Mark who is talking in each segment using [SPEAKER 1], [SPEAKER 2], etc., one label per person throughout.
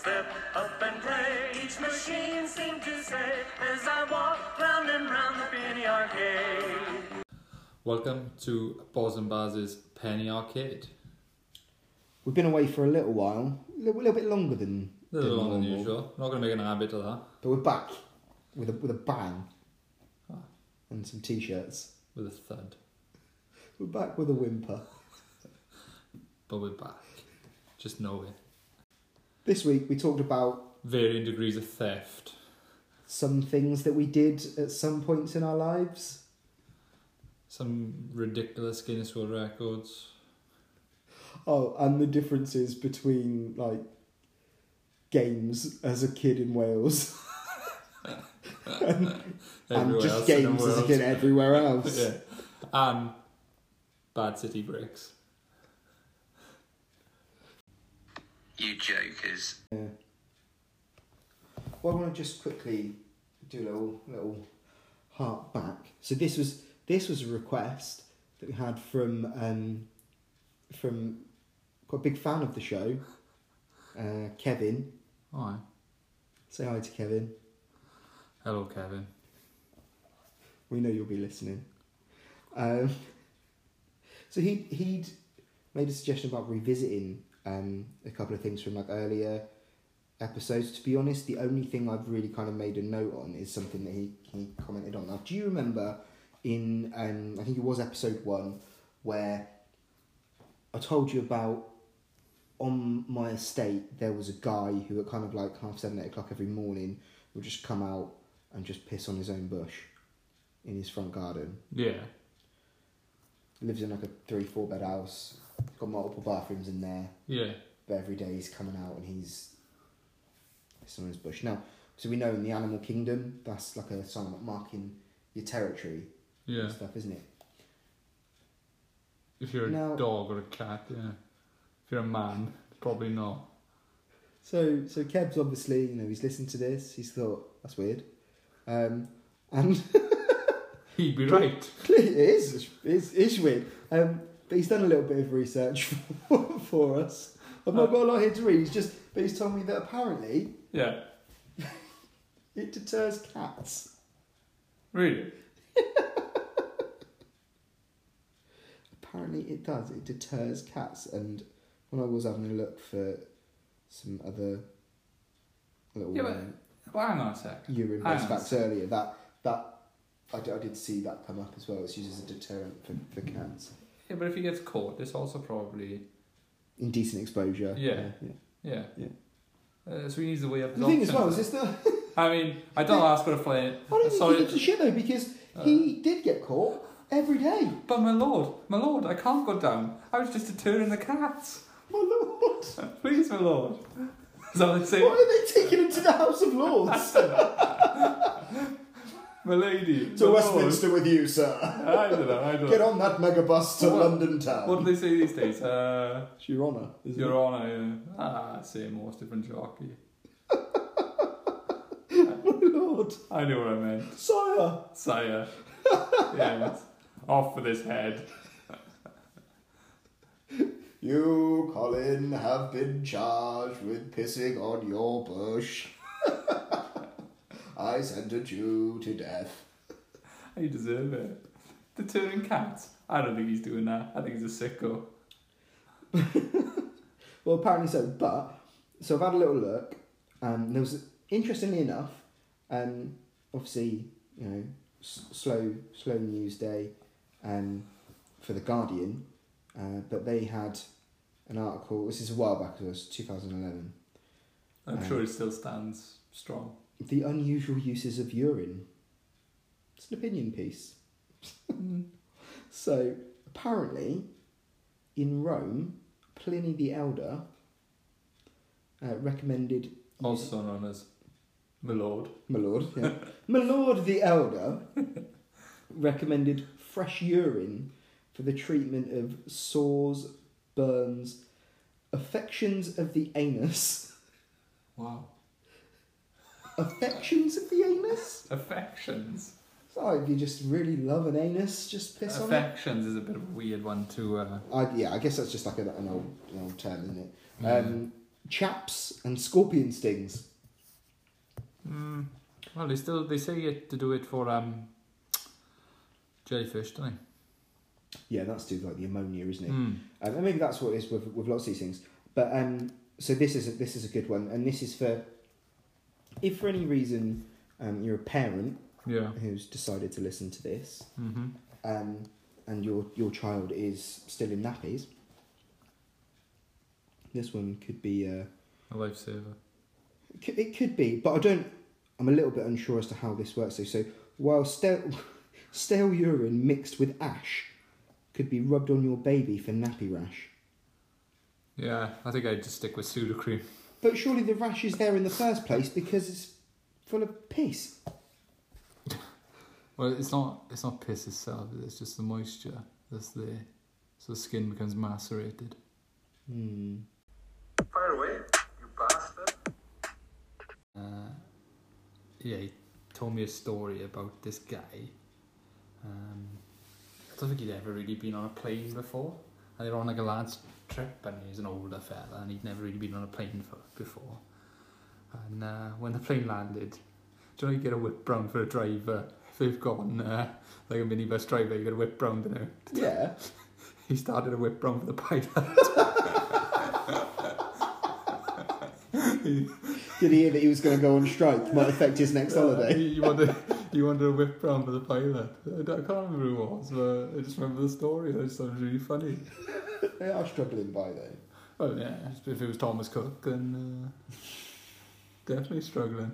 [SPEAKER 1] step up and play. Each machine seemed to say, as I walk round and round the penny arcade.
[SPEAKER 2] Welcome to Bars and Baz's Penny Arcade.
[SPEAKER 3] We've been away for a little while, a little, little bit longer than
[SPEAKER 2] A little longer than
[SPEAKER 3] normal,
[SPEAKER 2] usual. Not going to make an habit of that.
[SPEAKER 3] But we're back with a with a bang and some t-shirts.
[SPEAKER 2] With a thud.
[SPEAKER 3] We're back with a whimper.
[SPEAKER 2] But we're back. Just know it.
[SPEAKER 3] This week we talked about
[SPEAKER 2] Varying degrees of theft.
[SPEAKER 3] some things that we did at some points in our lives.
[SPEAKER 2] Some ridiculous Guinness World Records.
[SPEAKER 3] Oh, and the differences between like games as a kid in Wales and
[SPEAKER 2] Everywhere
[SPEAKER 3] just
[SPEAKER 2] else in the
[SPEAKER 3] games as a
[SPEAKER 2] world.
[SPEAKER 3] kid everywhere else.
[SPEAKER 2] yeah. And Bad City Breaks.
[SPEAKER 4] You jokers.
[SPEAKER 3] Well, I want to just quickly do a little little heart back. So this was this was a request that we had from um, from quite a big fan of the show, uh, Kevin.
[SPEAKER 2] Alright.
[SPEAKER 3] Say hi to Kevin.
[SPEAKER 2] Hello, Kevin.
[SPEAKER 3] We know you'll be listening. Um, so he he'd made a suggestion about revisiting um, a couple of things from like earlier episodes. To be honest, the only thing I've really kind of made a note on is something that he, he commented on. Now, do you remember in um, I think it was episode one where I told you about on my estate there was a guy who at kind of like half seven eight o'clock every morning would just come out and just piss on his own bush in his front garden.
[SPEAKER 2] Yeah.
[SPEAKER 3] Lives in like a three, four bed house. Got multiple bathrooms in there.
[SPEAKER 2] Yeah.
[SPEAKER 3] But every day he's coming out and he's someone's bush. Now, so we know in the animal kingdom, that's like a sign of marking your territory
[SPEAKER 2] Yeah.
[SPEAKER 3] and stuff, isn't it?
[SPEAKER 2] If you're a
[SPEAKER 3] No.
[SPEAKER 2] dog or a cat, yeah. If you're a man, probably not.
[SPEAKER 3] So, so Keb's obviously, you know, he's listened to this. He's thought that's weird, um, and
[SPEAKER 2] He'd be right.
[SPEAKER 3] clearly it is, it is, it is weird. Um, but he's done a little bit of research for, for us. I've not got a lot here to read. He's just, but he's told me that apparently
[SPEAKER 2] Yeah.
[SPEAKER 3] It deters cats.
[SPEAKER 2] Really?
[SPEAKER 3] Apparently, it does. It deters cats. And when I was having a look for some other little
[SPEAKER 2] Yeah,
[SPEAKER 3] yeah,
[SPEAKER 2] but- Well, hang on a sec.
[SPEAKER 3] urine
[SPEAKER 2] hang on.
[SPEAKER 3] based facts earlier, that that I did, I did see that come up as well. It's used as a deterrent for, for cats.
[SPEAKER 2] Yeah, but if he gets caught, it's also probably
[SPEAKER 3] Indecent exposure.
[SPEAKER 2] Yeah.
[SPEAKER 3] yeah.
[SPEAKER 2] yeah.
[SPEAKER 3] Yeah.
[SPEAKER 2] Uh, so he needs to weigh up his
[SPEAKER 3] The thing as
[SPEAKER 2] options.
[SPEAKER 3] well is, it's not.
[SPEAKER 2] I mean, I don't ask for a plane.
[SPEAKER 3] I don't think he
[SPEAKER 2] Sorry,
[SPEAKER 3] gives a shit though because
[SPEAKER 2] Uh.
[SPEAKER 3] he did get caught every day.
[SPEAKER 2] but my lord, my lord, I can't go down. I was just deterring the cats.
[SPEAKER 3] My lord.
[SPEAKER 2] Please, my lord. Is that what they say?
[SPEAKER 3] Why are they taking him to the House of Lords?
[SPEAKER 2] My lady.
[SPEAKER 3] to
[SPEAKER 2] my
[SPEAKER 3] Westminster with you, sir.
[SPEAKER 2] Lord. I don't know, I don't
[SPEAKER 3] Get
[SPEAKER 2] know.
[SPEAKER 3] on that mega bus to
[SPEAKER 2] What-
[SPEAKER 3] London town.
[SPEAKER 2] What do they say these days? Uh,
[SPEAKER 3] It's your honour. isn't
[SPEAKER 2] Your Honour, uh, ah, same horse, different jockey.
[SPEAKER 3] it? Lord,
[SPEAKER 2] I knew what I meant.
[SPEAKER 3] sire.
[SPEAKER 2] Sire. yes. Off with his head.
[SPEAKER 3] You, Colin, have been charged with pissing on your bush. I sentenced you to death.
[SPEAKER 2] He deserve it. Deterring cats. I don't think he's doing that. I think he's a sicko.
[SPEAKER 3] Well, apparently so. But so I've had a little look. Um, there was interestingly enough, um, obviously you know s- slow slow news day, um, for the Guardian, uh, but they had an article. This is a while back. It was two thousand eleven.
[SPEAKER 2] I'm
[SPEAKER 3] Um,
[SPEAKER 2] sure he still stands strong.
[SPEAKER 3] The unusual uses of urine. It's an opinion piece. so, apparently, in Rome, Pliny the Elder uh, recommended.
[SPEAKER 2] Also known as Milord.
[SPEAKER 3] My lord. Yeah. My lord the Elder recommended fresh urine for the treatment of sores, burns, affections of the anus.
[SPEAKER 2] Wow.
[SPEAKER 3] affections of the anus?
[SPEAKER 2] Affections.
[SPEAKER 3] Oh, if you just really love an anus, just piss on it.
[SPEAKER 2] Affections is a bit of a weird one to. Uh,
[SPEAKER 3] I, yeah, I guess that's just like a, an, old, an old term, isn't it? Um, chaps and scorpion stings.
[SPEAKER 2] mm. Well, they still they say it to do it for um jellyfish, don't they?
[SPEAKER 3] Yeah, that's due to like the ammonia, isn't it?
[SPEAKER 2] Mm.
[SPEAKER 3] Um, and maybe that's what it is with, with lots of these things. But um, so this is a, this is a good one, and this is for if for any reason um, you're a parent
[SPEAKER 2] Yeah.
[SPEAKER 3] who's decided to listen to this,
[SPEAKER 2] hmm
[SPEAKER 3] um, and your your child is still in nappies. This one could be uh,
[SPEAKER 2] A lifesaver.
[SPEAKER 3] it could- it could be, but I don't. I'm a little bit unsure as to how this works. So, so while stale stale urine mixed with ash could be rubbed on your baby for nappy rash.
[SPEAKER 2] Yeah, I think I'd just stick with pseudocream.
[SPEAKER 3] But surely the rash is there in the first place because it's full of piss.
[SPEAKER 2] Well, it's not it's not piss itself. It's just the moisture that's there, so the skin becomes macerated.
[SPEAKER 3] Hmm.
[SPEAKER 4] Fire away, you bastard.
[SPEAKER 2] uh, yeah, he told me a story about this guy. Um, I don't think he'd ever really been on a plane before. And they were on like a lads trip, and he was an older fella, and he'd never really been on a plane for, before. And uh, when the plane landed, do you know you get a whip round for a driver? If they've gone uh, like a minibus driver, you get a whip round now.
[SPEAKER 3] Yeah.
[SPEAKER 2] He started a whip round for the pilot.
[SPEAKER 3] Did he hear that he was going to go on strike? Might affect his next holiday.
[SPEAKER 2] you wanted you wanted a whip round for the pilot. I, don't- I can't remember who it was, but I just remember the story. I just thought it was really funny.
[SPEAKER 3] They are struggling by though.
[SPEAKER 2] Oh yeah, if it was Thomas Cook, then uh, definitely struggling.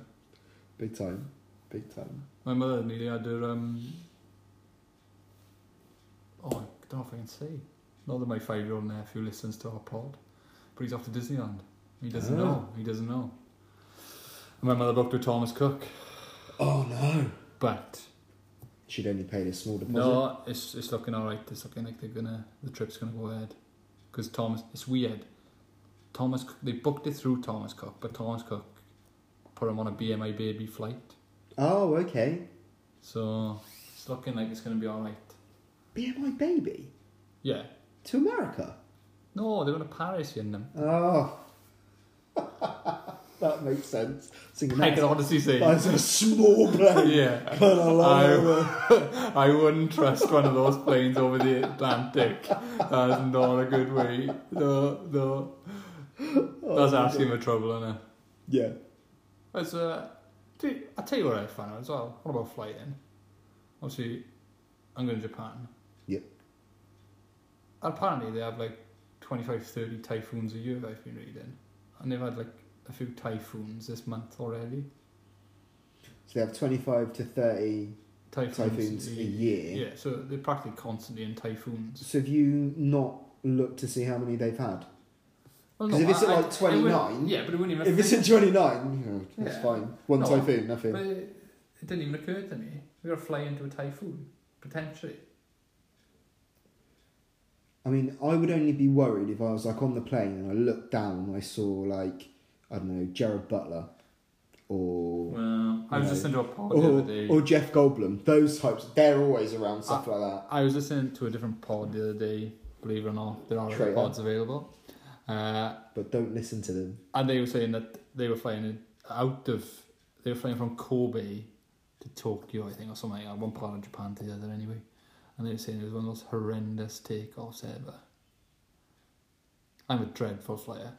[SPEAKER 3] Big time. Big time.
[SPEAKER 2] My mother nearly had her. Um, oh, I don't know if I can say. Not that my five-year-old nephew listens to our pod, but he's off to Disneyland. He doesn't
[SPEAKER 3] Oh.
[SPEAKER 2] know. He doesn't know. And my mother booked with Thomas Cook,
[SPEAKER 3] Oh no.
[SPEAKER 2] but
[SPEAKER 3] She'd only paid a small deposit.
[SPEAKER 2] No, it's it's looking all right. It's looking like they're gonna the trip's gonna go ahead because Thomas. It's weird. Thomas C- they booked it through Thomas Cook, but Thomas Cook put him on a BMI baby flight,
[SPEAKER 3] Oh, okay.
[SPEAKER 2] so it's looking like it's gonna be all right.
[SPEAKER 3] BMI baby
[SPEAKER 2] Yeah.
[SPEAKER 3] to America.
[SPEAKER 2] No, they're going to Paris in them.
[SPEAKER 3] Oh, that makes sense. Singing
[SPEAKER 2] I can honestly say,
[SPEAKER 3] that's a small plane.
[SPEAKER 2] yeah,
[SPEAKER 3] But I love
[SPEAKER 2] I-
[SPEAKER 3] it.
[SPEAKER 2] I wouldn't trust one of those planes over the Atlantic. That's not a good way. No, no.
[SPEAKER 3] Oh,
[SPEAKER 2] That's asking for trouble, isn't it?
[SPEAKER 3] Yeah.
[SPEAKER 2] It's uh, do- I'll tell you what I found out as well. What about flying? Obviously, I'm going to Japan.
[SPEAKER 3] Yep.
[SPEAKER 2] Apparently, they have like 25, 30 typhoons a year, I've been reading. And they've had like a few typhoons this month already.
[SPEAKER 3] So they have 25 to 30
[SPEAKER 2] Typhoons,
[SPEAKER 3] typhoons a year.
[SPEAKER 2] Yeah, so they're practically constantly in typhoons.
[SPEAKER 3] So have you not looked to see how many they've had?
[SPEAKER 2] Well,
[SPEAKER 3] 'Cause if it's at, like,
[SPEAKER 2] it wouldn't-
[SPEAKER 3] 29,
[SPEAKER 2] Yeah, but it wouldn't even.
[SPEAKER 3] If it's at 29, you know, that's
[SPEAKER 2] Yeah.
[SPEAKER 3] fine. One
[SPEAKER 2] No,
[SPEAKER 3] typhoon, nothing.
[SPEAKER 2] but it, it didn't even occur to me. We're going to fly into a typhoon, potentially.
[SPEAKER 3] I mean, I would only be worried if I was like on the plane and I looked down and I saw like, I don't know, Jared Butler or.
[SPEAKER 2] Well, I was
[SPEAKER 3] No.
[SPEAKER 2] listening to a pod the Ah.
[SPEAKER 3] Or,
[SPEAKER 2] other day.
[SPEAKER 3] or Jeff Goldblum, those types, they're always around stuff like that.
[SPEAKER 2] I was listening to a different pod the other day. Believe it or not, there are other
[SPEAKER 3] Traitor.
[SPEAKER 2] pods available, uh,
[SPEAKER 3] but don't listen to them.
[SPEAKER 2] and they were saying that they were flying in- out of they were flying from Kobe to Tokyo, I think, or something. Like that, one part of Japan to the other, anyway. And they were saying it was one of those horrendous takeoffs ever. I'm a dreadful flyer.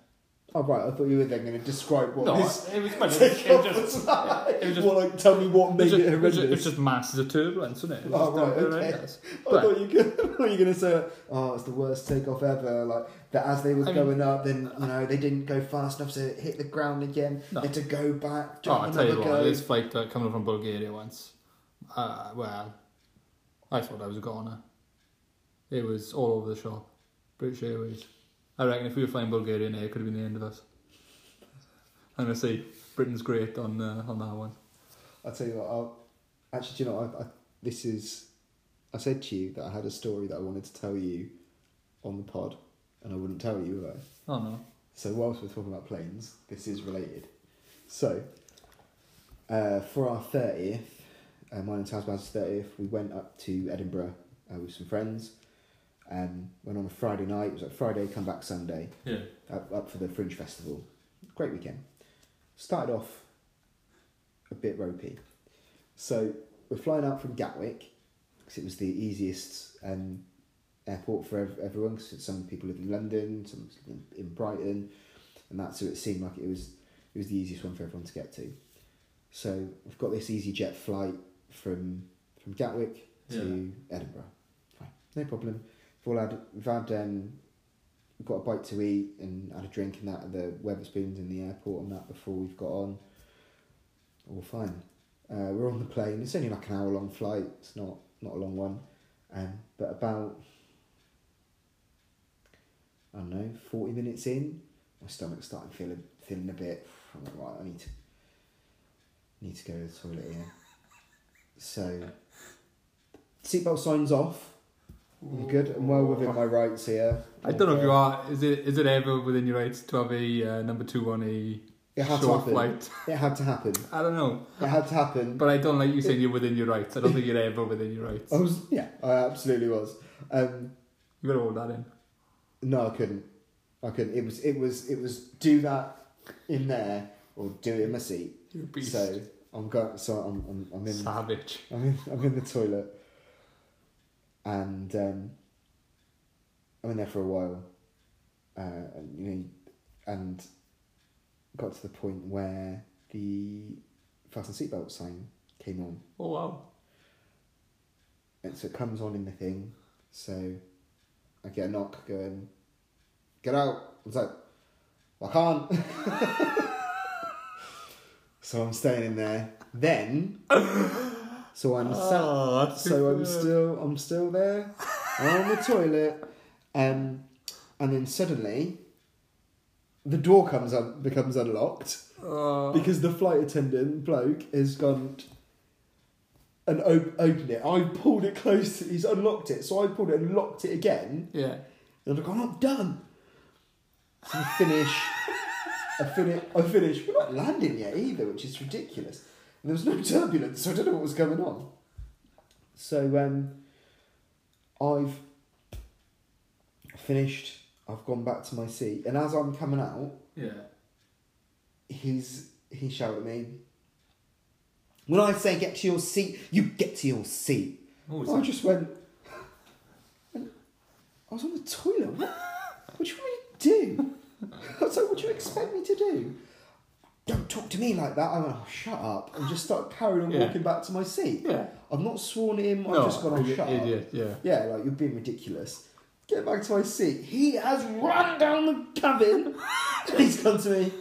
[SPEAKER 3] Oh right, I thought you were then going to describe what
[SPEAKER 2] No,
[SPEAKER 3] this
[SPEAKER 2] it was, it was just, it
[SPEAKER 3] takeoff
[SPEAKER 2] was just,
[SPEAKER 3] was like.
[SPEAKER 2] it was just-
[SPEAKER 3] Well, like, tell me what
[SPEAKER 2] it
[SPEAKER 3] made
[SPEAKER 2] was
[SPEAKER 3] it,
[SPEAKER 2] just, it was
[SPEAKER 3] horrendous.
[SPEAKER 2] just, it was just masses of turbulence, wasn't it? it was
[SPEAKER 3] Oh,
[SPEAKER 2] just
[SPEAKER 3] right, okay.
[SPEAKER 2] horrendous.
[SPEAKER 3] I
[SPEAKER 2] But-
[SPEAKER 3] thought you were gonna- I thought you were going to say, like, oh, it's the worst takeoff ever. Like that, as they were
[SPEAKER 2] I mean- uh,
[SPEAKER 3] going up, then you know they didn't go fast enough to hit the ground again.
[SPEAKER 2] No.
[SPEAKER 3] They had to go back.
[SPEAKER 2] Oh, I tell you
[SPEAKER 3] another
[SPEAKER 2] what,
[SPEAKER 3] go.
[SPEAKER 2] this flight uh, coming from Bulgaria once. Uh, well, I thought I was a goner. It was all over the shop. British Airways. I reckon if we were flying Bulgarian Air, it could have been the end of us. I'm gonna say Britain's great on uh, on that one.
[SPEAKER 3] I tell you what, I'll, actually, do you know, what, I, I, this is. I said to you that I had a story that I wanted to tell you on the pod, and I wouldn't tell you, would I?
[SPEAKER 2] Oh no.
[SPEAKER 3] So whilst we're talking about planes, this is related. So, uh, for our thirtieth, uh, mine and Tasman's thirtieth, we went up to Edinburgh uh, with some friends. Um, went on a Friday night. It was like Friday, come back Sunday,
[SPEAKER 2] Yeah.
[SPEAKER 3] up, up for the Fringe Festival. great weekend. Started off a bit ropey. So we're flying out from Gatwick because it was the easiest um, airport for ev- everyone. Because some people live in London, some live in, in Brighton, and that so it seemed like it was it was the easiest one for everyone to get to. So we've got this EasyJet flight from from Gatwick to Edinburgh. Fine, no problem. We've all had we've had um, we've got a bite to eat and had a drink and that at the Weatherspoons in the airport and that before we've got on. All fine. Uh, we're on the plane. It's only like an hour long flight. It's not not a long one, um, but about I don't know forty minutes in, my stomach's starting feeling feeling a bit. I'm like, right, I need to need to go to the toilet here. So seatbelt signs off. I'm good. I'm well within my rights here.
[SPEAKER 2] I don't know if you are. Is it is it ever within your rights to have a uh, number two on a
[SPEAKER 3] It had to
[SPEAKER 2] short
[SPEAKER 3] happen.
[SPEAKER 2] flight?
[SPEAKER 3] It had to happen.
[SPEAKER 2] I don't know,
[SPEAKER 3] It had to happen.
[SPEAKER 2] but I don't like you saying you're within your rights. I don't think you're ever within your rights.
[SPEAKER 3] I was yeah, I absolutely was. Um,
[SPEAKER 2] You better hold that in.
[SPEAKER 3] No, I couldn't. I couldn't. It was it was it was do that in there or do it in my seat.
[SPEAKER 2] You're a beast.
[SPEAKER 3] So I'm going. So I'm I'm, I'm in.
[SPEAKER 2] Savage.
[SPEAKER 3] I'm in, I'm in the toilet, and um, I'm in there for a while, uh, and, you know, and got to the point where the fasten seatbelt sign came on,
[SPEAKER 2] Oh wow.
[SPEAKER 3] and so it comes on in the thing. So I get a knock going, get out. I was like, "Well, I can't. so I'm staying in there. Then, so I'm
[SPEAKER 2] Oh,
[SPEAKER 3] sat,
[SPEAKER 2] that's
[SPEAKER 3] so I'm
[SPEAKER 2] superb.
[SPEAKER 3] still I'm still there. I'm on the toilet, um, and then suddenly, the door comes un- becomes unlocked
[SPEAKER 2] Oh,
[SPEAKER 3] because the flight attendant bloke has gone and op- opened it. I pulled it close. He's unlocked it, so I pulled it and locked it again.
[SPEAKER 2] yeah.
[SPEAKER 3] And I'm like, I'm not done. So I finish. I finish. I finish. We're not landing yet either, which is ridiculous. And there was no turbulence, so I don't know what was going on. So um, I've finished. I've gone back to my seat, and as I'm coming out,
[SPEAKER 2] Yeah.
[SPEAKER 3] he's he shouted at me. When I say get to your seat, you get to your seat.
[SPEAKER 2] Oh, is
[SPEAKER 3] I
[SPEAKER 2] that-
[SPEAKER 3] just went. I was on the toilet. What, what do you want me to do? I was like, what do you expect me to do? Don't talk to me like that. I went, oh, shut up. And just started carrying on
[SPEAKER 2] Yeah.
[SPEAKER 3] walking back to my seat.
[SPEAKER 2] Yeah.
[SPEAKER 3] I've not sworn at him. I've
[SPEAKER 2] No,
[SPEAKER 3] just gone, oh,
[SPEAKER 2] you
[SPEAKER 3] shut
[SPEAKER 2] idiot,
[SPEAKER 3] up.
[SPEAKER 2] yeah.
[SPEAKER 3] Yeah, like, you're being ridiculous. Get back to my seat. He has run down the cabin. He's come to me.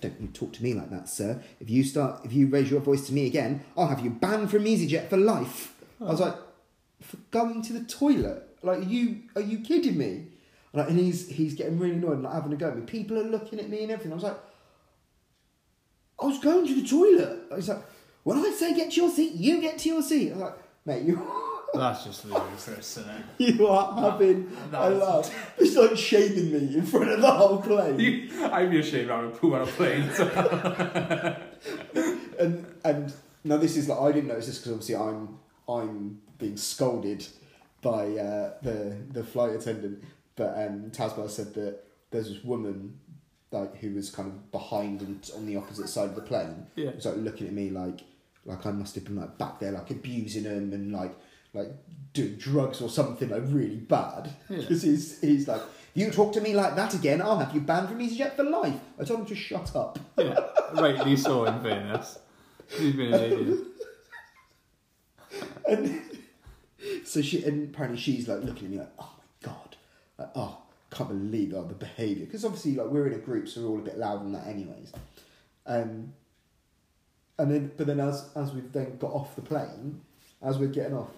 [SPEAKER 3] Don't you talk to me like that, sir. If you start, if you raise your voice to me again, I'll have you banned from EasyJet for life. I was like, for going to the toilet. Like, are you are you kidding me? Like, and he's he's getting really annoyed and like having a go at me. People are looking at me and everything. I was like, I was going to the toilet. I was like, when I say get to your seat, you get to your seat. I was like, mate, you
[SPEAKER 2] That's just ludicrous, isn't it?
[SPEAKER 3] you are having
[SPEAKER 2] no,
[SPEAKER 3] a
[SPEAKER 2] it's-
[SPEAKER 3] laugh. It's like shaming me in front of the whole plane.
[SPEAKER 2] You- I'd be ashamed I would poo on a plane.
[SPEAKER 3] and and now this is like I didn't notice this because obviously I'm I'm being scolded by uh, the the flight attendant, but um, Tasma said that there's this woman like who was kind of behind and on the opposite side of the plane.
[SPEAKER 2] Yeah.
[SPEAKER 3] was like looking at me like like I must have been like back there like abusing him and like like doing drugs or something like really bad
[SPEAKER 2] Yeah.
[SPEAKER 3] because he's he's like. You talk to me like that again, I'll have you banned from EasyJet for life. I told him to shut up.
[SPEAKER 2] yeah. Rightly so, in fairness. He's been an idiot.
[SPEAKER 3] and so she and apparently she's like looking at me like oh my god like oh can't believe like, the behaviour because obviously like we're in a group so we're all a bit loud on that anyways um and then but then as as we've then got off the plane as we're getting off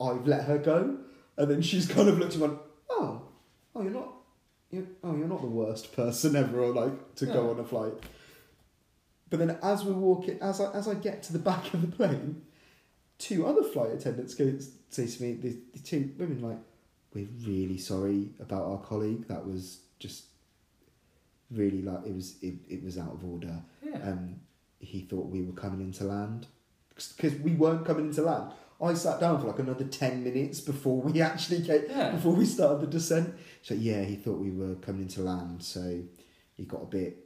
[SPEAKER 3] I've let her go and then she's kind of looked and gone oh oh you're not you're, oh you're not the worst person ever or like to go
[SPEAKER 2] Yeah.
[SPEAKER 3] on a flight but then as we're walking as I as I get to the back of the plane two other flight attendants go say to me, the, the two women, like, we're really sorry about our colleague. That was just really like it was it, it was out of order.
[SPEAKER 2] Yeah.
[SPEAKER 3] Um, he thought we were coming into land because we weren't coming into land. I sat down for like another ten minutes before we actually came,
[SPEAKER 2] Yeah.
[SPEAKER 3] before we started the descent. So yeah, he thought we were coming into land, so he got a bit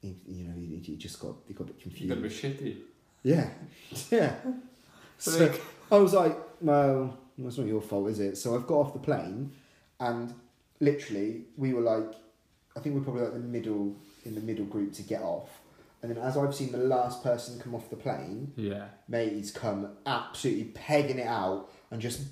[SPEAKER 3] he, you know, he, he just got he got a bit
[SPEAKER 2] You
[SPEAKER 3] confused.
[SPEAKER 2] got a bit shitty.
[SPEAKER 3] Yeah, yeah. So
[SPEAKER 2] Like-
[SPEAKER 3] I was like, well, it's not your fault, is it? So I've got off the plane, and literally, we were like, I think we're probably like the middle in the middle group to get off. And then, as I've seen the last person come off the plane,
[SPEAKER 2] Yeah.
[SPEAKER 3] mate, he's come absolutely pegging it out and just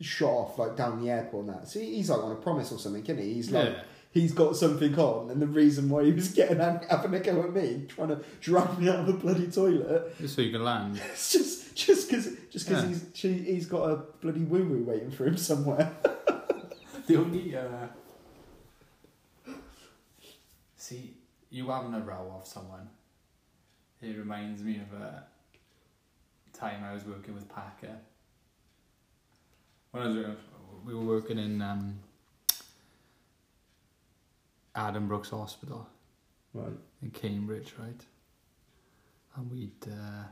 [SPEAKER 3] shot off like down the airport and that. So he's like on a promise or something, isn't he? He's like.
[SPEAKER 2] Yeah.
[SPEAKER 3] He's got something on, and the reason why he was getting ang- having a go at me, trying to drag me out of the bloody toilet,
[SPEAKER 2] Just so you can land.
[SPEAKER 3] it's just just because just because
[SPEAKER 2] Yeah.
[SPEAKER 3] he's she, he's got a bloody woo woo waiting for him somewhere.
[SPEAKER 2] The only uh, see you having a row off someone. It reminds me of a time I was working with Packer. When I was working, we were working in um, Adam Brooks Hospital
[SPEAKER 3] Right.
[SPEAKER 2] in Cambridge, right? And we'd uh,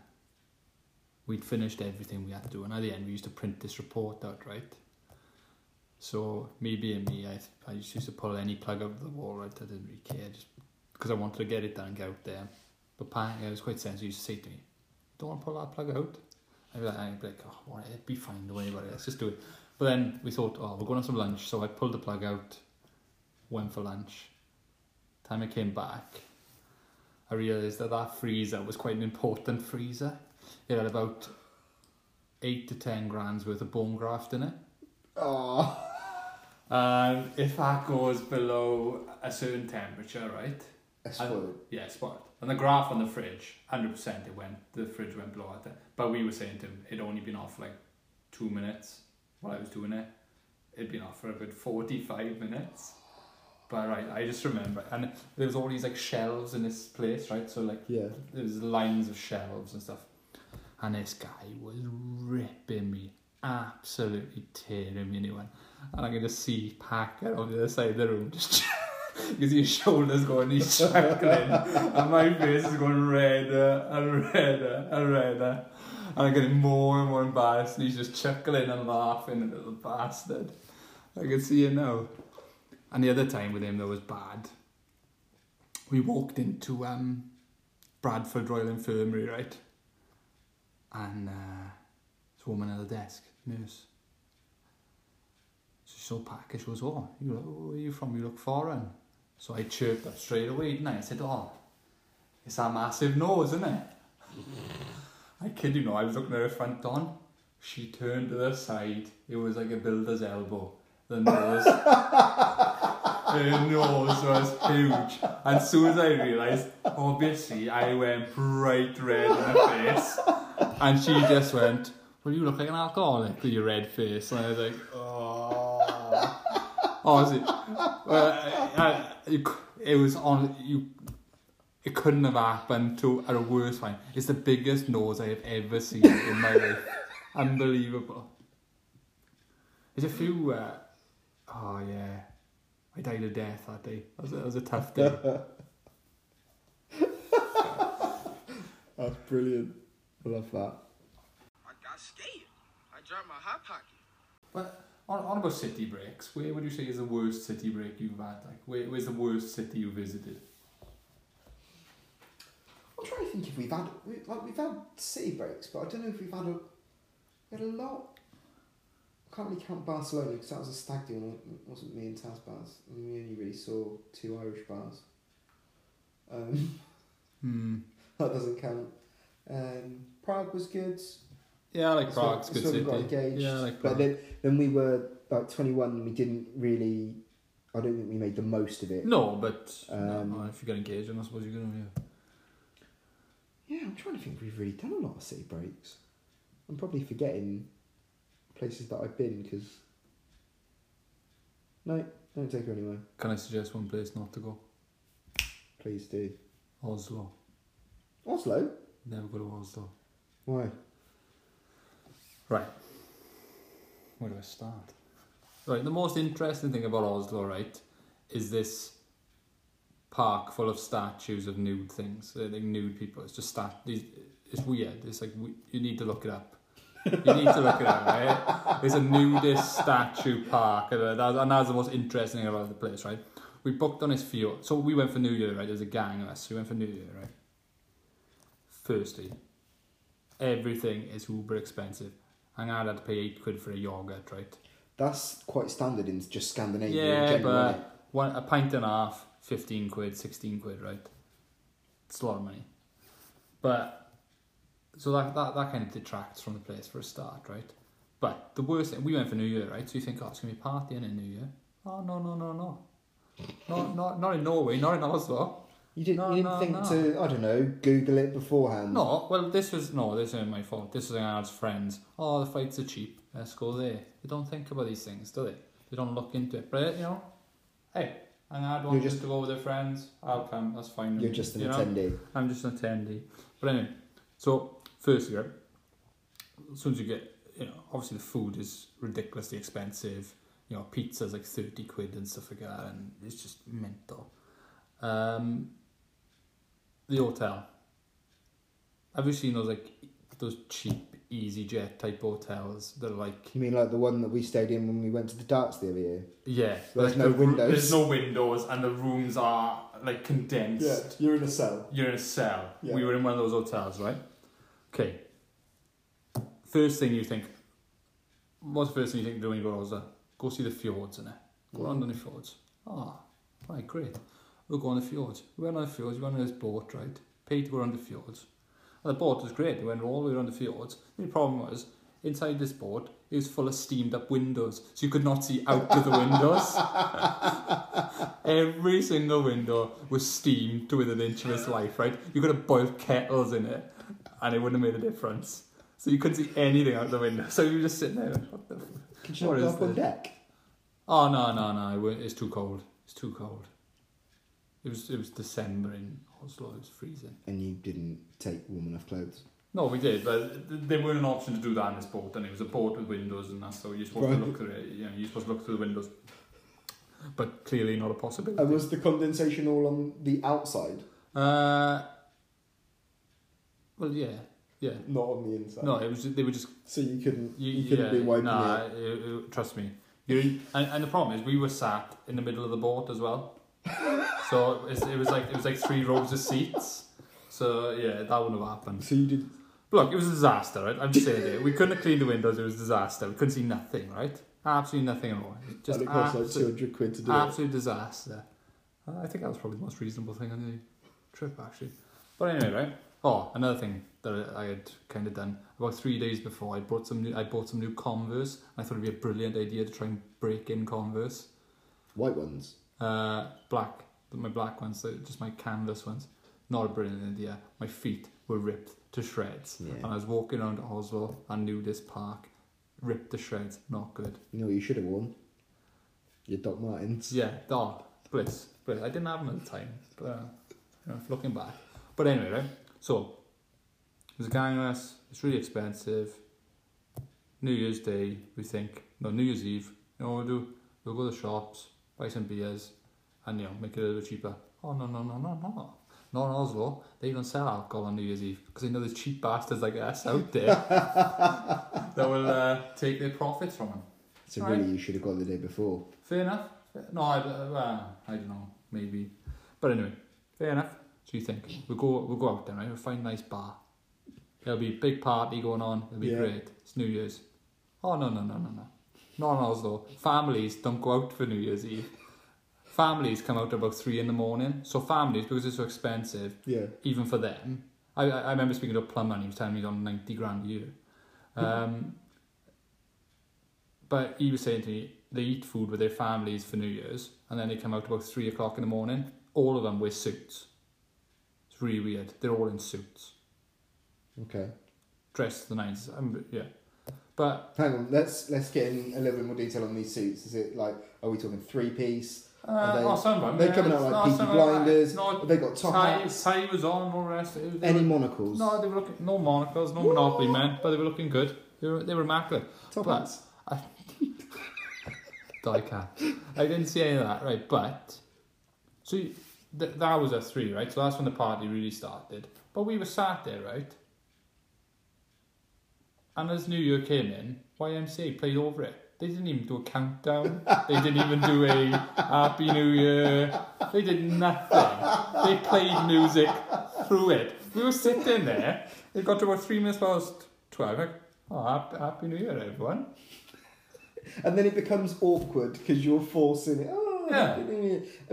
[SPEAKER 2] we'd finished everything we had to do, and at the end we used to print this report out, right? So me being me, I I just used to pull any plug out of the wall, right? I didn't really care, just because I wanted to get it done, and get out there. But Pat, I was quite sensitive. He used to say to me, "Don't want to pull that plug out." I'd be like, I'd be like, "Oh, well, it'd be fine. Don't worry about it. Let's just do it." But then we thought, "Oh, we're going to have some lunch," so I pulled the plug out, went for lunch. Time I came back, I realised that that freezer was quite an important freezer. It had about eight to ten grand's worth of bone graft in it.
[SPEAKER 3] Oh,
[SPEAKER 2] And if that goes below a certain temperature, right?
[SPEAKER 3] that's
[SPEAKER 2] I-
[SPEAKER 3] spoiled.
[SPEAKER 2] Yeah, it's spoiled. And the graph on the fridge, hundred percent, it went. The fridge went below that. But we were saying to him, it'd only been off like two minutes while I was doing it. It'd been off for a good forty-five minutes. But right, I just remember, and there was all these like shelves in this place, right? So like,
[SPEAKER 3] Yeah.
[SPEAKER 2] there was lines of shelves and stuff. And this guy was ripping me, absolutely tearing me a new one. And I can just see Packer on the other side of the room, just because his shoulders going, he's chuckling, and my face is going redder and redder and redder. And I'm getting more and more embarrassed, and he's just chuckling and laughing, a little bastard. I can see him now. And the other time with him that was bad, we walked into um, Bradford Royal Infirmary, right? And uh, this woman at the desk, nurse. So she saw Packer, she goes, Oh, you look, where are you from? You look foreign. So I chirped up straight away, didn't I? I said, Oh, it's that massive nose, isn't it? I kid you not, I was looking at her front on. She turned to the side. It was like a builder's elbow. The nose. her nose was huge. And as soon as I realised, obviously, I went bright red in the face. And she just went, Well, you look like an alcoholic with your red face. And I was like, Oh. Honestly, well, I, I, you c- it was on. You it couldn't have happened to at a worse time. It's the biggest nose I have ever seen in my life. Unbelievable. There's a few. Uh, oh yeah, I died a death that day. That was, a- that was a tough day.
[SPEAKER 3] That's brilliant. I love that.
[SPEAKER 5] I got scared. I dropped my hot pocket.
[SPEAKER 2] but on, on about city breaks, where would you say is the worst city break you've had? Like, where, where's the worst city you visited?
[SPEAKER 3] I'm trying to think if we've had we, like we've had city breaks, but I don't know if we've had a we had a lot. I can't really count Barcelona because that was a stag do and it wasn't me and Taz bars. And we only really saw two Irish bars. Um,
[SPEAKER 2] Hmm.
[SPEAKER 3] that doesn't count. Um, Prague was good.
[SPEAKER 2] Yeah, I like
[SPEAKER 3] That's where-
[SPEAKER 2] Prague's
[SPEAKER 3] that's
[SPEAKER 2] good
[SPEAKER 3] where
[SPEAKER 2] city.
[SPEAKER 3] we got engaged.
[SPEAKER 2] Yeah, I like
[SPEAKER 3] but
[SPEAKER 2] Prague.
[SPEAKER 3] then then we were like 21. and We didn't really. I don't think we made the most of it.
[SPEAKER 2] No, but
[SPEAKER 3] Um,
[SPEAKER 2] no, if you're gonna engage, then I suppose you're gonna. Yeah.
[SPEAKER 3] Yeah, I'm trying to think. if We've really done a lot of city breaks. I'm probably forgetting places that I've been because. No, don't take her anywhere.
[SPEAKER 2] Can I suggest one place not to go?
[SPEAKER 3] Please do.
[SPEAKER 2] Oslo.
[SPEAKER 3] Oslo.
[SPEAKER 2] Never go to Oslo.
[SPEAKER 3] Why?
[SPEAKER 2] Right. Where do I start? Right, the most interesting thing about Oslo, right, is this park full of statues of nude things, uh, like nude people. It's just stat. these- It's weird. It's like we, you need to look it up. You need to look it up. Right? It's a nudist statue park, and that- and that's the most interesting thing about the place, right? we booked on this field. So we went for New Year, right? There's a gang of us. We went for New Year, right? Thursday. Everything is uber expensive. And I had to pay eight quid for a yogurt, right?
[SPEAKER 3] That's quite standard in just Scandinavia in
[SPEAKER 2] Yeah,
[SPEAKER 3] general. isn't
[SPEAKER 2] but one, a pint and a half, 15 quid, 16 quid, right? It's a lot of money. But, so that, that, that kind of detracts from the place for a start, right? But the worst thing, we went for New Year, right? So you think, oh, it's going to be partying in New Year. Oh, no, no, no, no. Not, not, not in Norway, not in Oslo.
[SPEAKER 3] it? You didn't,
[SPEAKER 2] No,
[SPEAKER 3] you didn't
[SPEAKER 2] no,
[SPEAKER 3] think
[SPEAKER 2] no.
[SPEAKER 3] to, I don't know, Google it beforehand.
[SPEAKER 2] No, well, this was, no, this isn't my fault. This was Arnold's friends. Oh, the fights are cheap. Let's go there. They don't think about these things, do they? They don't look into it. But, you know, hey, Arnold wants
[SPEAKER 3] You're
[SPEAKER 2] just to go with their friends. I'll come. That's fine. with
[SPEAKER 3] You're
[SPEAKER 2] me,
[SPEAKER 3] just an
[SPEAKER 2] you know?
[SPEAKER 3] attendee.
[SPEAKER 2] I'm just an attendee. But anyway, so firstly, right, as soon as you get, you know, obviously the food is ridiculously expensive. You know, pizza's like 30 quid and stuff like that, and it's just mental. Um, the hotel. Have you seen those like those cheap EasyJet type hotels that are like
[SPEAKER 3] You mean like the one that we stayed in when we went to the darts the other year?
[SPEAKER 2] yeah,
[SPEAKER 3] There's
[SPEAKER 2] like
[SPEAKER 3] no
[SPEAKER 2] the roo-
[SPEAKER 3] windows.
[SPEAKER 2] There's no windows, and the rooms are like condensed.
[SPEAKER 3] you're in a cell.
[SPEAKER 2] you're in a cell.
[SPEAKER 3] Yeah.
[SPEAKER 2] We were in one of those hotels, right? Okay. First thing you think, what's the first thing you think doing when you go to Oslo? Go see the fjords, innit? Go around on the fjords. Ah, right, great. We'll go on the fjords. We went on the fjords, we went on this boat, right? Paid to go around the fjords. And the boat was great, we went all the way around the fjords. The only problem was, inside this boat, it was full of steamed up windows, so you could not see out of the windows. Every single window was steamed to within an inch of its life, right? You could have boiled kettles in it and it wouldn't have made a difference. So you couldn't see anything out the window. So you were just sitting there. What the f-
[SPEAKER 3] Could you
[SPEAKER 2] What
[SPEAKER 3] not go
[SPEAKER 2] is
[SPEAKER 3] up on
[SPEAKER 2] this?
[SPEAKER 3] deck?
[SPEAKER 2] oh, no, no, no. It wa- It's too cold. It's too cold. It was, it was December in Oslo. It was freezing.
[SPEAKER 3] And you didn't take warm enough clothes.
[SPEAKER 2] No, we did, but th- there weren't an option to do that in this boat, and it was a boat with windows and that, so you're supposed to
[SPEAKER 3] Right.
[SPEAKER 2] look through it. You know, you're supposed to look through the windows. But clearly not a possibility.
[SPEAKER 3] And was the condensation all on the outside,
[SPEAKER 2] Uh, well, yeah, yeah.
[SPEAKER 3] not on the inside?
[SPEAKER 2] No, it was they were just
[SPEAKER 3] So you couldn't
[SPEAKER 2] you,
[SPEAKER 3] you, couldn't
[SPEAKER 2] yeah,
[SPEAKER 3] be wiping
[SPEAKER 2] nah,
[SPEAKER 3] it.
[SPEAKER 2] it- it- trust me. You're in, and, and the problem is we were sat in the middle of the boat as well, so it's, it was like it was like three rows of seats. So yeah, that wouldn't have happened.
[SPEAKER 3] So you did
[SPEAKER 2] Look, it was a disaster, right? I'm just saying it. We couldn't have cleaned the windows. It was a disaster. We couldn't see nothing, right? Absolutely nothing at all. It Just
[SPEAKER 3] and it cost like two
[SPEAKER 2] absolute,
[SPEAKER 3] hundred quid to do it.
[SPEAKER 2] absolute disaster. Uh, I think that was probably the most reasonable thing on the trip, actually. But anyway, right? Oh, another thing that I I had kind of done about three days before, I bought some new, I bought some new Converse. And I thought it'd be a brilliant idea to try and break in Converse.
[SPEAKER 3] White ones.
[SPEAKER 2] Uh, black, my black ones, so just my canvas ones. Not a brilliant idea. My feet were ripped to shreds,
[SPEAKER 3] Yeah.
[SPEAKER 2] and I was walking around Oswald and Nudist Park, ripped to shreds. Not good.
[SPEAKER 3] You know what you should have worn? Your Doc Martens.
[SPEAKER 2] Yeah, oh, bliss, bliss. I didn't have them at the time, but uh, you know, looking back. But anyway, right? So there's a gang of us. It's really expensive. New Year's Day, we think. No, New Year's Eve. You know what we'll do? We'll go to the shops, buy some beers, and you know make it a little cheaper. Oh no no no no no. Not in Oslo. They don't sell alcohol on New Year's Eve because they know there's cheap bastards like us out there that will uh, take their profits from them.
[SPEAKER 3] So
[SPEAKER 2] Right.
[SPEAKER 3] really, you should have gone the day before.
[SPEAKER 2] Fair enough. No, I, uh, I don't know. Maybe. But anyway, fair enough. So you think we'll go we'll go out then, right? We'll find a nice bar. There'll be a big party going on. It'll be
[SPEAKER 3] Yeah.
[SPEAKER 2] great. It's New Year's. Oh no no no no no. Not in Oslo. Families don't go out for New Year's Eve. Families come out about three in the morning. So families, because it's so expensive,
[SPEAKER 3] Yeah.
[SPEAKER 2] even for them. I, I I remember speaking to a plumber and he was telling me he's on 90 grand a year. Um, but he was saying to me, they eat food with their families for New Year's and then they come out about three o'clock in the morning. All of them wear suits. It's really weird. They're all in suits,
[SPEAKER 3] Okay.
[SPEAKER 2] dressed to the nines. Um, yeah. But
[SPEAKER 3] Hang on. Let's let's get in a little bit more detail on these suits. Is it like are we talking three piece?
[SPEAKER 2] uh,
[SPEAKER 3] they-
[SPEAKER 2] oh, some of them,
[SPEAKER 3] they're
[SPEAKER 2] yeah,
[SPEAKER 3] coming out
[SPEAKER 2] it's
[SPEAKER 3] like
[SPEAKER 2] not
[SPEAKER 3] Peaky
[SPEAKER 2] some of them,
[SPEAKER 3] Blinders,
[SPEAKER 2] no,
[SPEAKER 3] they got top
[SPEAKER 2] tie,
[SPEAKER 3] hats.
[SPEAKER 2] tie was on, and all the rest. It, it
[SPEAKER 3] Any
[SPEAKER 2] was-
[SPEAKER 3] monocles?
[SPEAKER 2] No, they were looking no monocles, no monopoly men, but they were looking good. They were they were immaculate.
[SPEAKER 3] Top
[SPEAKER 2] but
[SPEAKER 3] hats.
[SPEAKER 2] I die cat. I didn't see any of that, right? But so you- th- that was a three, right? So that's when the party really started. But we were sat there, right? And as New Year came in, YMCA played over it. They didn't even do a countdown. They didn't even do a Happy New Year. They did nothing. They played music through it. We were sitting there. It got to about three minutes past 12. Like, oh, hap- Happy New Year, everyone.
[SPEAKER 3] And then it becomes awkward because you're forcing it. Oh,
[SPEAKER 2] Yeah.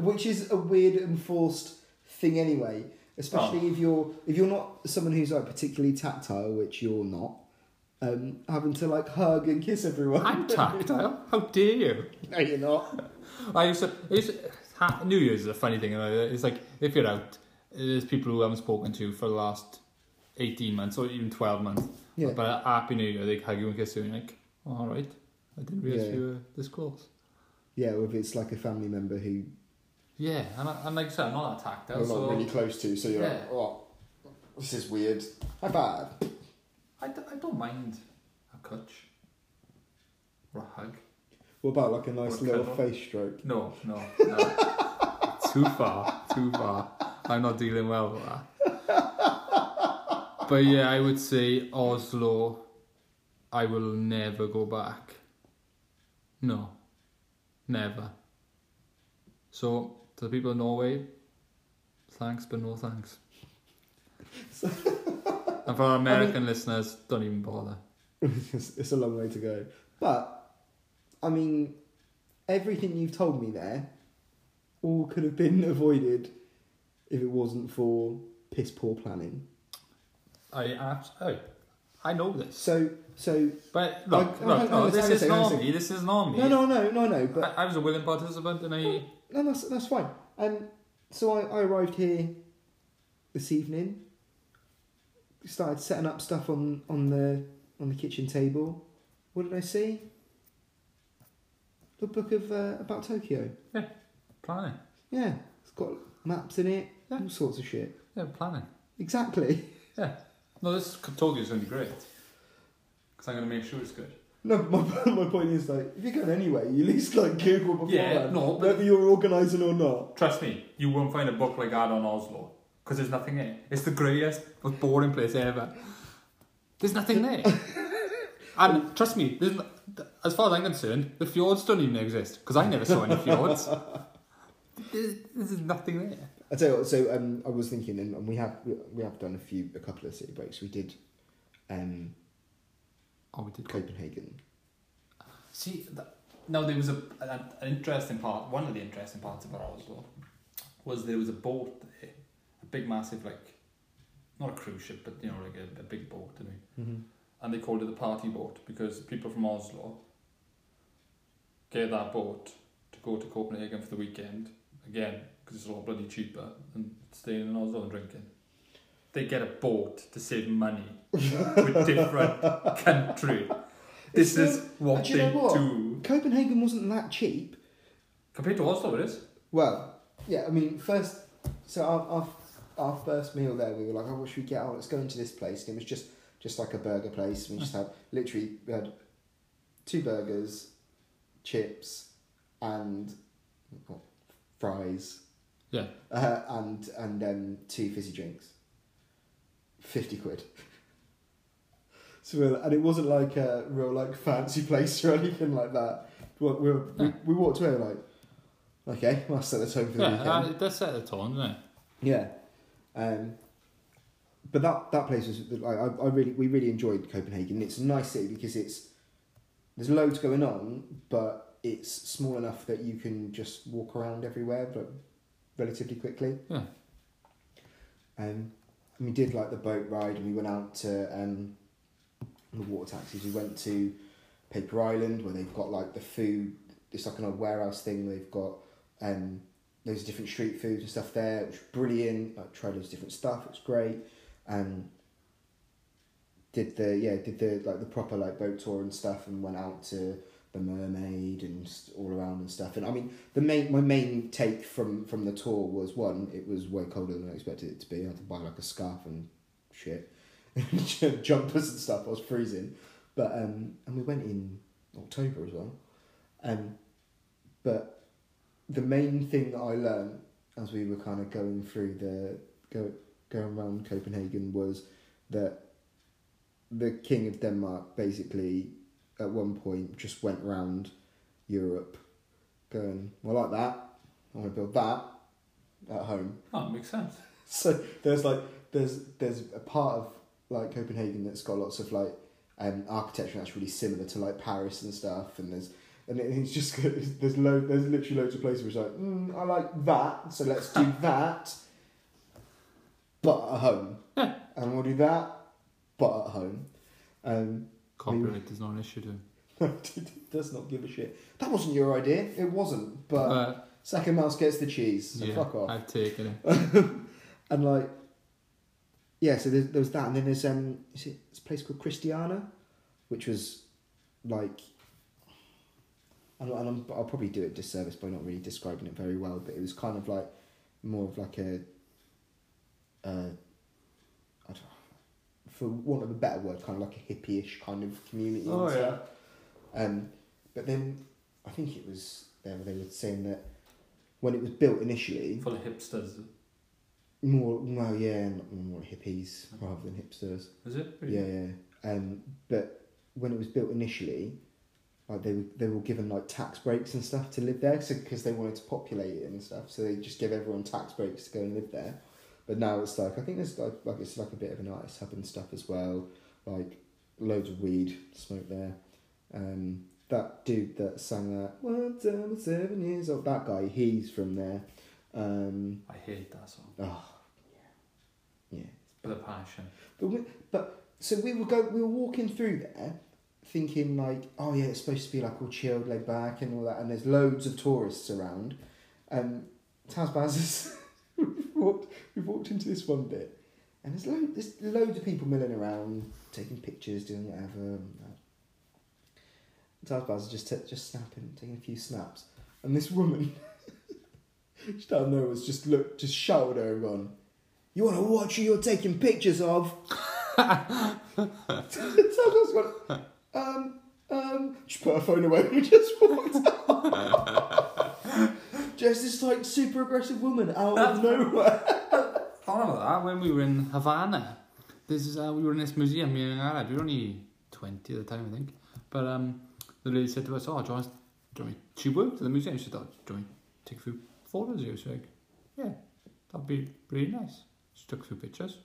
[SPEAKER 3] Which is a weird and forced thing anyway. Especially
[SPEAKER 2] Oh.
[SPEAKER 3] if you're if you're not someone who's like particularly tactile, which you're not, um, having to like hug and kiss everyone.
[SPEAKER 2] I'm tactile. How dare you?
[SPEAKER 3] no, you're not.
[SPEAKER 2] I used to. I used to- ha, New Year's is a funny thing. uh, It's like if you're out, there's people who I haven't spoken to for the last 18 months or even 12 months.
[SPEAKER 3] Yeah.
[SPEAKER 2] But at Happy New Year, they hug you and kiss you, and you're like, all right, I didn't realize
[SPEAKER 3] Yeah.
[SPEAKER 2] you were this close.
[SPEAKER 3] Yeah, or if it's like a family member who
[SPEAKER 2] Yeah, and, I, and like I said, I'm not that tactile,
[SPEAKER 3] you're
[SPEAKER 2] so
[SPEAKER 3] not really close to, so you're like,
[SPEAKER 2] Yeah.
[SPEAKER 3] oh, this is weird. High five.
[SPEAKER 2] I, d- I don't mind a clutch or a hug.
[SPEAKER 3] What about like a nice
[SPEAKER 2] Or a
[SPEAKER 3] little
[SPEAKER 2] cuddle.
[SPEAKER 3] face stroke?
[SPEAKER 2] No, no, no. too far, too far. I'm not dealing well with that. But yeah, I would say Oslo, I will never go back. No, never. So, to the people of Norway, thanks, but no thanks. and for our American listeners, don't even bother.
[SPEAKER 3] it's, it's a long way to go. But I mean, everything you've told me there, all could have been avoided if it wasn't for piss poor planning.
[SPEAKER 2] I abs- oh, I know this.
[SPEAKER 3] So, so
[SPEAKER 2] But look,
[SPEAKER 3] Like, oh,
[SPEAKER 2] look,
[SPEAKER 3] no,
[SPEAKER 2] no,
[SPEAKER 3] no,
[SPEAKER 2] this
[SPEAKER 3] hang on a
[SPEAKER 2] is
[SPEAKER 3] second, hang on a
[SPEAKER 2] not me. This is not me.
[SPEAKER 3] no, no, no, no, no. But
[SPEAKER 2] I, I was a willing participant, and I
[SPEAKER 3] no, that's that's fine. Um, so I, I arrived here this evening. Started setting up stuff on on the on the kitchen table. What did I see? The book of uh, about Tokyo.
[SPEAKER 2] yeah, planning,
[SPEAKER 3] Yeah, it's got maps in it,
[SPEAKER 2] Yeah.
[SPEAKER 3] all sorts of shit.
[SPEAKER 2] yeah, planning,
[SPEAKER 3] Exactly.
[SPEAKER 2] yeah. No, this Tokyo is gonna be great because I'm gonna make sure it's good.
[SPEAKER 3] No, but my, my point is like, if you're going anyway, you at least like Google before.
[SPEAKER 2] Yeah, no, but-
[SPEAKER 3] whether you're organising or not.
[SPEAKER 2] Trust me, you won't find a book like that on Oslo because there's nothing there. It's the greyest, most boring place ever. There's nothing there. And trust me, there's no, as far as I'm concerned, the fjords don't even exist because I never saw any fjords. There's, there's nothing there.
[SPEAKER 3] I tell you what. So um, I was thinking, and, and we have we have done a few, a couple of city breaks. We did um,
[SPEAKER 2] Oh, we did
[SPEAKER 3] Copenhagen.
[SPEAKER 2] See, th- now there was a an, an interesting part. One of the interesting parts about Oslo was there was a boat there, a big, massive, like not a cruise ship, but you know, like a, a big boat. I mean,
[SPEAKER 3] Mm-hmm.
[SPEAKER 2] and they called it the party boat because people from Oslo get that boat to go to Copenhagen for the weekend again because it's a lot bloody cheaper than staying in Oslo and drinking. They get a boat to save money with different country. This
[SPEAKER 3] It's
[SPEAKER 2] is what
[SPEAKER 3] do you
[SPEAKER 2] they
[SPEAKER 3] know what?
[SPEAKER 2] do.
[SPEAKER 3] Copenhagen wasn't that cheap.
[SPEAKER 2] Compared to Oslo, it is.
[SPEAKER 3] Well, yeah. I mean, first, so our our, our first meal there, we were like, oh, what should we get? Oh, let's go into this place, and it was just just like a burger place. We just had literally we had two burgers, chips, and what, fries,
[SPEAKER 2] Yeah.
[SPEAKER 3] uh, and and um, two fizzy drinks. Fifty quid. So we were- and it wasn't like a real like fancy place or anything like that. We, we, we, we walked away like, okay, well, that's set the tone for the weekend.
[SPEAKER 2] that's uh, set the tone, isn't it?
[SPEAKER 3] Yeah, um, but that that place was like I, I really we really enjoyed Copenhagen. It's a nice city because it's there's loads going on, but it's small enough that you can just walk around everywhere, but relatively quickly.
[SPEAKER 2] Yeah.
[SPEAKER 3] Um, and we did like the boat ride, and we went out to um, the water taxis. We went to Paper Island, where they've got like the food. It's like an old warehouse thing. They've got um, loads of different street foods and stuff there, which was brilliant. I tried loads of different stuff. It was great. Um, did the yeah did the like the proper like boat tour and stuff, and went out to the Mermaid and s- all around and stuff. And I mean, the main my main take from from the tour was one, it was way colder than I expected it to be. I had to buy like a scarf and shit, jumpers and stuff. I was freezing, but um, and we went in October as well. Um, but the main thing that I learned as we were kind of going through the go, going around Copenhagen was that the king of Denmark basically at one point just went round Europe going, well, I like that. I want to build that at home.
[SPEAKER 2] Oh, it makes sense.
[SPEAKER 3] So there's like there's there's a part of like Copenhagen that's got lots of like um, architecture that's really similar to like Paris and stuff, and there's and it- it's just good. there's lo- there's literally loads of places where it's like mm, I like that, so let's do that, but at home, and we'll do that, but at home. Um,
[SPEAKER 2] Copyright is not an issue to him.
[SPEAKER 3] does not give a shit. That wasn't your idea. It wasn't. But,
[SPEAKER 2] But-
[SPEAKER 3] second mouse gets the cheese. So
[SPEAKER 2] yeah,
[SPEAKER 3] fuck off.
[SPEAKER 2] I've taken it.
[SPEAKER 3] And like, yeah, so there's, there was that, and then there's um, is it, this place called Christiana, which was like, and, and I'm, I'll probably do it disservice by not really describing it very well, but it was kind of like more of like a, uh, I don't, for want of a better word, kind of like a hippie-ish kind of community. and
[SPEAKER 2] Oh,
[SPEAKER 3] stuff. Um, but then I think it was they were- they were saying that when it was built initially,
[SPEAKER 2] Full of hipsters,
[SPEAKER 3] more, well, yeah, not more hippies rather than hipsters.
[SPEAKER 2] is it?
[SPEAKER 3] Yeah, yeah. Um, but when it was built initially, like they were, they were given like tax breaks and stuff to live there, because they wanted to populate it and stuff. So they just give everyone tax breaks to go and live there. But now it's like I think there's like, like it's like a bit of an artist hub and stuff as well. Like loads of weed smoked there. Um, that dude that sang that one time at seven years old, that guy, he's from there. Um,
[SPEAKER 2] I hate that song
[SPEAKER 3] oh, yeah, yeah.
[SPEAKER 2] with a passion.
[SPEAKER 3] But we, but so we were go we were walking through there, thinking like, oh yeah, it's supposed to be like all chilled, laid back, and all that. And there's loads of tourists around. Um, Tasbaz has we've walked we've walked into this one bit, and there's loads there's loads of people milling around, taking pictures, doing whatever. And that. Tasbaz is just t- just snapping, taking a few snaps, and this woman. She down there was just look, just shouted at her and gone, You want to watch who you're taking pictures of? Someone's gone, um, um, she put her phone away and just walked out. just this like super aggressive woman out of nowhere.
[SPEAKER 2] I remember that when we were in Havana. This is uh, we were in this museum me and Arab. We were only twenty at the time, I think. But um, the lady said to us, "Oh, do you want? us- Do you want me-" She worked at the museum. She said, oh, "Do you want me to take a few photos?" of you?" She was like, "Yeah, that'd be really nice." She took a few pictures.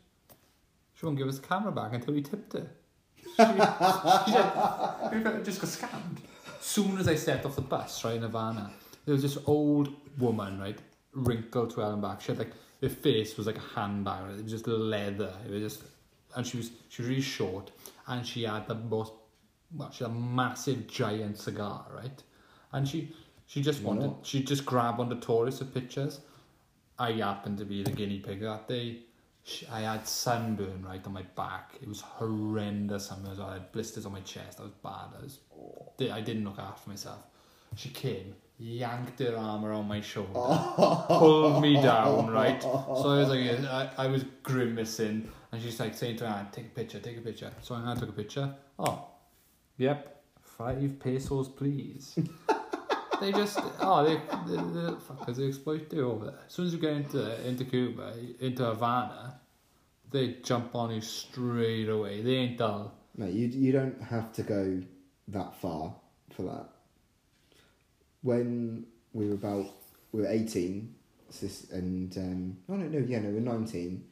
[SPEAKER 2] She won't give us the camera back until we tipped her. She, she said, "We got- just got scammed. Soon as I stepped off the bus, right in Havana, there was this old woman, right, wrinkled to her and back. She had like her face was like a handbag. Right? It was just leather. It was just, and she was she was really short, and she had the most, well, she had a massive giant cigar, right, and she she just wanted
[SPEAKER 3] not?
[SPEAKER 2] she just grabbed onto tourists for pictures. I happened to be the guinea pig that day. Sh- I had sunburn right on my back. It was horrendous. sunburn. I had blisters on my chest. I was bad. I was. di- I didn't look after myself. She came, yanked her arm around my shoulder, pulled me down. Right. So I was like, I, I was grimacing, and she's like saying to her, "Take a picture. Take a picture." So I took a picture. Oh, yep, five pesos, please. They just oh they the the fuckers they exploit you over there. As soon as you get into into Cuba into Havana, they jump on you straight away. They ain't dull.
[SPEAKER 3] No, you you don't have to go that far for that. When we were about we were eighteen, so this- and um, oh no no yeah no we we're nineteen.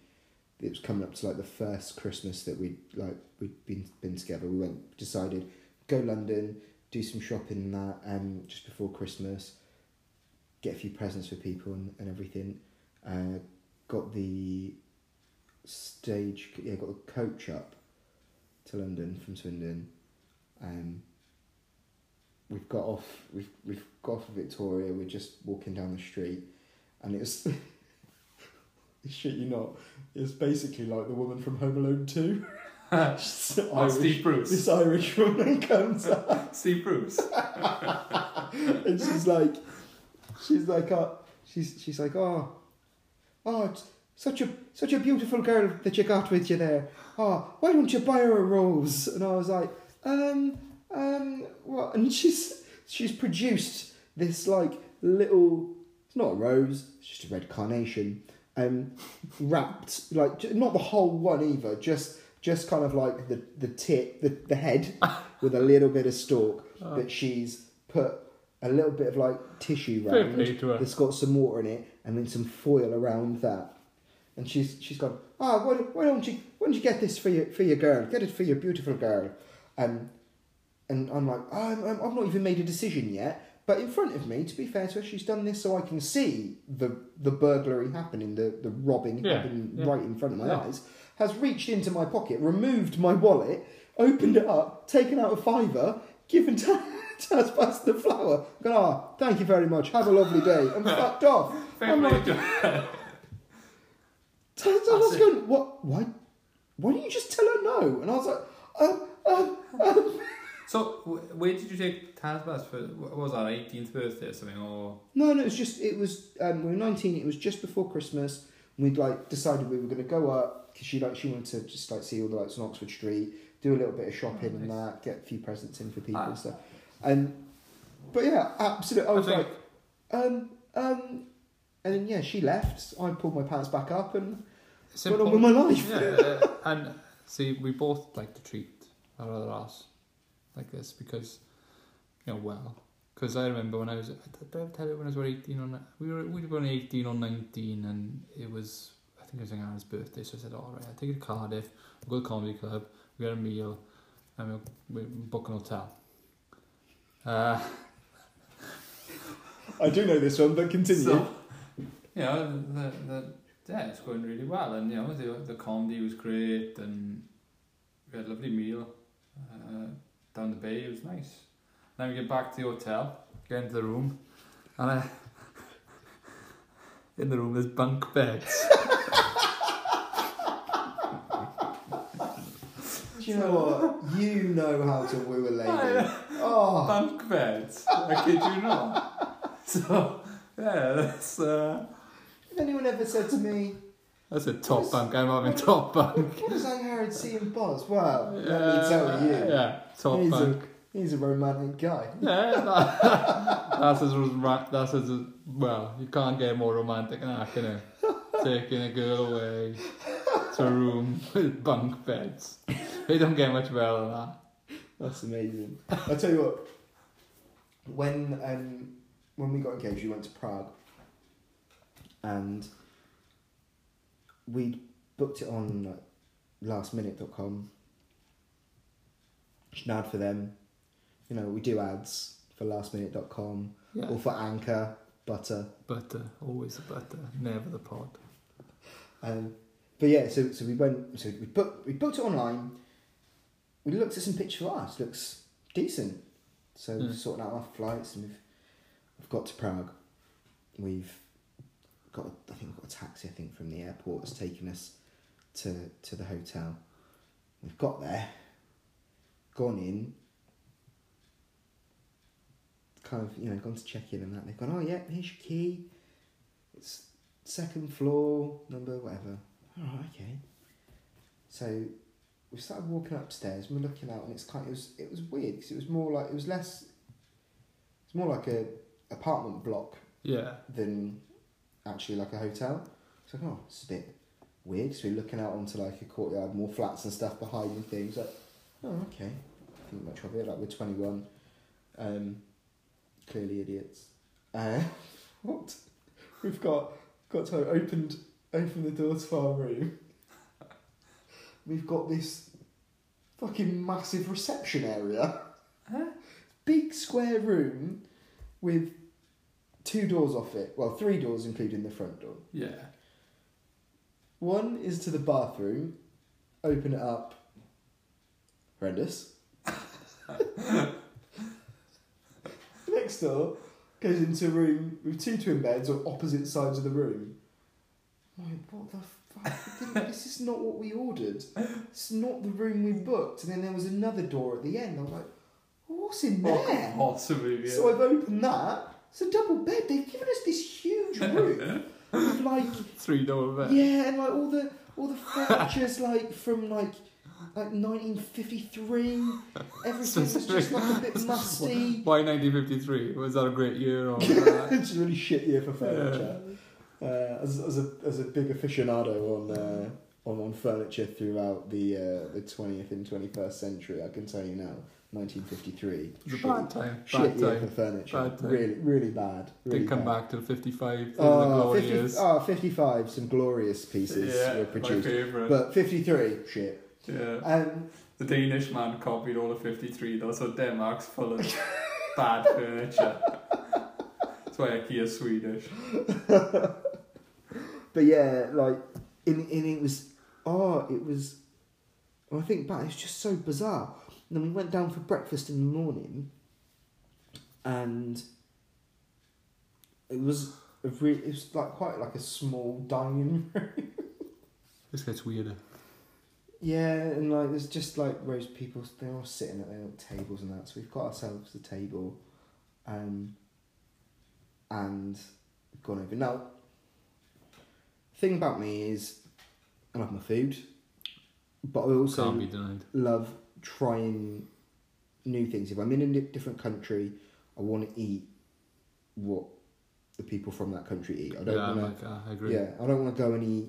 [SPEAKER 3] It was coming up to like the first Christmas that we like we'd been been together. We went decided go London, do some shopping and that um, just before Christmas, get a few presents for people and, and everything. Uh, got the stage yeah got the coach up to London from Swindon. Um, we've got off. We've we've got off of Victoria. We're just walking down the street, and it's shit you not. It's basically like the woman from Home Alone Two. She's Irish-
[SPEAKER 2] Steve Bruce.
[SPEAKER 3] This Irish woman comes up
[SPEAKER 2] See Bruce.
[SPEAKER 3] and she's like, she's like, oh, she's she's like, oh, oh, it's such a such a beautiful girl that you got with you there. Oh, why don't you buy her a rose? And I was like, um, um, what? And she's she's produced this like little, it's not a rose, it's just a red carnation, um, wrapped like j- not the whole one either, just just kind of like the, the tip, the, the head with a little bit of stalk
[SPEAKER 2] Oh.
[SPEAKER 3] that she's put a little bit of like tissue
[SPEAKER 2] Fair
[SPEAKER 3] round
[SPEAKER 2] play to her.
[SPEAKER 3] that's got some water in it and then some foil around that. And she's she's gone, ah, why, why don't you why don't you get this for your for your girl? Get it for your beautiful girl. Um, and I'm like, oh, I'm, I'm- I've not even made a decision yet. But in front of me, to be fair to her, she's done this so I can see the the burglary happening, the, the robbing
[SPEAKER 2] Yeah,
[SPEAKER 3] happening
[SPEAKER 2] yeah.
[SPEAKER 3] right in front of my
[SPEAKER 2] Yeah.
[SPEAKER 3] eyes. Has reached into my pocket, removed my wallet, opened it up, taken out a fiver, given to Taz past the flower. Gone, ah, thank you very much. Have a lovely day. And fucked off.
[SPEAKER 2] Oh
[SPEAKER 3] I'm like, so, so I was
[SPEAKER 2] That's it.
[SPEAKER 3] going, what, why, why don't you just tell her no? And I was like, um, um, um.
[SPEAKER 2] So, wh- where did you take Tazbaz for? What was that, 18th birthday or something? Or
[SPEAKER 3] no, no, it was just, it was, um, we were 19, it was just before Christmas. And we'd like decided we were going to go up because she like, she wanted to just like see all the lights on Oxford Street, do a little bit of shopping and
[SPEAKER 2] Oh, nice.
[SPEAKER 3] that, get a few presents in for people
[SPEAKER 2] Ah.
[SPEAKER 3] and stuff. And, but yeah, absolutely. I was
[SPEAKER 2] think-
[SPEAKER 3] like, um, um, and then yeah, she left. I pulled my pants back up and
[SPEAKER 2] It's
[SPEAKER 3] went on with my life.
[SPEAKER 2] Yeah, uh, and see, we both like to treat our other ass like this because, you know, well, because I remember when I was, did I tell you when I was about eighteen or ni- we were we were only eighteen or nineteen, and it was I think it was on Aaron's birthday, so I said, all right, I'll take you to Cardiff, we'll go to the comedy club, we get a meal, and we'll, we'll book an hotel. Uh,
[SPEAKER 3] I do know this one, but continue.
[SPEAKER 2] So, you know, the, the, yeah, it's going really well, and you know, the, the comedy was great, and we had a lovely meal uh, down the bay. It was nice. Then we get back to the hotel, get into the room, and I, in the room there's bunk beds.
[SPEAKER 3] Do you know what? You know how to woo a lady. Oh,
[SPEAKER 2] bunk beds. I kid you not. So yeah, that's uh,
[SPEAKER 3] if anyone ever said to me,
[SPEAKER 2] that's a top bunk. I'm having top bunk.
[SPEAKER 3] "What does Angharad see in Buzz?" Well, let me tell you,
[SPEAKER 2] Yeah, top
[SPEAKER 3] he's
[SPEAKER 2] bunk.
[SPEAKER 3] a he's a romantic guy.
[SPEAKER 2] Yeah, that, that's as rom- that's as well. You can't get more romantic than that, can you? Taking a girl away to a room with bunk beds. They don't get much better than that.
[SPEAKER 3] That's amazing. I tell you what. When um when we got engaged, we went to Prague, and we booked it on like, lastminute.com. Just an ad for them. You know, we do ads for lastminute.com
[SPEAKER 2] Yeah.
[SPEAKER 3] or for Anchor, Butter.
[SPEAKER 2] Butter, always the butter, never the pod.
[SPEAKER 3] Um, but yeah, so so we went, so we booked we booked it online. We looked at some pictures of ours. Looks decent. So
[SPEAKER 2] Hmm.
[SPEAKER 3] we're sorting out our flights, and we've we've got to Prague. We've got I think we've got a taxi. I think from the airport that's taken us to to the hotel. We've got there, gone in, kind of you know gone to check in and that. They've gone, oh yeah, here's your key. It's second floor number whatever. All right, okay. So we started walking upstairs. and We're looking out, and it's kind. It was it was weird because it was more like it was less. It's more like a apartment block
[SPEAKER 2] Yeah,
[SPEAKER 3] than actually like a hotel. It's like, oh, it's a bit weird. So we're looking out onto like a courtyard, more flats and stuff behind and things. Like, oh, okay. Not much of it. Like, we're 21. Um, clearly idiots. Uh, what? We've got, got to opened, open the door to our room. We've got this fucking massive reception area. Big square room with two doors off it. Well, three doors, including the front door.
[SPEAKER 2] yeah.
[SPEAKER 3] One is to the bathroom. Open it up. Horrendous. Next door goes into a room with two twin beds on opposite sides of the room. I'm like, what the fuck? I didn't- this is not what we ordered. It's not the room we booked. And then there was another door at the end. I was like, what's in
[SPEAKER 2] Oh,
[SPEAKER 3] there?
[SPEAKER 2] Possibly, yeah.
[SPEAKER 3] So I've opened that. It's a double bed. They've given us this huge room with like
[SPEAKER 2] Three dollar bet.
[SPEAKER 3] yeah, and like all the all the furniture's like from like like 1953. Everything was just like a bit musty.
[SPEAKER 2] Why 1953? Was that a great year or uh,
[SPEAKER 3] it's a really shit year for furniture. Uh, as, as a as a big aficionado on uh, on, on furniture throughout the uh, the twentieth and twenty first century. I can tell you now, nineteen fifty three.
[SPEAKER 2] It was a bad time.
[SPEAKER 3] Shit
[SPEAKER 2] Bad
[SPEAKER 3] year for
[SPEAKER 2] time.
[SPEAKER 3] furniture.
[SPEAKER 2] Bad time.
[SPEAKER 3] Really, really bad. Really
[SPEAKER 2] Didn't come
[SPEAKER 3] bad.
[SPEAKER 2] back till 55. Oh, the
[SPEAKER 3] Oh,
[SPEAKER 2] glory
[SPEAKER 3] 50
[SPEAKER 2] years.
[SPEAKER 3] oh, 55, some glorious pieces
[SPEAKER 2] Yeah,
[SPEAKER 3] were
[SPEAKER 2] my
[SPEAKER 3] produced.
[SPEAKER 2] favourite.
[SPEAKER 3] But 53, shit.
[SPEAKER 2] Yeah.
[SPEAKER 3] Um,
[SPEAKER 2] The Danish man copied all of 53, though, so Denmark's full of bad furniture. That's why IKEA's Swedish.
[SPEAKER 3] But yeah, like, and, and it was, oh, it was, when I think back, it was just so bizarre. And then we went down for breakfast in the morning, and it was a re- it was like quite like a small dining room.
[SPEAKER 2] This gets weirder.
[SPEAKER 3] Yeah, and like there's just like rows of people they're all sitting at their little tables and that. So we've got ourselves a table, um, and gone over. Now, thing about me is, I love my food, but I also
[SPEAKER 2] Can't be denied.
[SPEAKER 3] love trying new things. If I'm in a di- different country, I want to eat what the people from that country eat. I don't
[SPEAKER 2] Yeah, I'm
[SPEAKER 3] want to.
[SPEAKER 2] like, I agree.
[SPEAKER 3] Yeah, I don't want to go and eat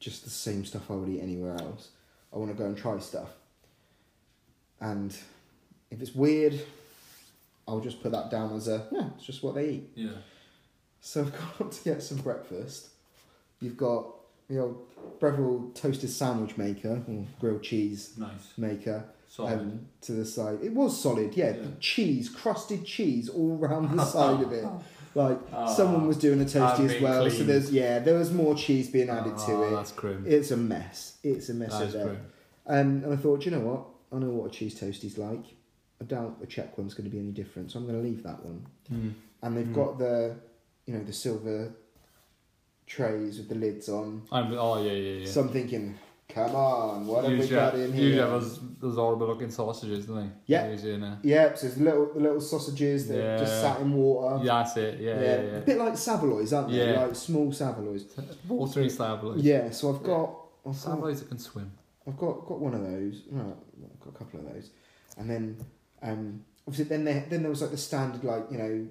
[SPEAKER 3] just the same stuff I would eat anywhere else. I want to go and try stuff. And if it's weird, I'll just put that down as a, yeah, it's just what they eat.
[SPEAKER 2] Yeah.
[SPEAKER 3] So I've gone up to get some breakfast. You've got the old Breville toasted sandwich maker, or grilled cheese
[SPEAKER 2] Nice.
[SPEAKER 3] maker,
[SPEAKER 2] Solid.
[SPEAKER 3] um, to the side. It was solid, yeah.
[SPEAKER 2] Yeah.
[SPEAKER 3] The cheese, crusted cheese, all round the side of it. Like someone was doing a
[SPEAKER 2] Ah,
[SPEAKER 3] toasty as
[SPEAKER 2] being
[SPEAKER 3] well, so
[SPEAKER 2] clean.
[SPEAKER 3] there's yeah, there was more cheese being added
[SPEAKER 2] Ah,
[SPEAKER 3] to it.
[SPEAKER 2] That's grim.
[SPEAKER 3] It's a mess. It's a mess
[SPEAKER 2] That
[SPEAKER 3] of
[SPEAKER 2] is
[SPEAKER 3] there.
[SPEAKER 2] grim.
[SPEAKER 3] Um, and I thought, "Do you know what? I know what a cheese toasty's like. I doubt a Czech one's going to be any different, so I'm going to leave that one.
[SPEAKER 2] Mm.
[SPEAKER 3] And they've got the, you know, the silver trays with the lids on.
[SPEAKER 2] I'm, oh, yeah, yeah, yeah.
[SPEAKER 3] So I'm thinking, come on, what have we
[SPEAKER 2] usually,
[SPEAKER 3] got in here?
[SPEAKER 2] usually have those, those horrible looking sausages, don't they?
[SPEAKER 3] Yeah.
[SPEAKER 2] Usually in there.
[SPEAKER 3] Yep, so it's little the little sausages that
[SPEAKER 2] Yeah.
[SPEAKER 3] just sat in water.
[SPEAKER 2] Yeah, that's it. Yeah, yeah, yeah.
[SPEAKER 3] A bit like Savaloys, aren't they?
[SPEAKER 2] Yeah.
[SPEAKER 3] Like small Savaloys.
[SPEAKER 2] Watery stabloids.
[SPEAKER 3] Yeah, so I've got I've got-
[SPEAKER 2] Stabloids that can swim.
[SPEAKER 3] I've got got one of those. No, I've got a couple of those, and then um, obviously then there then there was like the standard like you know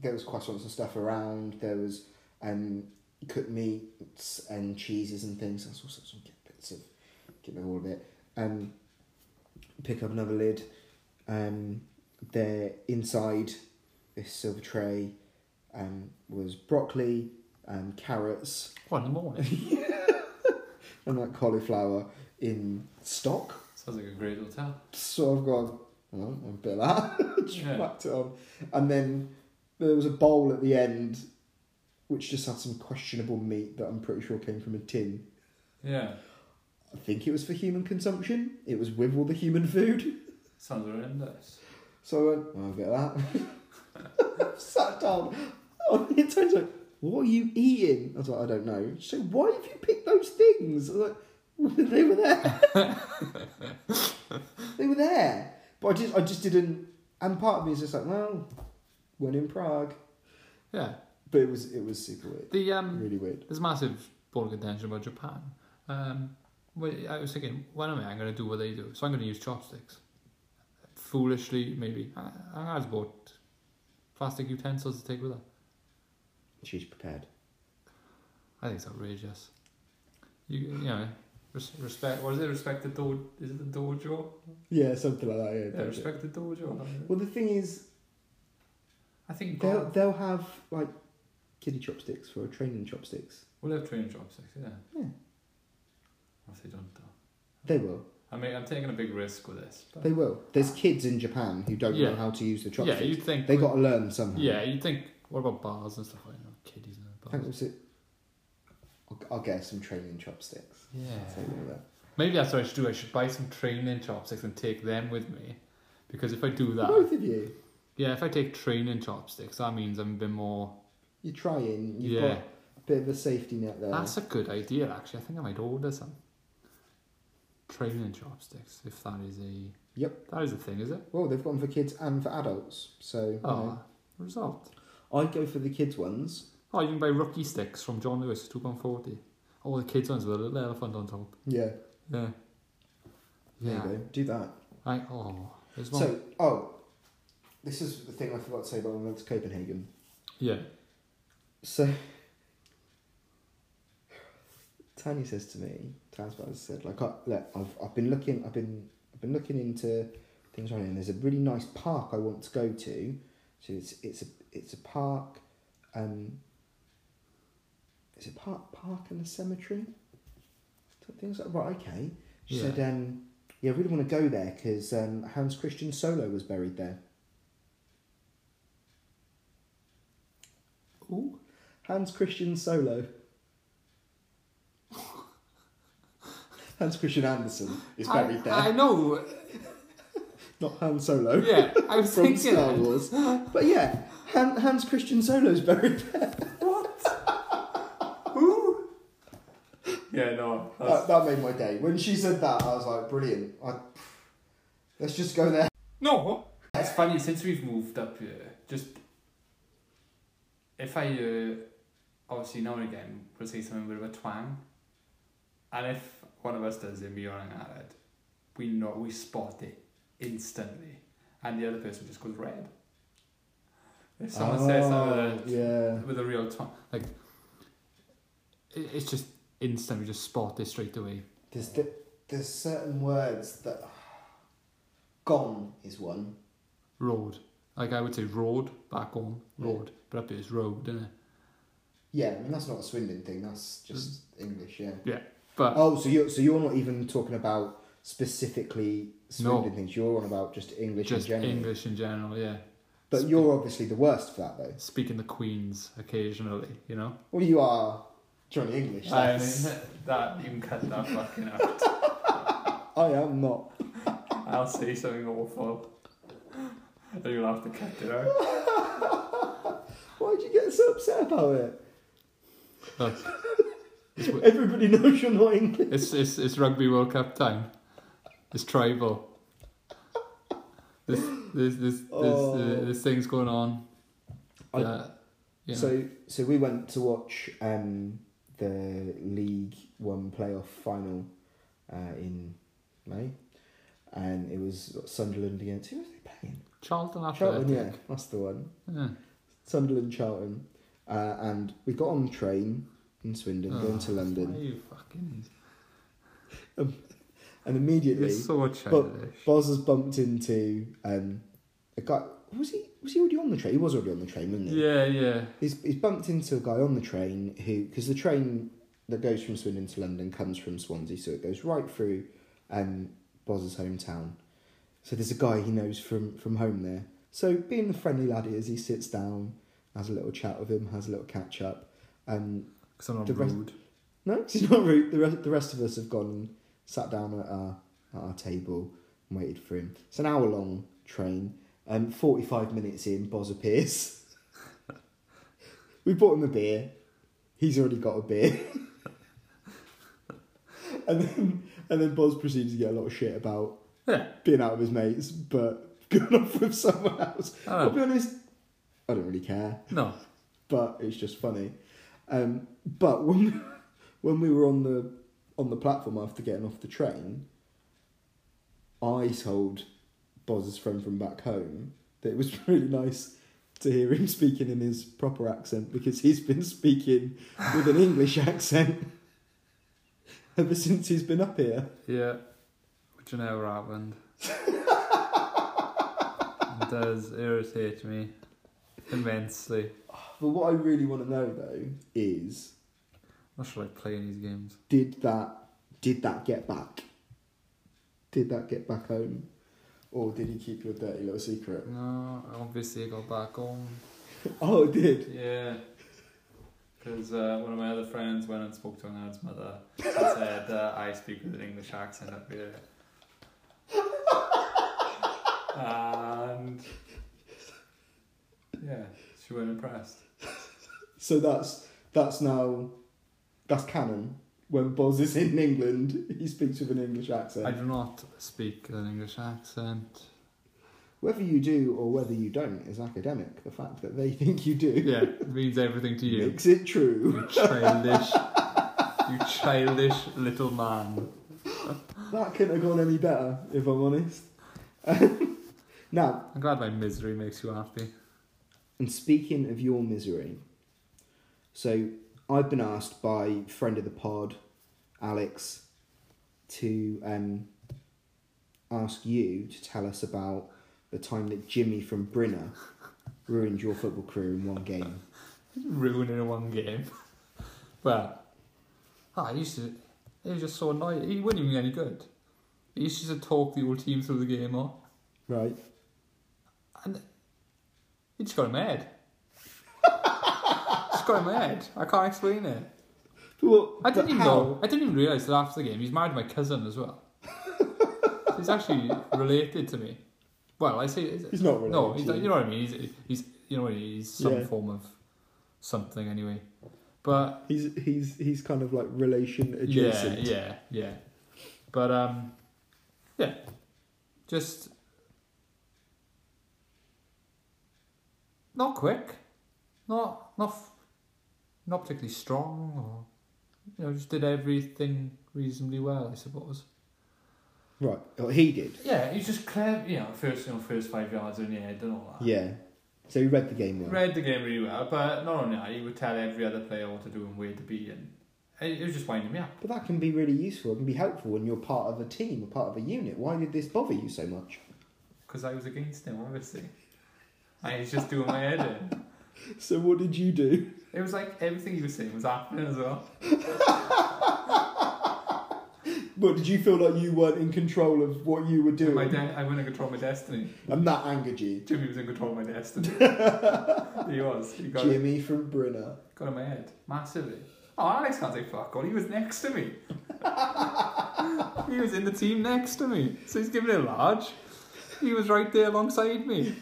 [SPEAKER 3] there was croissants and stuff around. There was um, cooked meats and cheeses and things. I saw some get bits of get rid of all of it. Um, pick up another lid. Um, there inside this silver tray um, was broccoli, um, carrots,
[SPEAKER 2] What, in the morning?
[SPEAKER 3] and like cauliflower in stock.
[SPEAKER 2] Sounds like a great hotel.
[SPEAKER 3] So I've gone, oh, a bit of that, just
[SPEAKER 2] Yeah.
[SPEAKER 3] whacked it on. And then there was a bowl at the end which just had some questionable meat that I'm pretty sure came from a tin.
[SPEAKER 2] Yeah.
[SPEAKER 3] I think it was for human consumption. It was with all the human food.
[SPEAKER 2] Sounds horrendous.
[SPEAKER 3] So I went, oh, I'll get that. Sat down. Oh, it turns out, what are you eating? I was like, I don't know. So why have you picked those things? I was like, they were there. they were there. But I just, I just didn't. And part of me is just like, well, when in Prague.
[SPEAKER 2] Yeah.
[SPEAKER 3] But it was, it was super weird.
[SPEAKER 2] The um,
[SPEAKER 3] Really weird.
[SPEAKER 2] There's massive ball of contention about Japan. Um, well, I was thinking, why am I? I'm going to do what they do, so I'm going to use chopsticks. Foolishly, maybe. I, I just bought plastic utensils to take with her.
[SPEAKER 3] She's prepared.
[SPEAKER 2] I think it's outrageous. You, you know, res- respect. What is it? Respect the do. Is it the dojo?
[SPEAKER 3] Yeah, something like that.
[SPEAKER 2] Yeah,
[SPEAKER 3] Yeah, don't you?
[SPEAKER 2] respect the dojo.
[SPEAKER 3] Well, the thing is,
[SPEAKER 2] I think
[SPEAKER 3] they'll,
[SPEAKER 2] God,
[SPEAKER 3] they'll have like kiddie chopsticks for training chopsticks.
[SPEAKER 2] we'll have training chopsticks. Yeah.
[SPEAKER 3] Yeah.
[SPEAKER 2] What if they don't? Though?
[SPEAKER 3] They will.
[SPEAKER 2] I mean, I'm taking a big risk with this. But
[SPEAKER 3] They will. There's kids in Japan who don't
[SPEAKER 2] Yeah.
[SPEAKER 3] know how to use the
[SPEAKER 2] yeah,
[SPEAKER 3] chopsticks.
[SPEAKER 2] you'd think.
[SPEAKER 3] they got to learn somehow.
[SPEAKER 2] Yeah, you'd think. What about bars and stuff like that? Kiddies
[SPEAKER 3] I
[SPEAKER 2] and
[SPEAKER 3] think
[SPEAKER 2] bars.
[SPEAKER 3] it was it. I'll, I'll get some training chopsticks. I'll
[SPEAKER 2] Yeah.
[SPEAKER 3] tell you that.
[SPEAKER 2] Maybe that's what I should do. I should buy some training chopsticks and take them with me. Because if I do that,
[SPEAKER 3] Both of you,
[SPEAKER 2] yeah, if I take training chopsticks, that means I'm a bit more.
[SPEAKER 3] you're trying. You've
[SPEAKER 2] Yeah.
[SPEAKER 3] got a bit of a safety net there.
[SPEAKER 2] That's a good idea, actually. I think I might order some training chopsticks if that is a
[SPEAKER 3] Yep.
[SPEAKER 2] that is a thing, is it?
[SPEAKER 3] Well, they've got them for kids and for adults. So you
[SPEAKER 2] Oh, result.
[SPEAKER 3] know, I go for the kids ones.
[SPEAKER 2] Oh, you can buy rookie sticks from John Lewis, two pound forty. All the kids ones with a little elephant on top.
[SPEAKER 3] Yeah.
[SPEAKER 2] Yeah.
[SPEAKER 3] There
[SPEAKER 2] Yeah.
[SPEAKER 3] you go. Do that.
[SPEAKER 2] I oh, there's one.
[SPEAKER 3] So, oh, this is the thing I forgot to say about when we went to Copenhagen.
[SPEAKER 2] yeah.
[SPEAKER 3] So, Tanya says to me, Tanya's brother said, like, I, look, I've, I've been looking, I've been, I've been looking into things around here, and there's a really nice park I want to go to. So it's, it's a, it's a park, um, it's a park, park and a cemetery. So Things like, right, okay. She
[SPEAKER 2] Yeah.
[SPEAKER 3] said, um, yeah, I really want to go there because um, Hans Christian Solo was buried there.
[SPEAKER 2] Ooh.
[SPEAKER 3] Hans Christian Solo. Hans Christian Andersen is buried there,
[SPEAKER 2] I, I know.
[SPEAKER 3] not Han Solo.
[SPEAKER 2] Yeah, I was
[SPEAKER 3] from
[SPEAKER 2] thinking.
[SPEAKER 3] Star
[SPEAKER 2] that.
[SPEAKER 3] Wars. But yeah, Han, Hans Christian Solo's buried there.
[SPEAKER 2] Yeah, no.
[SPEAKER 3] That, that made my day. When she said that, I was like, brilliant. I, let's just go there.
[SPEAKER 2] No. It's funny since we've moved up here. Just if I uh, obviously now and again we'll say something with a bit of a twang, and if one of us does it, me or an ad, we know we spot it instantly, and the other person just goes red. If someone says something with a,
[SPEAKER 3] Oh, yeah.
[SPEAKER 2] with a real twang, like it, it's just instant. We just spot it straight away.
[SPEAKER 3] There's th- there's certain words that gone is one.
[SPEAKER 2] Road. Like I would say road back home, road, but up here it's road, isn't it?
[SPEAKER 3] Yeah, I mean that's not a Swindon thing. That's just
[SPEAKER 2] Mm.
[SPEAKER 3] English. Yeah.
[SPEAKER 2] Yeah, but
[SPEAKER 3] Oh, so you're so you're not even talking about specifically Swindon
[SPEAKER 2] No.
[SPEAKER 3] things. You're on about just English
[SPEAKER 2] just
[SPEAKER 3] in general.
[SPEAKER 2] English in general, yeah.
[SPEAKER 3] But you're obviously the worst for that, though.
[SPEAKER 2] Speaking the Queens occasionally, you know.
[SPEAKER 3] Well, you are Johnny English.
[SPEAKER 2] I mean,
[SPEAKER 3] that's-
[SPEAKER 2] that you can cut that fucking out.
[SPEAKER 3] I am not.
[SPEAKER 2] I'll say something awful, and you'll have to cut it out.
[SPEAKER 3] Why would you get so upset about it?
[SPEAKER 2] Look,
[SPEAKER 3] Everybody knows you're not English.
[SPEAKER 2] it's it's it's rugby World Cup time. It's tribal. This this this
[SPEAKER 3] Oh.
[SPEAKER 2] this, uh, this thing's going on.
[SPEAKER 3] I-
[SPEAKER 2] Uh, you know.
[SPEAKER 3] So, so we went to watch um, the League One playoff final uh, in May, and it was Sunderland against who was they playing?
[SPEAKER 2] Charlton
[SPEAKER 3] Charlton, yeah,
[SPEAKER 2] Athletic.
[SPEAKER 3] that's the one.
[SPEAKER 2] yeah.
[SPEAKER 3] Sunderland, Charlton, uh, and we got on the train in Swindon going
[SPEAKER 2] Oh,
[SPEAKER 3] to London,
[SPEAKER 2] Are Ah, you fucking?
[SPEAKER 3] and immediately
[SPEAKER 2] You're so
[SPEAKER 3] Bo-
[SPEAKER 2] childish.
[SPEAKER 3] Boz has bumped into um, a guy. Was he? Was he already on the train? He was already on the train, wasn't he?
[SPEAKER 2] yeah, yeah.
[SPEAKER 3] He's, he's bumped into a guy on the train who, because the train that goes from Swindon to London comes from Swansea, so it goes right through um, Boz's hometown. So there's a guy he knows from, from home there. So being the friendly lad he is, he sits down, has a little chat with him, has a little catch up. Um,
[SPEAKER 2] Because I'm not
[SPEAKER 3] The rest-
[SPEAKER 2] rude.
[SPEAKER 3] no, she's not rude. The rest, the rest of us have gone and sat down at our, at our table and waited for him. It's an hour long train. Um, 45 minutes in, Boz appears. we bought him a beer. He's already got a beer. and then and then Boz proceeds to get a lot of shit about
[SPEAKER 2] Yeah.
[SPEAKER 3] being out with his mates, but going off with someone else.
[SPEAKER 2] Oh.
[SPEAKER 3] I'll be honest, I don't really care
[SPEAKER 2] No.
[SPEAKER 3] but it's just funny. Um, but when when we were on the on the platform after getting off the train, I told Boz's friend from back home that it was really nice to hear him speaking in his proper accent because he's been speaking with an English accent ever since he's been up here.
[SPEAKER 2] Yeah. Which never happened. it does irritate me immensely.
[SPEAKER 3] But what I really want to know though is
[SPEAKER 2] Not sure I play in these games.
[SPEAKER 3] did that did that get back? Did that get back home? Or did he keep your dirty little secret?
[SPEAKER 2] No, obviously I got back home.
[SPEAKER 3] Oh it did.
[SPEAKER 2] Yeah. Because uh, one of my other friends went and spoke to Anad's mother and said, uh, I speak with an English accent up here. and. Yeah, she wasn't impressed.
[SPEAKER 3] So that's that's now that's canon. When Boz is in England, he speaks with an English
[SPEAKER 2] I
[SPEAKER 3] accent.
[SPEAKER 2] do not speak an English accent.
[SPEAKER 3] Whether you do or whether you don't is academic. The fact that they think you do
[SPEAKER 2] Yeah, it means everything to you.
[SPEAKER 3] makes it true.
[SPEAKER 2] You childish, you childish little man.
[SPEAKER 3] That couldn't have gone any better, if I'm honest. now,
[SPEAKER 2] I'm glad my misery makes you happy.
[SPEAKER 3] And speaking of your misery, so I've been asked by friend of the pod, Alex to um, ask you to tell us about the time that Jimmy from Brinner ruined your football career in one game.
[SPEAKER 2] ruining one game. but I used to. He was just so annoyed. He wasn't even any good. He used to talk the whole team through the game, or
[SPEAKER 3] Right.
[SPEAKER 2] and he just got in my head. just got in my head. I can't explain it.
[SPEAKER 3] Well,
[SPEAKER 2] I didn't
[SPEAKER 3] but
[SPEAKER 2] even
[SPEAKER 3] how?
[SPEAKER 2] know. I didn't even realize that after the game, he's married my cousin as well. he's actually related to me. Well, I say
[SPEAKER 3] He's not
[SPEAKER 2] No,
[SPEAKER 3] related
[SPEAKER 2] he's,
[SPEAKER 3] to you.
[SPEAKER 2] you know what I mean. He's, he's you know he's some
[SPEAKER 3] Yeah.
[SPEAKER 2] form of something anyway. But
[SPEAKER 3] He's he's he's kind of like relation adjacent.
[SPEAKER 2] Yeah, yeah, yeah. But um, yeah, just not quick, not not f- not particularly strong, or you know, just did everything reasonably well, I suppose.
[SPEAKER 3] Right. Well, he did.
[SPEAKER 2] Yeah, he's just clever. You know, first you know, first five yards in your head and all that.
[SPEAKER 3] Yeah. So he read the game well.
[SPEAKER 2] Read the game really well, but not only that, he would tell every other player what to do and where to be, and it it was just winding me up.
[SPEAKER 3] But that can be really useful. It can be helpful when you're part of a team, or part of a unit. Why did this bother you so much?
[SPEAKER 2] because I was against him, obviously. And he's just doing my head in.
[SPEAKER 3] So what did you do?
[SPEAKER 2] It was like everything he was saying was happening as well.
[SPEAKER 3] What did you feel like you weren't in control of what you were
[SPEAKER 2] My
[SPEAKER 3] doing?
[SPEAKER 2] de- I went in control of my destiny.
[SPEAKER 3] And that angered you.
[SPEAKER 2] Jimmy was in control of my destiny. he was. He got, it,
[SPEAKER 3] Jimmy from Brinner.
[SPEAKER 2] got in my head massively. Oh, Alex can't say fuck all. He was next to me. he was in the team next to me, so he's giving it a large. He was right there alongside me.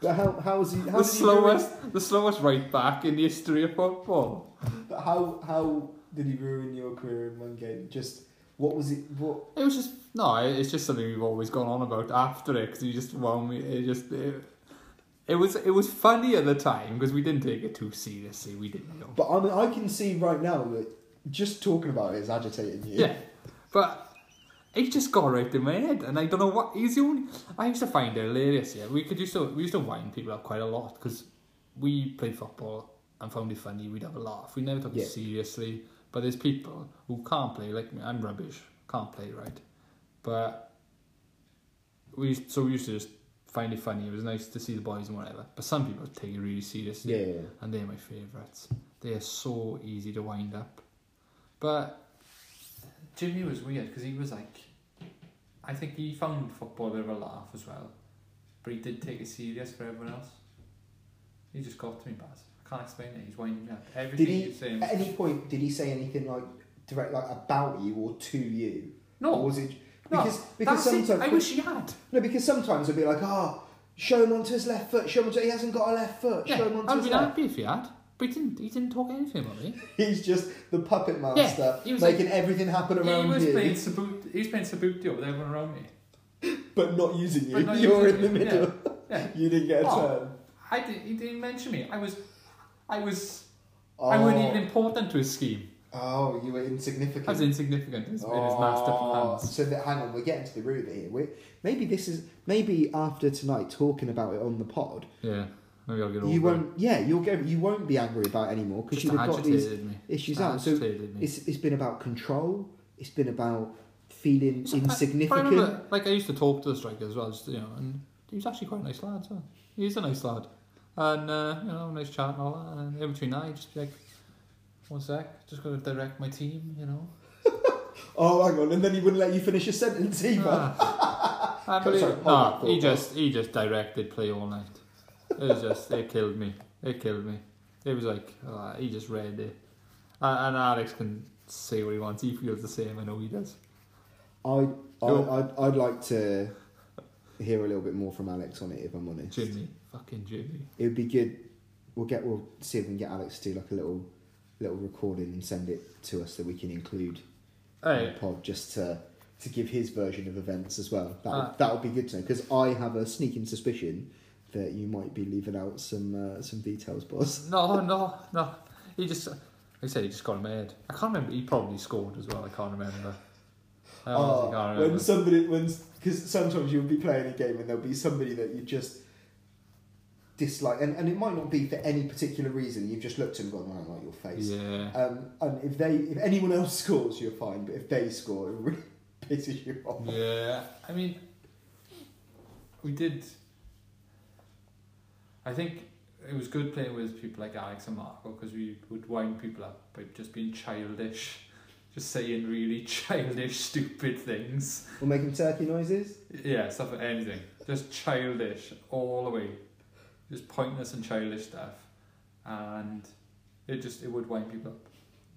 [SPEAKER 3] But how how was he how
[SPEAKER 2] the
[SPEAKER 3] did he ruin,
[SPEAKER 2] slowest, the slowest right back in the history of football.
[SPEAKER 3] but how how did he ruin your career in one game? Just what was it what
[SPEAKER 2] It was just no. It's just something we've always gone on about after it because you just wound me. It just it, it was it was funny at the time because we didn't take it too seriously. We didn't know.
[SPEAKER 3] But I mean I can see right now that just talking about it is agitating you.
[SPEAKER 2] Yeah, but it just got right in my head, and I don't know what he's the only. I used to find it hilarious. Yeah, we could used to we used to wind people up quite a lot because we played football and found it funny. We'd have a laugh. We never took
[SPEAKER 3] Yeah.
[SPEAKER 2] it seriously. But there's people who can't play. Like me. I'm rubbish. Can't play right, but we used- so we used to just find it funny. It was nice to see the boys and whatever. But some people take it really seriously.
[SPEAKER 3] Yeah, yeah, yeah.
[SPEAKER 2] and they're my favourites. They are so easy to wind up, but Jimmy was weird because he was like, I think he found football a bit of a laugh as well, but he did take it serious for everyone else. He just got to me, Baz. I can't explain it. He's winding me up. Everything
[SPEAKER 3] Did he
[SPEAKER 2] he's saying.
[SPEAKER 3] at any point did he say anything like direct like about you or to you?
[SPEAKER 2] No.
[SPEAKER 3] Or was it
[SPEAKER 2] no,
[SPEAKER 3] because because
[SPEAKER 2] that's it.
[SPEAKER 3] sometimes
[SPEAKER 2] I wish he had.
[SPEAKER 3] No, because sometimes it'll be like, ah, show him onto his left foot, show him onto he hasn't got a left foot,
[SPEAKER 2] Yeah,
[SPEAKER 3] show him onto
[SPEAKER 2] I'd
[SPEAKER 3] his
[SPEAKER 2] been
[SPEAKER 3] left.
[SPEAKER 2] happy if he had, but he didn't. He didn't talk anything about me.
[SPEAKER 3] He's just the puppet master,
[SPEAKER 2] he was
[SPEAKER 3] making everything happen around
[SPEAKER 2] he was
[SPEAKER 3] you,
[SPEAKER 2] playing Sabut. He was playing Sabutio with everyone around me.
[SPEAKER 3] but not using you.
[SPEAKER 2] But not
[SPEAKER 3] You're
[SPEAKER 2] using
[SPEAKER 3] in the
[SPEAKER 2] me,
[SPEAKER 3] middle.
[SPEAKER 2] yeah, yeah.
[SPEAKER 3] you didn't get a
[SPEAKER 2] Oh.
[SPEAKER 3] turn.
[SPEAKER 2] I didn't. He didn't mention me. I was. I was. I wasn't even important to his scheme.
[SPEAKER 3] Oh, you were insignificant.
[SPEAKER 2] I was insignificant in his, in his master
[SPEAKER 3] Oh,
[SPEAKER 2] plans.
[SPEAKER 3] So that, hang on, we're getting to the root of it here. we maybe this is maybe after tonight talking about it on the pod,
[SPEAKER 2] Yeah, maybe I'll get over
[SPEAKER 3] you
[SPEAKER 2] it.
[SPEAKER 3] won't. Yeah, you'll go. You won't be angry about it anymore because
[SPEAKER 2] Just
[SPEAKER 3] you've got these
[SPEAKER 2] agitated me.
[SPEAKER 3] issues
[SPEAKER 2] Just
[SPEAKER 3] out. So
[SPEAKER 2] agitated me.
[SPEAKER 3] it's it's been about control. It's been about feeling
[SPEAKER 2] So uh, I-
[SPEAKER 3] insignificant.
[SPEAKER 2] I remember, like I used to talk to the striker as well, just, you know, and he was actually quite a nice lad. So he is a nice lad, and uh, you know, nice chat and all that. And in between that, he'd just be like, one sec, just got to direct my team, you know.
[SPEAKER 3] oh, hang on, and then he wouldn't let you finish a sentence either.
[SPEAKER 2] Ah. I
[SPEAKER 3] Sorry,
[SPEAKER 2] believe-
[SPEAKER 3] hold
[SPEAKER 2] no,
[SPEAKER 3] that
[SPEAKER 2] he
[SPEAKER 3] thought.
[SPEAKER 2] just he just directed play all night. It was just it killed me. It killed me. It was like ah, he just read it, and, and Alex can say what he wants. He feels the same. I know he does.
[SPEAKER 3] I, I,
[SPEAKER 2] Cool.
[SPEAKER 3] I'd, I'd like to hear a little bit more from Alex on it, if I'm honest.
[SPEAKER 2] Jimmy, fucking Jimmy.
[SPEAKER 3] It would be good. We'll get. We'll see if we can get Alex to do like a little, little recording and send it to us that we can include on
[SPEAKER 2] Hey,
[SPEAKER 3] the pod uh, just to to give his version of events as well. That
[SPEAKER 2] Ah.
[SPEAKER 3] that would be good to know because I have a sneaking suspicion that you might be leaving out some uh, some details, boss.
[SPEAKER 2] No, no, no. He just, like I said, he just got him made. I can't remember. He probably scored as well. I can't remember. I honestly can't
[SPEAKER 3] Oh,
[SPEAKER 2] remember.
[SPEAKER 3] when somebody when because sometimes you'll be playing a game and therell be somebody that you just dislike, and, and it might not be for any particular reason. You've just looked and gone, "Oh, I like your face."
[SPEAKER 2] Yeah.
[SPEAKER 3] Um, and if they, if anyone else scores, you're fine. But if they score, it really pisses you off.
[SPEAKER 2] Yeah, I mean, we did. I think it was good playing with people like Alex and Marco because we would wind people up by just being childish, just saying really childish, stupid things.
[SPEAKER 3] We're making turkey noises.
[SPEAKER 2] Yeah, stuff like anything. Just childish all the way. Just pointless and childish stuff. And it just it would wind people up.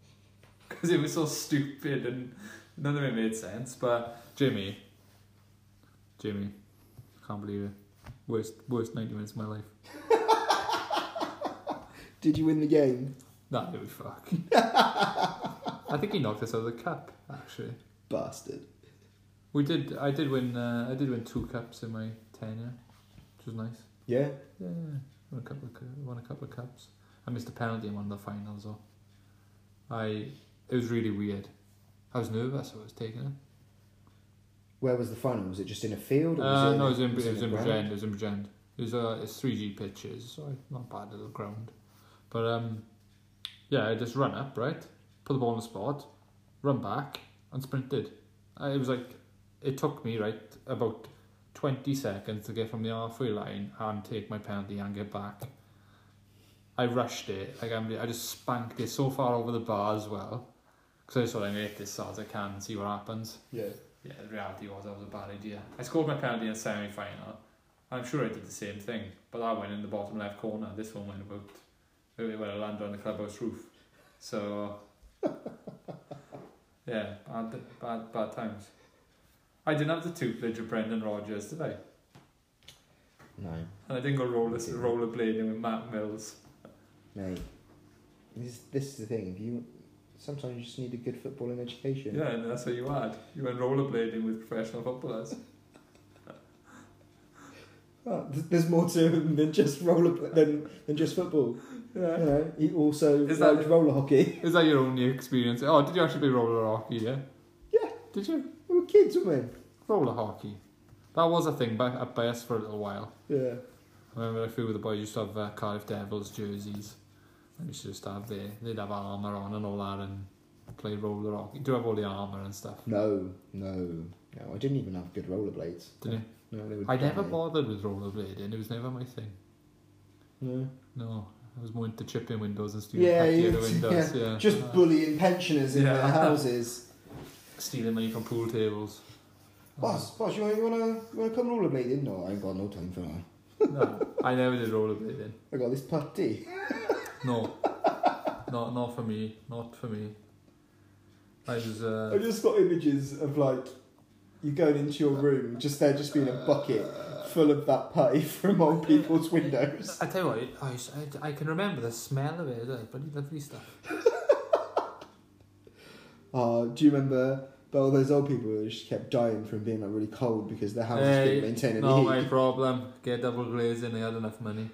[SPEAKER 2] Because it was so stupid and none of it made sense. But Jimmy. Jimmy. Can't believe it. Worst worst ninety minutes of my life.
[SPEAKER 3] Did you win the game?
[SPEAKER 2] Nah, it was fuck. I think he knocked us out of the cup, actually.
[SPEAKER 3] Bastard.
[SPEAKER 2] We did I did win uh, I did win two cups in my tenure, which was nice.
[SPEAKER 3] Yeah.
[SPEAKER 2] Yeah, won a couple of cu- won a couple of cups. I missed a penalty in one of the finals. Though. I it was really weird. I was nervous. I was taking it.
[SPEAKER 3] Where was the final? Was it just in a field? Or was
[SPEAKER 2] Uh,
[SPEAKER 3] it
[SPEAKER 2] no, it
[SPEAKER 3] a-
[SPEAKER 2] was in it
[SPEAKER 3] a
[SPEAKER 2] was in
[SPEAKER 3] ground?
[SPEAKER 2] Bridgend. It was in Bridgend. It was uh, it's three G pitches, so it's not a bad little ground. But um, yeah, I just run up right, put the ball in the spot, run back, and sprinted. I, it was like it took me right about twenty seconds to get from the halfway line and take my penalty and get back. I rushed it. Like I'm, I just spanked it so far over the bar as well. Because I just thought I make this as I can and see what happens.
[SPEAKER 3] Yeah.
[SPEAKER 2] Yeah, the reality was that was a bad idea. I scored my penalty in the semi final. I'm sure I did the same thing, but that went in the bottom left corner. This one went about it went landed on the clubhouse roof. So yeah, bad bad bad times. I didn't have the tutelage of Brendan Rodgers, did I?
[SPEAKER 3] No,
[SPEAKER 2] And I didn't go roller
[SPEAKER 3] You didn't.
[SPEAKER 2] rollerblading with Matt Mills.
[SPEAKER 3] mate. This this is the thing. You sometimes you just need a good footballing education.
[SPEAKER 2] Yeah, and that's what you had. You went rollerblading with professional footballers.
[SPEAKER 3] Oh, th- there's more to him than just roller than than just football. You
[SPEAKER 2] Yeah.
[SPEAKER 3] know, he also
[SPEAKER 2] Is
[SPEAKER 3] is
[SPEAKER 2] that-
[SPEAKER 3] roller hockey.
[SPEAKER 2] Is that your only experience? Oh, did you actually play roller hockey, yeah?
[SPEAKER 3] Yeah.
[SPEAKER 2] Did you?
[SPEAKER 3] We were kids, weren't
[SPEAKER 2] roller hockey. That was a thing by, up by us for a little while.
[SPEAKER 3] we? Yeah.
[SPEAKER 2] I remember a few of the boys used to have uh, Cardiff Devils jerseys. And used to just have their, they'd have armour on and all that and play roller hockey. Do have all the armour and stuff.
[SPEAKER 3] No, no, no. I didn't even have good rollerblades.
[SPEAKER 2] Did you?
[SPEAKER 3] No, they would.
[SPEAKER 2] I never
[SPEAKER 3] die.
[SPEAKER 2] bothered with rollerblading. It was never my thing.
[SPEAKER 3] No.
[SPEAKER 2] No, I was more into chipping windows and stealing
[SPEAKER 3] Yeah,
[SPEAKER 2] patio
[SPEAKER 3] yeah,
[SPEAKER 2] windows. Yeah,
[SPEAKER 3] Just
[SPEAKER 2] Uh,
[SPEAKER 3] bullying pensioners in
[SPEAKER 2] Yeah.
[SPEAKER 3] their houses.
[SPEAKER 2] stealing money from pool tables. Oh.
[SPEAKER 3] Boss, boss, you want you want to you want to come rollerblading? No, I ain't got no time for that.
[SPEAKER 2] Uh, No, I never did rollerblading.
[SPEAKER 3] I got this putty.
[SPEAKER 2] No, not not for me. Not for me. I was. Uh,
[SPEAKER 3] I've just got images of like you going into your room, just there, just being a bucket full of that putty from old people's windows.
[SPEAKER 2] I tell you what, it- I, s- I- I can remember the smell of it, the bloody lovely stuff.
[SPEAKER 3] Oh, do you remember? But all those old people who just kept dying from being like really cold because their houses
[SPEAKER 2] Hey,
[SPEAKER 3] couldn't maintain any
[SPEAKER 2] not
[SPEAKER 3] heat.
[SPEAKER 2] Eh, my problem. Get double glazing, they had enough money.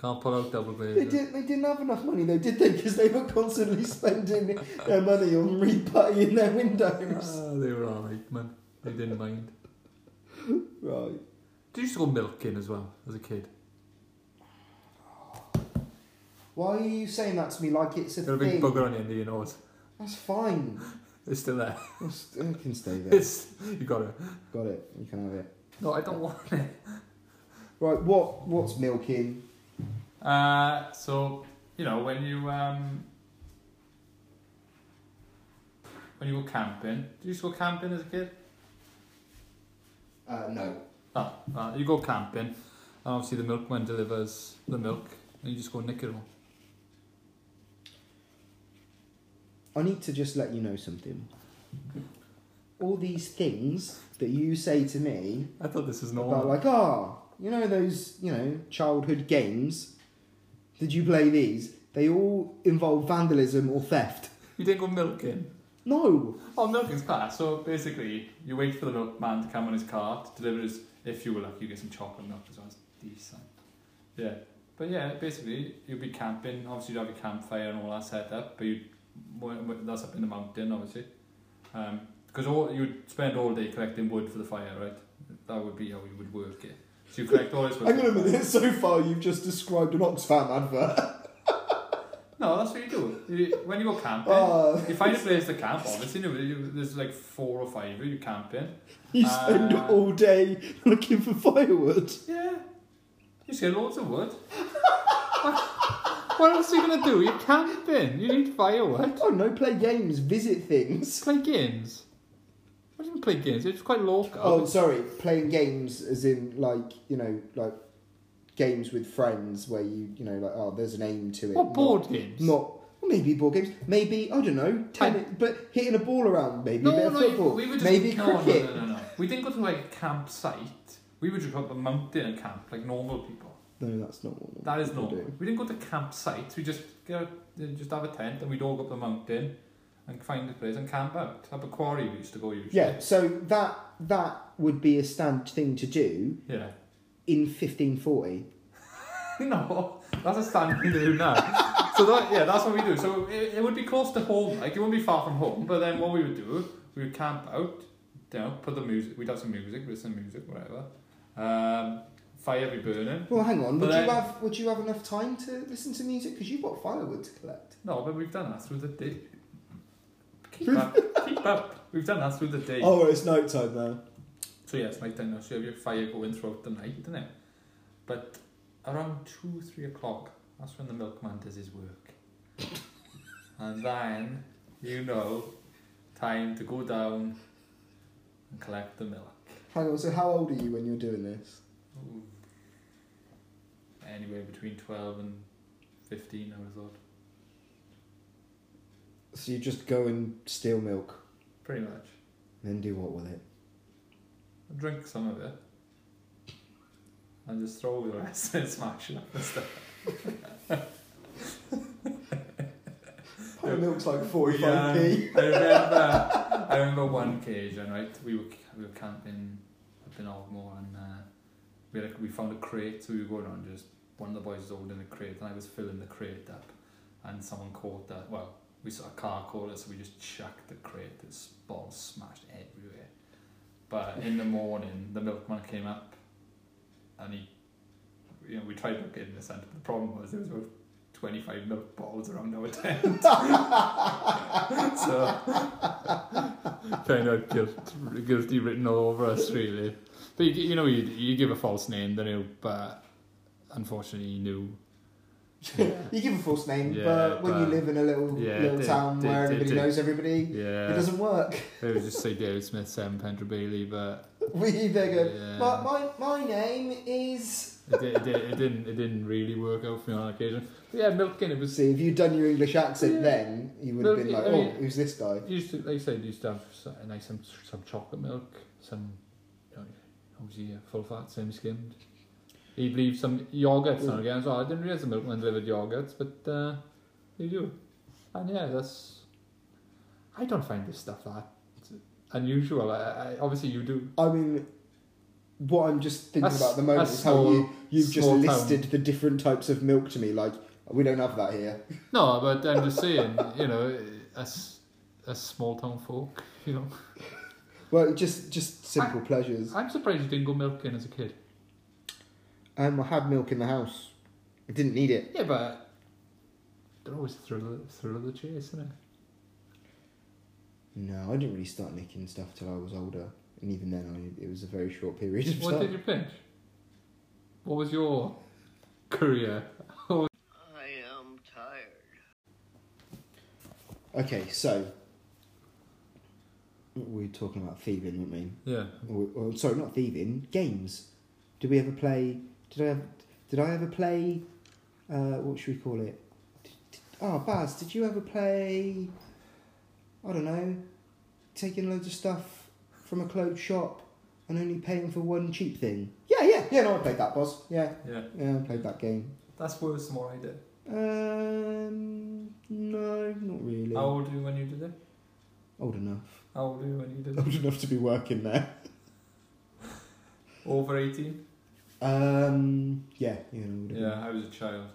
[SPEAKER 2] Can't pull out double
[SPEAKER 3] They
[SPEAKER 2] glazing.
[SPEAKER 3] didn't. They didn't have enough money, though, did they? Because they were constantly spending their money on reputty in their windows.
[SPEAKER 2] Ah, they were alright, man. They didn't mind.
[SPEAKER 3] Right.
[SPEAKER 2] Did you used to go milking as well as a kid?
[SPEAKER 3] Why are you saying that to me like it's a
[SPEAKER 2] Got a
[SPEAKER 3] thing?
[SPEAKER 2] big bugger on the end of your nose.
[SPEAKER 3] That's fine.
[SPEAKER 2] It's still there.
[SPEAKER 3] It's- It can stay there.
[SPEAKER 2] It's you got it.
[SPEAKER 3] Got it. You can have it.
[SPEAKER 2] No, I don't want it.
[SPEAKER 3] Right. What? What's milking?
[SPEAKER 2] Uh, so you know when you um, when you go camping, did you used to go camping as a kid?
[SPEAKER 3] Uh, no.
[SPEAKER 2] Oh, uh, you go camping, and obviously the milkman delivers the milk, and you just go nick it all.
[SPEAKER 3] I need to just let you know something. All these things that you say to me
[SPEAKER 2] I thought this was
[SPEAKER 3] about, like, ah, you know those, you know, childhood games. Did you play these? They all involve vandalism or theft.
[SPEAKER 2] You didn't go milking.
[SPEAKER 3] No.
[SPEAKER 2] Oh, milking's class. So basically, you wait for the milkman to come on his cart, deliver his. If you were lucky, you get some chocolate milk as well. It's decent. Yeah, but yeah, basically you'd be camping. Obviously, you'd have your campfire and all that set up, but you that's up in the mountain, obviously. Um, because all you'd spend all day collecting wood for the fire, right? That would be how you would work it. So you collect all his
[SPEAKER 3] Hang on a
[SPEAKER 2] wisdom points.
[SPEAKER 3] minute, so far you've just described an Oxfam advert.
[SPEAKER 2] No, that's what you do. You- When you go camping,
[SPEAKER 3] Oh.
[SPEAKER 2] you find a place to camp. Obviously, you know, you- there's like four or five of you camping.
[SPEAKER 3] You spend
[SPEAKER 2] Ah.
[SPEAKER 3] all day looking for firewood.
[SPEAKER 2] Yeah, you see loads of wood. what, what else are you gonna do? You're camping. You need firewood.
[SPEAKER 3] Oh no, play games, visit things.
[SPEAKER 2] Play games. What do you mean play games? It's quite local.
[SPEAKER 3] Oh, sorry, playing games as in like you know like games with friends where you you know like oh there's a name to it.
[SPEAKER 2] What board
[SPEAKER 3] not,
[SPEAKER 2] games?
[SPEAKER 3] Not well, maybe board games. Maybe I don't know. Tennis, but hitting a ball around. Maybe a bit
[SPEAKER 2] No,
[SPEAKER 3] of
[SPEAKER 2] no,
[SPEAKER 3] football.
[SPEAKER 2] we were just
[SPEAKER 3] maybe
[SPEAKER 2] no, no,
[SPEAKER 3] cricket.
[SPEAKER 2] No, no, no, We didn't go to like a campsite. We were just up a mountain and camp like normal people.
[SPEAKER 3] No, that's not what.
[SPEAKER 2] That is
[SPEAKER 3] we
[SPEAKER 2] normal.
[SPEAKER 3] do.
[SPEAKER 2] We didn't go to campsites. We just go, just have a tent and we'd all go up the mountain and find a place and camp out. Up a quarry we used to go usually.
[SPEAKER 3] Yeah, so that that would be a standard thing to do
[SPEAKER 2] Yeah.
[SPEAKER 3] in 1540.
[SPEAKER 2] no, that's a standard thing to do now. so that yeah, that's what we do. So it, it would be close to home, like it wouldn't be far from home. But then what we would do, we would camp out, you know, put the music. We'd have some music, listen to music, whatever. Um, fire be burning.
[SPEAKER 3] Well, hang on.
[SPEAKER 2] But
[SPEAKER 3] Would
[SPEAKER 2] then-
[SPEAKER 3] you have would you have enough time to listen to music because you've got firewood to collect?
[SPEAKER 2] No, but we've done that through the day. Keep up, keep up. We've done that through the day.
[SPEAKER 3] well, Oh, it's night time now.
[SPEAKER 2] So yeah, it's night time now. So you have your fire going throughout the night, isn't it? But around two, three o'clock, that's when the milkman does his work. and then you know, time to go down and collect the milk.
[SPEAKER 3] Hang on. So how old are you when you're doing this?
[SPEAKER 2] Ooh. Anywhere between twelve and fifteen, I would have thought.
[SPEAKER 3] So you just go and steal milk,
[SPEAKER 2] Pretty much.
[SPEAKER 3] then do what with it?
[SPEAKER 2] I drink some of it. And just throw the rest and smash it up and stuff.
[SPEAKER 3] Pint of milk's like
[SPEAKER 2] Yeah,
[SPEAKER 3] 45p.
[SPEAKER 2] I remember. I remember one occasion, right? We were we were camping up in Ogmore, and uh, we had a, we found a crate, so we were going on. Just one of the boys was holding a crate, and I was filling the crate up, and someone caught that. Well, we saw a car caught it, so we just chucked the crate. This ball smashed everywhere. But in the morning, the milkman came up, and he, you know, we tried to get in the centre. The problem was there was about twenty five milk balls around our tent. So, kind of guilt, guilty written all over us, really. But you, you know, you, you give a false name, don't you? But unfortunately, you knew.
[SPEAKER 3] you give a false name,
[SPEAKER 2] Yeah,
[SPEAKER 3] but when
[SPEAKER 2] but-
[SPEAKER 3] you live in a little
[SPEAKER 2] Yeah,
[SPEAKER 3] little
[SPEAKER 2] did-
[SPEAKER 3] town
[SPEAKER 2] did-
[SPEAKER 3] where
[SPEAKER 2] did-
[SPEAKER 3] everybody
[SPEAKER 2] did.
[SPEAKER 3] knows everybody, it
[SPEAKER 2] Yeah.
[SPEAKER 3] doesn't work.
[SPEAKER 2] They would just say David Smith, Sam Pendra Bailey, but
[SPEAKER 3] We they go.
[SPEAKER 2] Yeah.
[SPEAKER 3] My, my my name is.
[SPEAKER 2] it, di- it, di- it didn't it didn't really work out for me on occasion. But yeah, milking, it was.
[SPEAKER 3] See, if you'd done your English accent
[SPEAKER 2] Yeah.
[SPEAKER 3] then, you would have
[SPEAKER 2] Well,
[SPEAKER 3] been like,
[SPEAKER 2] I
[SPEAKER 3] oh,
[SPEAKER 2] mean-
[SPEAKER 3] who's this guy?
[SPEAKER 2] You used to, like you said, you used to have so- like some, some chocolate milk, some, you know, obviously, uh, full fat, semi skimmed. He'd leave some yogurts on again as well. I didn't realise the milkman delivered yogurts, but uh, they do. And yeah, that's. I don't find this stuff that unusual. I, I, obviously, you do.
[SPEAKER 3] I mean, what I'm just thinking
[SPEAKER 2] That's-
[SPEAKER 3] about at the moment
[SPEAKER 2] that's
[SPEAKER 3] is how you, you've just
[SPEAKER 2] small
[SPEAKER 3] listed the different types of milk to me. Like, we don't have that here.
[SPEAKER 2] No, but I'm just saying, you know, as as small town folk, you know.
[SPEAKER 3] Well, just just simple pleasures.
[SPEAKER 2] I'm surprised you didn't go milking as a kid.
[SPEAKER 3] Um, I had milk in the house. I didn't need it.
[SPEAKER 2] Yeah, but they're always thrill thrill of the chase, isn't it?
[SPEAKER 3] No, I didn't really start licking stuff till I was older, and even then, I, it was a very short period of
[SPEAKER 2] What did
[SPEAKER 3] time.
[SPEAKER 2] you pinch? What was your career?
[SPEAKER 5] I am tired.
[SPEAKER 3] Okay, so we're talking about thieving, weren't we?
[SPEAKER 2] Yeah.
[SPEAKER 3] Or, or, sorry, not thieving. Games. Did we ever play? Did I? Ever, did I ever play? Uh, what should we call it? Did, did, oh, Baz, did you ever play? I don't know. Taking loads of stuff from a clothes shop and only paying for one cheap thing. Yeah, yeah, yeah. No, I played that, boss. Yeah,
[SPEAKER 2] Yeah.
[SPEAKER 3] yeah, I played that game.
[SPEAKER 2] That's worse than what I did.
[SPEAKER 3] Um, no, not really.
[SPEAKER 2] How old were you when you did it?
[SPEAKER 3] Old enough.
[SPEAKER 2] How old were you when you did it?
[SPEAKER 3] Old enough to be working there.
[SPEAKER 2] Over 18?
[SPEAKER 3] Um, yeah, you know. would have
[SPEAKER 2] Yeah, I was a child.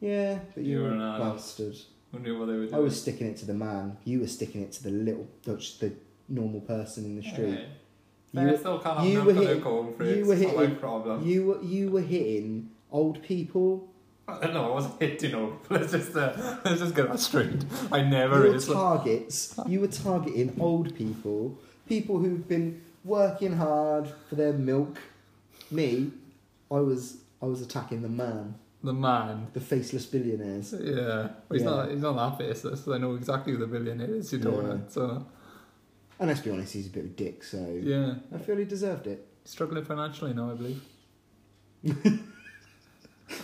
[SPEAKER 3] Yeah, but you,
[SPEAKER 2] You
[SPEAKER 3] were
[SPEAKER 2] were
[SPEAKER 3] a
[SPEAKER 2] an adult.
[SPEAKER 3] bastard.
[SPEAKER 2] Who knew what they were doing?
[SPEAKER 3] I was sticking it to the man. You were sticking it to the little, the, the normal person in the street.
[SPEAKER 2] Alright. They still can't have
[SPEAKER 3] you
[SPEAKER 2] milk
[SPEAKER 3] were
[SPEAKER 2] in their
[SPEAKER 3] hitting-
[SPEAKER 2] corn for it,
[SPEAKER 3] You were
[SPEAKER 2] it's not my
[SPEAKER 3] hitting.
[SPEAKER 2] problem.
[SPEAKER 3] You were you were hitting old people.
[SPEAKER 2] No, I wasn't hitting up. Let's just uh, let's just get that straight. I never
[SPEAKER 3] You were
[SPEAKER 2] is. Like,
[SPEAKER 3] targets. You were targeting old people, people who've been working hard for their milk. Me, I was I was attacking the man,
[SPEAKER 2] the man.
[SPEAKER 3] the faceless billionaires.
[SPEAKER 2] Yeah, Well, he's
[SPEAKER 3] Yeah.
[SPEAKER 2] not. He's not that faceless. I know exactly who the billionaire is. You don't.
[SPEAKER 3] Yeah.
[SPEAKER 2] know. So
[SPEAKER 3] And let's be honest, he's a bit of a dick. So
[SPEAKER 2] yeah,
[SPEAKER 3] I feel he deserved it.
[SPEAKER 2] struggling financially now, I believe.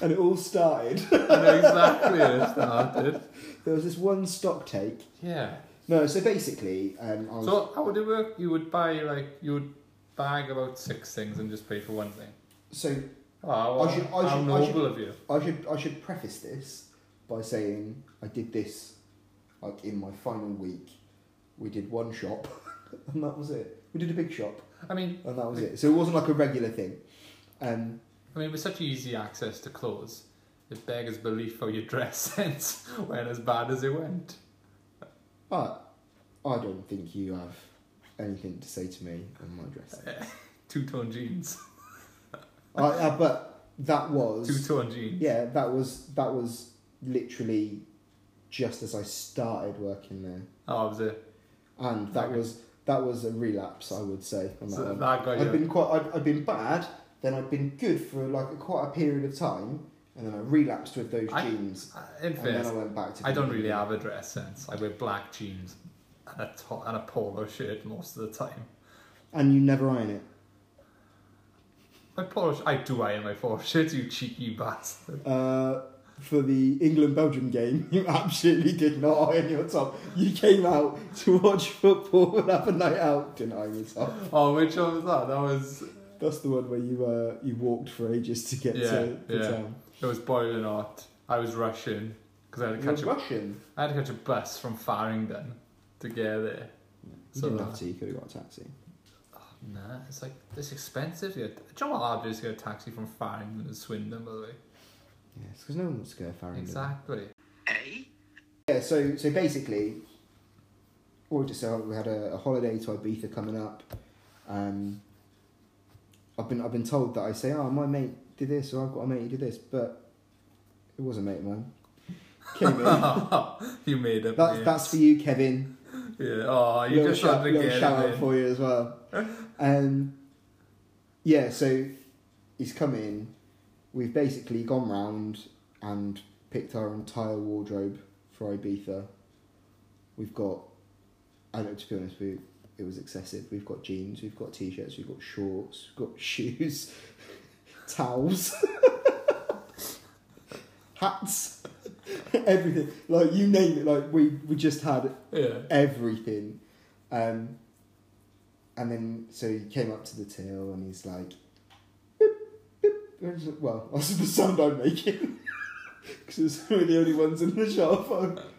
[SPEAKER 3] And it all started.
[SPEAKER 2] I know exactly where it started.
[SPEAKER 3] there was this one stock take.
[SPEAKER 2] Yeah.
[SPEAKER 3] No, so basically, um, I was,
[SPEAKER 2] So how would it work? You would buy like you would bag about six things and just pay for one thing.
[SPEAKER 3] so
[SPEAKER 2] Oh, well,
[SPEAKER 3] I should- I
[SPEAKER 2] how
[SPEAKER 3] should- I
[SPEAKER 2] noble
[SPEAKER 3] should-
[SPEAKER 2] of you.
[SPEAKER 3] I should I should preface this by saying I did this like in my final week. We did one shop, and that was it. We did a big shop,
[SPEAKER 2] I mean,
[SPEAKER 3] and that was it. So it wasn't like a regular thing. Um,
[SPEAKER 2] I mean, with such easy access to clothes, it beggars belief how your dress sense went as bad as it went.
[SPEAKER 3] but I don't think you have anything to say to me on my dress.
[SPEAKER 2] Two tone jeans.
[SPEAKER 3] I, uh, but that
[SPEAKER 2] Two
[SPEAKER 3] was
[SPEAKER 2] tone jeans.
[SPEAKER 3] yeah, that was that was literally just as I started working there,
[SPEAKER 2] Oh, was it?
[SPEAKER 3] and that
[SPEAKER 2] Okay.
[SPEAKER 3] was that was a relapse, I would say. On that
[SPEAKER 2] So
[SPEAKER 3] one.
[SPEAKER 2] that oh, got
[SPEAKER 3] I've
[SPEAKER 2] you.
[SPEAKER 3] been quite. I've, I've been bad. Then I've been good for like a, quite a period of time, and then I relapsed with those
[SPEAKER 2] I-
[SPEAKER 3] jeans,
[SPEAKER 2] Uh, In
[SPEAKER 3] and then I
[SPEAKER 2] fairness,
[SPEAKER 3] went back to.
[SPEAKER 2] I don't really have a dress sense. I wear black jeans and a top and a polo shirt most of the time.
[SPEAKER 3] And you never iron it.
[SPEAKER 2] My polo, sh- I do iron my polo shirts. You cheeky bastard.
[SPEAKER 3] Uh, for the England Belgium game, you absolutely did not iron your top. You came out to watch football and have a night out, didn't iron your top.
[SPEAKER 2] Oh, which one was that? That was
[SPEAKER 3] That's the one where you uh, you walked for ages to get to
[SPEAKER 2] Yeah,
[SPEAKER 3] the
[SPEAKER 2] yeah.
[SPEAKER 3] town.
[SPEAKER 2] it was boiling hot. I was rushing because I had to
[SPEAKER 3] You were
[SPEAKER 2] catch a,
[SPEAKER 3] Russian.
[SPEAKER 2] I had to catch a bus from Farringdon to get there.
[SPEAKER 3] You
[SPEAKER 2] So,
[SPEAKER 3] didn't
[SPEAKER 2] uh,
[SPEAKER 3] have to. You could have got a taxi.
[SPEAKER 2] Nah, it's like it's expensive. Here. Do you know what hard it is to get a taxi from Farringdon to Swindon, by the way?
[SPEAKER 3] Yes, because no one wants to go far.
[SPEAKER 2] Exactly.
[SPEAKER 5] Hey?
[SPEAKER 3] Yeah, so so basically, or just so we had a, a holiday to Ibiza coming up. Um, I've been I've been told that I say, oh, my mate did this, or I've got a mate who did this, but it was a mate of mine. Kevin, that,
[SPEAKER 2] Oh, you made up. names.
[SPEAKER 3] that's for you, Kevin.
[SPEAKER 2] yeah. Oh, you
[SPEAKER 3] little
[SPEAKER 2] just
[SPEAKER 3] shout,
[SPEAKER 2] had to
[SPEAKER 3] little
[SPEAKER 2] get
[SPEAKER 3] shout
[SPEAKER 2] it.
[SPEAKER 3] out
[SPEAKER 2] in.
[SPEAKER 3] for you as well. Um, yeah, so he's come in. We've basically gone round and picked our entire wardrobe for Ibiza. We've got, I know to be honest, we it was excessive. We've got jeans, we've got t-shirts, we've got shorts, we've got shoes, towels, hats, everything. Like you name it. Like we we just had
[SPEAKER 2] Yeah.
[SPEAKER 3] everything. Um, and then, so he came up to the till and he's like, "Boop, boop." And I was like, well, that's the sound I'm making. Because it's one of the only ones in the shop. I'm, "Boop,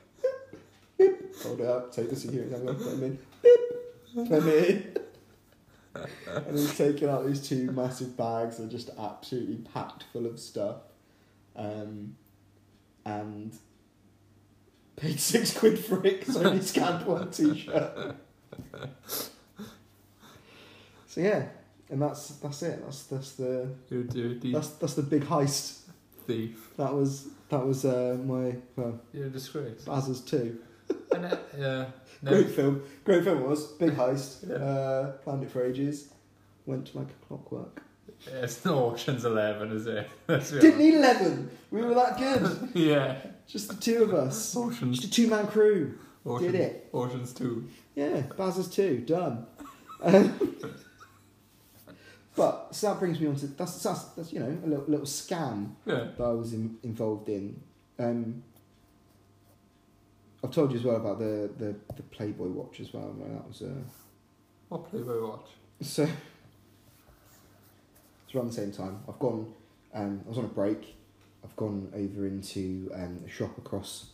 [SPEAKER 3] boop." Hold it up, take the security camera, put him in. Boop, put him in. and he's taking out these two massive bags that are just absolutely packed full of stuff. Um, and paid six quid for it because I only scanned one t-shirt. so yeah, and that's that's it. That's that's the
[SPEAKER 2] You dirty
[SPEAKER 3] that's that's the big heist.
[SPEAKER 2] thief.
[SPEAKER 3] That was that was uh, my well,
[SPEAKER 2] You're a disgrace.
[SPEAKER 3] Bazzers too.
[SPEAKER 2] and, uh, yeah. No.
[SPEAKER 3] Great film. Great film it was big heist.
[SPEAKER 2] Yeah.
[SPEAKER 3] Uh, planned it for ages. Went like a clockwork.
[SPEAKER 2] It's no Ocean's Eleven, is it? Let's be
[SPEAKER 3] Didn't need eleven. We were that good.
[SPEAKER 2] honest. Yeah.
[SPEAKER 3] Just the two of us. Just
[SPEAKER 2] Ocean's.
[SPEAKER 3] a two man crew.
[SPEAKER 2] Ocean,
[SPEAKER 3] Did it.
[SPEAKER 2] Ocean's Two.
[SPEAKER 3] Yeah, Baz's too done. Um, but so that brings me on to that's that's, that's you know a little, little scam
[SPEAKER 2] Yeah.
[SPEAKER 3] that I was in, involved in. Um, I've told you as well about the, the, the Playboy watch as well. Right? That was a
[SPEAKER 2] What Playboy watch?
[SPEAKER 3] so it's around the same time. I've gone. Um, I was on a break. I've gone over into um, a shop across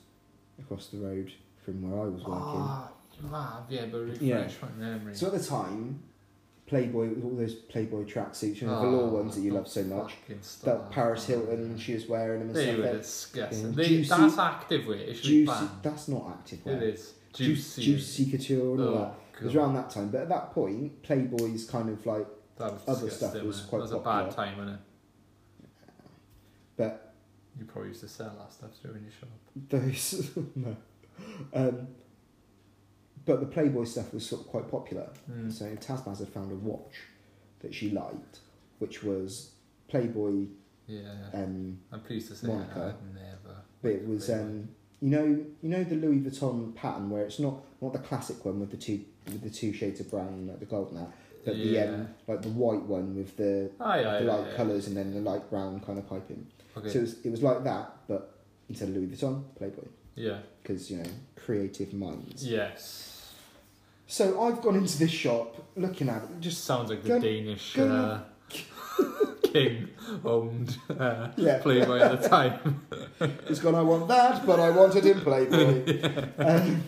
[SPEAKER 3] across the road from where I was working.
[SPEAKER 2] Ah, you have, yeah, but refresh
[SPEAKER 3] Yeah.
[SPEAKER 2] my memory.
[SPEAKER 3] So at the time, Playboy, all those Playboy tracksuits, you know,
[SPEAKER 2] Ah,
[SPEAKER 3] the velour ones that you love so much.
[SPEAKER 2] fucking stop.
[SPEAKER 3] That Paris Hilton, she was wearing them and
[SPEAKER 2] They
[SPEAKER 3] stuff.
[SPEAKER 2] were
[SPEAKER 3] They're
[SPEAKER 2] disgusting.
[SPEAKER 3] Yeah.
[SPEAKER 2] They,
[SPEAKER 3] Juicy-
[SPEAKER 2] that's active wear. It should be
[SPEAKER 3] Juicy,
[SPEAKER 2] banned.
[SPEAKER 3] that's not active.
[SPEAKER 2] It
[SPEAKER 3] wear.
[SPEAKER 2] is.
[SPEAKER 3] Ju-
[SPEAKER 2] Juicy.
[SPEAKER 3] Juicy couture and all
[SPEAKER 2] Oh,
[SPEAKER 3] that. It was around that time, but at that point, Playboy's kind of like,
[SPEAKER 2] That was
[SPEAKER 3] other
[SPEAKER 2] disgusting,
[SPEAKER 3] stuff was
[SPEAKER 2] wasn't it?
[SPEAKER 3] quite
[SPEAKER 2] That was a bad
[SPEAKER 3] popular.
[SPEAKER 2] time, wasn't it?
[SPEAKER 3] but
[SPEAKER 2] You probably used to sell that stuff too in your shop.
[SPEAKER 3] those no, um, but the Playboy stuff was sort of quite popular.
[SPEAKER 2] Mm.
[SPEAKER 3] So Tasmaz had found a watch that she liked, which was Playboy.
[SPEAKER 2] Yeah.
[SPEAKER 3] Um,
[SPEAKER 2] I'm pleased to say
[SPEAKER 3] Monaco.
[SPEAKER 2] I never.
[SPEAKER 3] but it was um, you know you know the Louis Vuitton pattern where it's not not the classic one with the two with the two shades of brown like the gold now, but the um, like the white one with the,
[SPEAKER 2] Oh, yeah,
[SPEAKER 3] the
[SPEAKER 2] yeah,
[SPEAKER 3] light
[SPEAKER 2] yeah.
[SPEAKER 3] colours and then the light brown kind of piping.
[SPEAKER 2] Okay.
[SPEAKER 3] So it was, it was like that, but instead of Louis Vuitton, Playboy,
[SPEAKER 2] yeah.
[SPEAKER 3] because you know creative minds.
[SPEAKER 2] Yes.
[SPEAKER 3] So I've gone into this shop looking at it, just
[SPEAKER 2] Sounds like the
[SPEAKER 3] Gun-
[SPEAKER 2] Danish
[SPEAKER 3] gun-
[SPEAKER 2] uh, king owned uh,
[SPEAKER 3] Yeah.
[SPEAKER 2] Playboy at the time.
[SPEAKER 3] it's gone. I want that, but I want it in Playboy. um,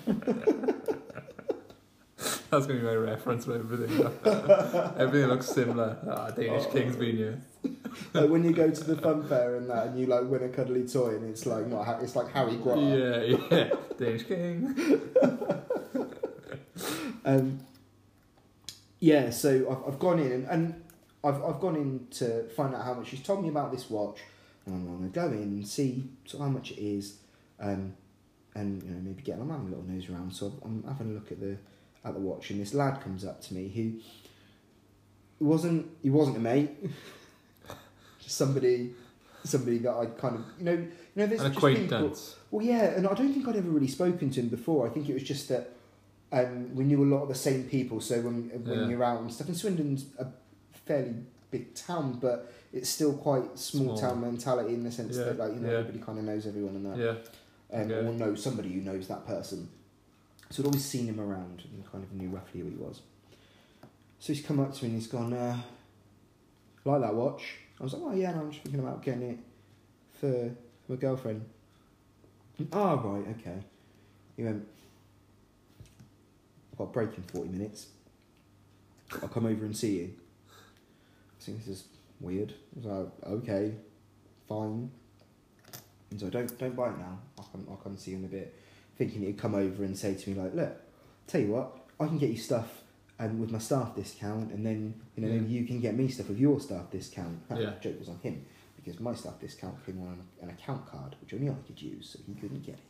[SPEAKER 2] That's going to be my reference for everything. everything looks similar. Ah, Danish
[SPEAKER 3] Oh,
[SPEAKER 2] king's been here.
[SPEAKER 3] like when you go to the fun fair and that, and you like win a cuddly toy, and it's like not, ha- it's like Harry Potter.
[SPEAKER 2] Yeah, yeah. Danish king.
[SPEAKER 3] Um, yeah, so I've, I've gone in and, and I've, I've gone in to find out how much she's told me about this watch, and I'm going to go in and see sort of how much it is, um, and you know maybe get. I'm having a little nose around, so I'm having a look at the at the watch, and this lad comes up to me who wasn't he wasn't a mate, just somebody somebody that I kind of you know you know there's
[SPEAKER 2] An
[SPEAKER 3] just people-
[SPEAKER 2] acquaintance.
[SPEAKER 3] well, yeah, and I don't think I'd ever really spoken to him before. I think it was just that um, we knew a lot of the same people. So when when
[SPEAKER 2] Yeah.
[SPEAKER 3] you're out and stuff, and Swindon's a fairly big town, but it's still quite small,
[SPEAKER 2] Small.
[SPEAKER 3] town mentality in the sense
[SPEAKER 2] Yeah,
[SPEAKER 3] that like you know
[SPEAKER 2] yeah.
[SPEAKER 3] everybody kind of knows everyone and that,
[SPEAKER 2] Yeah.
[SPEAKER 3] um,
[SPEAKER 2] okay.
[SPEAKER 3] or knows somebody who knows that person. So I'd always seen him around and kind of knew roughly who he was. So he's come up to me and he's gone, uh, like that watch. I was like, oh yeah, no, I'm just thinking about getting it for my girlfriend. Oh, right, okay. He went, I've got a break in 40 minutes. I'll come over and see you. I think this is weird. I was like, okay, fine. And so don't don't buy it now. I'll come, I'll come see you in a bit. Thinking he'd come over and say to me, like, look, tell you what, I can get you stuff um, with my staff discount, and then you know
[SPEAKER 2] Yeah.
[SPEAKER 3] maybe you can get me stuff with your staff discount. That
[SPEAKER 2] Yeah.
[SPEAKER 3] joke was on him because my staff discount came on an account card, which only I could use, so he couldn't get it.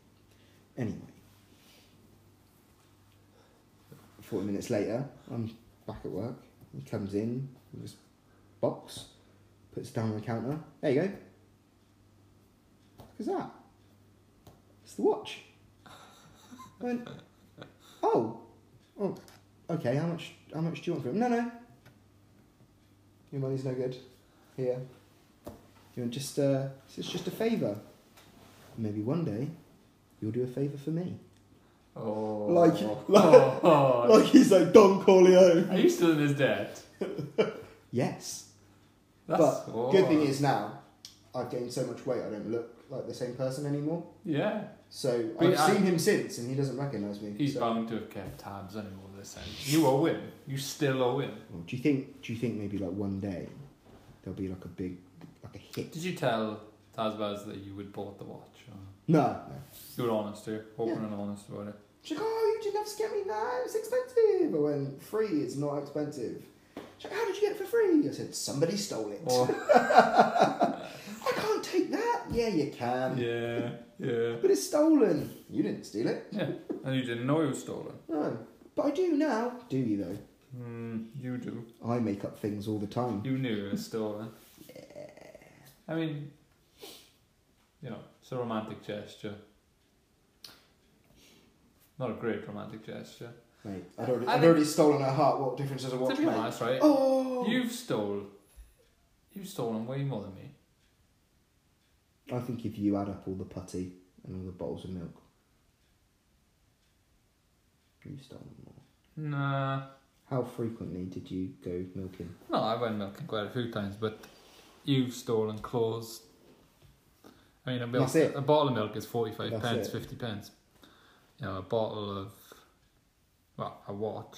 [SPEAKER 3] Anyway, forty minutes later, I'm back at work. He comes in with his box, puts it down on the counter. There you go. What's that? It's the watch. I went, oh, oh, okay. How much? How much do you want for it? No, no. Your money's no good. Here. You want just? Uh, it's just a favour. Maybe one day, you'll do a favour for me.
[SPEAKER 2] Oh.
[SPEAKER 3] Like-
[SPEAKER 2] oh, oh.
[SPEAKER 3] Like he's like Don Corleone.
[SPEAKER 2] Are you still in his debt?
[SPEAKER 3] Yes.
[SPEAKER 2] That's,
[SPEAKER 3] but
[SPEAKER 2] oh.
[SPEAKER 3] good thing is now, I've gained so much weight. I don't look like the same person anymore.
[SPEAKER 2] Yeah.
[SPEAKER 3] So
[SPEAKER 2] But
[SPEAKER 3] I've
[SPEAKER 2] I-
[SPEAKER 3] seen him since, and he doesn't recognise me.
[SPEAKER 2] He's
[SPEAKER 3] so-
[SPEAKER 2] bound to have kept tabs on him all this time. You owe him. You still owe him.
[SPEAKER 3] Well, do you think? Do you think maybe like one day there'll be like a big, like a hit?
[SPEAKER 2] Did you tell Tazbaz that you had bought the watch? Or?
[SPEAKER 3] No. no.
[SPEAKER 2] You were honest, too. Open
[SPEAKER 3] Yeah.
[SPEAKER 2] and honest about it.
[SPEAKER 3] She's like, oh, you didn't have to get me that. It was expensive. I went, free is not expensive. She's like, how did you get it for free? I said, somebody stole it.
[SPEAKER 2] Or,
[SPEAKER 3] I can't take that. Yeah, you can.
[SPEAKER 2] yeah, yeah.
[SPEAKER 3] But it's stolen. You didn't steal it.
[SPEAKER 2] Yeah, and you didn't know it was stolen.
[SPEAKER 3] No. But I do now. Do you though?
[SPEAKER 2] Mm, you do.
[SPEAKER 3] I make up things all the time.
[SPEAKER 2] You knew it was stolen. I mean, you know, it's a romantic gesture. Not a great romantic gesture.
[SPEAKER 3] Mate, I'd already,
[SPEAKER 2] I
[SPEAKER 3] I'd
[SPEAKER 2] think-
[SPEAKER 3] already stolen her heart. What difference does a watch
[SPEAKER 2] to be
[SPEAKER 3] make?
[SPEAKER 2] honest, right?
[SPEAKER 3] Oh!
[SPEAKER 2] You've stole. You've stolen way more than me.
[SPEAKER 3] I think if you add up all the putty and all the bottles of milk, you've stolen more.
[SPEAKER 2] Nah.
[SPEAKER 3] How frequently did you go milking?
[SPEAKER 2] No, I went milking quite a few times, but you've stolen clothes. I mean, a, milk,
[SPEAKER 3] That's it.
[SPEAKER 2] a bottle of milk is 45
[SPEAKER 3] That's
[SPEAKER 2] pence,
[SPEAKER 3] it.
[SPEAKER 2] 50 pence. You know, a bottle of, well, a watch.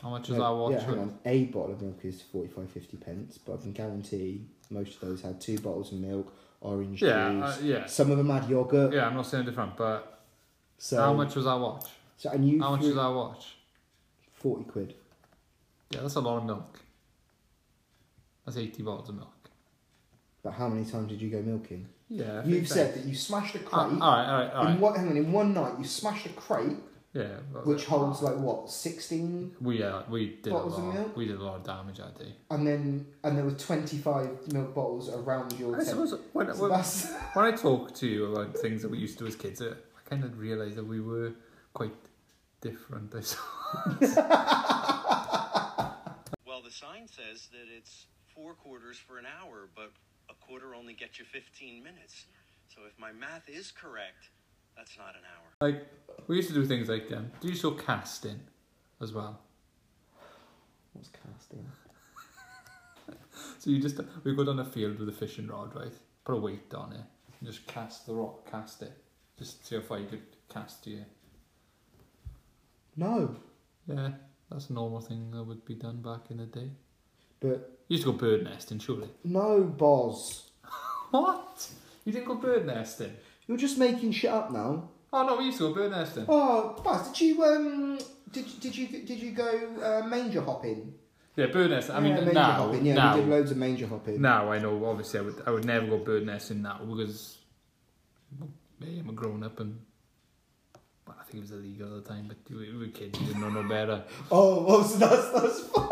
[SPEAKER 2] How much is
[SPEAKER 3] No,
[SPEAKER 2] our watch
[SPEAKER 3] yeah, hang
[SPEAKER 2] worth?
[SPEAKER 3] on. A bottle of milk is 45, 50 pence, but I can guarantee most of those had two bottles of milk, orange
[SPEAKER 2] Yeah, uh,
[SPEAKER 3] juice.
[SPEAKER 2] yeah.
[SPEAKER 3] Some of them had yogurt.
[SPEAKER 2] Yeah, I'm not saying different, but
[SPEAKER 3] So
[SPEAKER 2] how much was our watch?
[SPEAKER 3] So, and you
[SPEAKER 2] How much
[SPEAKER 3] threw-
[SPEAKER 2] was our watch?
[SPEAKER 3] 40 quid.
[SPEAKER 2] Yeah, that's a lot of milk. That's 80 bottles of milk.
[SPEAKER 3] But how many times did you go milking?
[SPEAKER 2] Yeah. I
[SPEAKER 3] You've
[SPEAKER 2] think
[SPEAKER 3] said that you smashed a
[SPEAKER 2] Ah, all right,
[SPEAKER 3] crate.
[SPEAKER 2] all right, all
[SPEAKER 3] in
[SPEAKER 2] right.
[SPEAKER 3] what? Hang on, in one night you smashed a crate
[SPEAKER 2] yeah. well,
[SPEAKER 3] which holds like what 16,
[SPEAKER 2] we uh, we did a
[SPEAKER 3] bottles of
[SPEAKER 2] lot.
[SPEAKER 3] milk?
[SPEAKER 2] We did a lot of damage that day.
[SPEAKER 3] and then and there were 25 milk bottles around your
[SPEAKER 2] I
[SPEAKER 3] tent.
[SPEAKER 2] suppose when,
[SPEAKER 3] So
[SPEAKER 2] when,
[SPEAKER 3] that's-
[SPEAKER 2] when I talk to you about things that we used to as kids, uh, I kind of realised that we were quite different. I suppose.
[SPEAKER 6] Well, the sign says that it's four quarters for an hour, but a quarter only gets you 15 minutes. So if my math is correct, that's not an hour.
[SPEAKER 2] like we used to do things like um, do you still casting as well?
[SPEAKER 3] What's casting?
[SPEAKER 2] So you just we go down a field with a fishing rod, right? Put a weight on it and just cast the rock, cast it, just see how far you could cast to you.
[SPEAKER 3] No,
[SPEAKER 2] Yeah, that's a normal thing that would be done back in the day.
[SPEAKER 3] but
[SPEAKER 2] You used to go bird nesting, surely.
[SPEAKER 3] no, Boz.
[SPEAKER 2] What? You didn't go bird nesting?
[SPEAKER 3] You're just making shit up now.
[SPEAKER 2] Oh no, we used to go bird nesting.
[SPEAKER 3] Oh, Buzz, did you um, did did you did you go uh, manger hopping?
[SPEAKER 2] Yeah, bird nesting. I
[SPEAKER 3] Yeah,
[SPEAKER 2] mean,
[SPEAKER 3] manger
[SPEAKER 2] now,
[SPEAKER 3] hopping. Yeah,
[SPEAKER 2] now,
[SPEAKER 3] we did loads of manger hopping.
[SPEAKER 2] now I know. Obviously, I would, I would never go bird nesting now because hey, I'm a grown up and well, I think it was illegal at the time. But we we were kids, we didn't know no better.
[SPEAKER 3] Oh, well, so that's that's fine.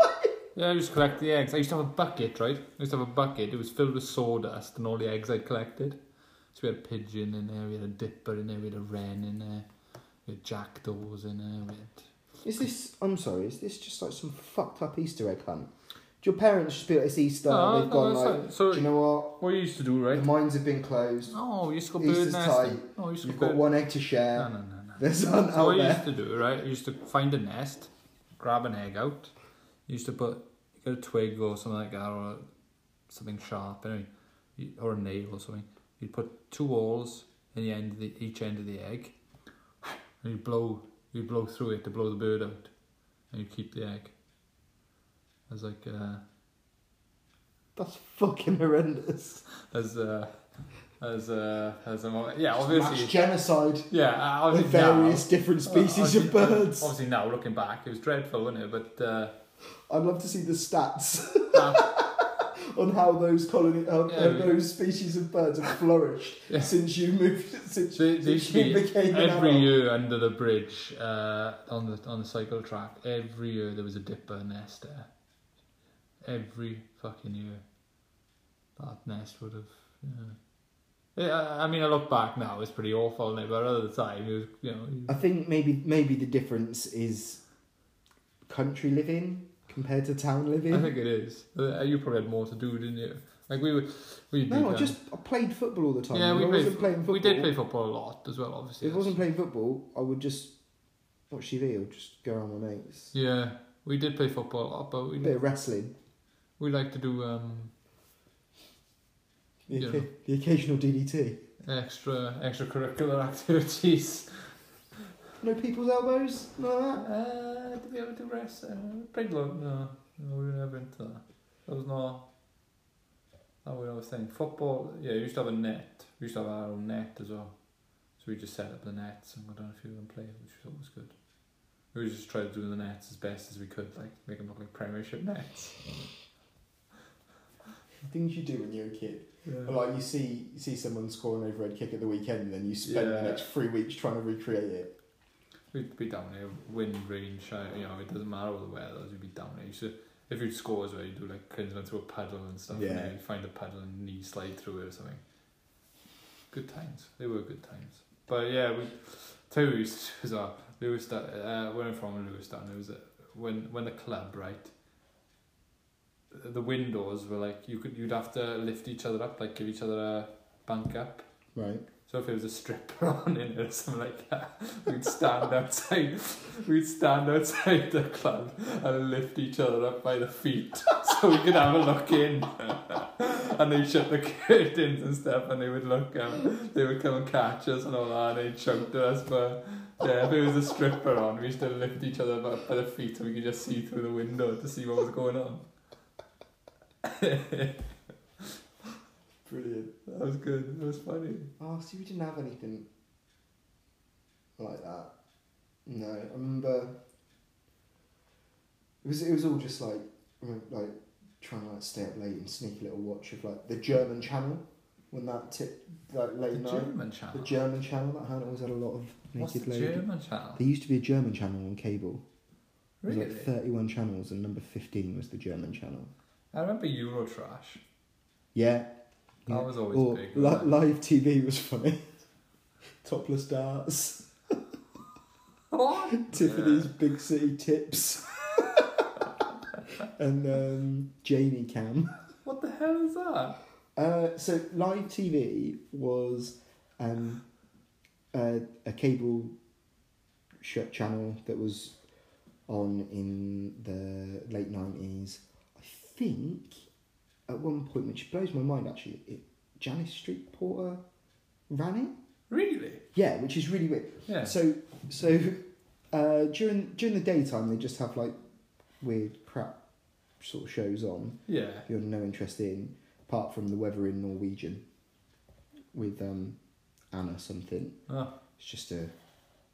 [SPEAKER 2] Yeah, I used to collect the eggs. I used to have a bucket, right? I used to have a bucket. It was filled with sawdust and all the eggs I collected. So we had a pigeon in there, we had a dipper in there, we had a wren in there, we had jackdaws in there. We had...
[SPEAKER 3] Is this? I'm sorry. Is this just like some fucked up Easter egg hunt? Do your parents just be like, it's Easter?
[SPEAKER 2] No,
[SPEAKER 3] and they've
[SPEAKER 2] no,
[SPEAKER 3] gone
[SPEAKER 2] it's
[SPEAKER 3] like,
[SPEAKER 2] like- so-
[SPEAKER 3] do you know what?
[SPEAKER 2] What you used to do,
[SPEAKER 3] The
[SPEAKER 2] right?
[SPEAKER 3] mines have been closed.
[SPEAKER 2] Oh, we used to go bird
[SPEAKER 3] Easter's tight.
[SPEAKER 2] nesting. Oh, we used to
[SPEAKER 3] You've
[SPEAKER 2] go
[SPEAKER 3] got
[SPEAKER 2] bird...
[SPEAKER 3] one egg to share.
[SPEAKER 2] No, no, no, no.
[SPEAKER 3] There's none
[SPEAKER 2] So
[SPEAKER 3] out
[SPEAKER 2] what you
[SPEAKER 3] Oh, there.
[SPEAKER 2] used to do, right? You used to find a nest, grab an egg out. You used to put you got a twig or something like that, or something sharp, anyway, you- or a nail or something. You'd put two holes in the end of the, each end of the egg, and you blow you blow through it to blow the bird out, and you keep the egg. As like uh,
[SPEAKER 3] That's fucking horrendous.
[SPEAKER 2] as uh, as uh, as a yeah,
[SPEAKER 3] That's
[SPEAKER 2] obviously
[SPEAKER 3] genocide.
[SPEAKER 2] yeah, uh,
[SPEAKER 3] Of
[SPEAKER 2] obviously now-
[SPEAKER 3] various different
[SPEAKER 2] Uh,
[SPEAKER 3] species
[SPEAKER 2] obviously-
[SPEAKER 3] of birds.
[SPEAKER 2] Obviously now looking back, it was dreadful, wasn't it? But uh,
[SPEAKER 3] I'd love to see the stats
[SPEAKER 2] Uh,
[SPEAKER 3] on how those colony, how,
[SPEAKER 2] Yeah,
[SPEAKER 3] how
[SPEAKER 2] we-
[SPEAKER 3] those species of birds have flourished
[SPEAKER 2] Yeah.
[SPEAKER 3] since you moved. Since,
[SPEAKER 2] so it used
[SPEAKER 3] since
[SPEAKER 2] to
[SPEAKER 3] you
[SPEAKER 2] be
[SPEAKER 3] became an
[SPEAKER 2] every
[SPEAKER 3] adult.
[SPEAKER 2] year under the bridge uh, on the on the cycle track. Every year there was a dipper nest there. Every fucking year, that nest would have. You know. Yeah, I I mean, I look back now; it's pretty awful, isn't it? but at the time, it was, you know,
[SPEAKER 3] I think maybe maybe the difference is country living compared to town living.
[SPEAKER 2] I think it is. Uh, You probably had more to do, didn't you? Like we were, we uh,
[SPEAKER 3] no, I just I played football all the time.
[SPEAKER 2] yeah,
[SPEAKER 3] If
[SPEAKER 2] we
[SPEAKER 3] I wasn't
[SPEAKER 2] played.
[SPEAKER 3] playing football.
[SPEAKER 2] We did play football a lot as well, obviously.
[SPEAKER 3] If I wasn't playing football, I would just watch TV or just go around my mates.
[SPEAKER 2] Yeah, we did play football a lot, but we
[SPEAKER 3] A bit of wrestling.
[SPEAKER 2] we like to do um,
[SPEAKER 3] The,
[SPEAKER 2] Yeah.
[SPEAKER 3] occa- the occasional DDT.
[SPEAKER 2] extra extracurricular activities.
[SPEAKER 3] No people's elbows? None of that?
[SPEAKER 2] Uh, did we ever do wrestling? Played lo- no, no, we were never into that. That was not. That was another thing. Football, yeah, you used to have a net. We used to have our own net as well. So we just set up the nets and go down a few and play, which was always good. We would just try to do the nets as best as we could, like make them look like Premiership nets.
[SPEAKER 3] Things you do when you're a kid.
[SPEAKER 2] Yeah.
[SPEAKER 3] Like you see you see someone scoring an overhead kick at the weekend and then you spend
[SPEAKER 2] Yeah.
[SPEAKER 3] the next three weeks trying to recreate it.
[SPEAKER 2] We'd be down here, wind, rain, shine, you know, it doesn't matter what the weather was, we'd be down here. You should, if you'd score as well, you'd do like cleansing into a puddle and stuff, and
[SPEAKER 3] Yeah.
[SPEAKER 2] then you'd find a puddle and knee slide through it or something. Good times. They were good times. But yeah, we, tell you what we used to do as well. Lewistown, uh, where I'm from, Lewistown, it was uh, when, when the club, right, the windows were like, you could, you'd have to lift each other up, like give each other a bank up.
[SPEAKER 3] Right.
[SPEAKER 2] So if there was a stripper on in it or something like that, we'd stand outside, we'd stand outside the club and lift each other up by the feet so we could have a look in. and they shut the curtains and stuff, and they would look and they would come and catch us and all that, and they'd shout to us. But yeah, if it was a stripper on, we used to lift each other up by the feet so we could just see through the window to see what was going on. that
[SPEAKER 3] Brilliant.
[SPEAKER 2] was good. That was funny.
[SPEAKER 3] Oh, see, we didn't have anything like that. No, I remember It was it was all just like I mean, like trying to like stay up late and sneak a little watch of like the German channel when that tip like late
[SPEAKER 2] The
[SPEAKER 3] night
[SPEAKER 2] German channel.
[SPEAKER 3] the German channel that had always had a lot of
[SPEAKER 2] What's
[SPEAKER 3] naked
[SPEAKER 2] the
[SPEAKER 3] lady.
[SPEAKER 2] German channel?
[SPEAKER 3] There used to be a German channel on cable. There was
[SPEAKER 2] Really?
[SPEAKER 3] like thirty one channels and number fifteen was the German channel.
[SPEAKER 2] I remember Eurotrash.
[SPEAKER 3] Yeah.
[SPEAKER 2] That was always
[SPEAKER 3] or
[SPEAKER 2] big,
[SPEAKER 3] li-
[SPEAKER 2] wasn't it?
[SPEAKER 3] live TV was funny. Topless darts.
[SPEAKER 2] What?
[SPEAKER 3] Tiffany's Big City Tips. and um, Jamie Cam.
[SPEAKER 2] What the hell is that?
[SPEAKER 3] Uh, so live TV was um, uh, a cable sh- channel that was on in the late nineties. I think at one point, which blows my mind actually, it, Janice Street Porter ran it.
[SPEAKER 2] Really?
[SPEAKER 3] Yeah, which is really weird.
[SPEAKER 2] Yeah.
[SPEAKER 3] So so uh, during during the daytime they just have like weird crap sort of shows on
[SPEAKER 2] Yeah.
[SPEAKER 3] you're no interest in, apart from the weather in Norwegian with um, Anna something.
[SPEAKER 2] Oh,
[SPEAKER 3] It's just a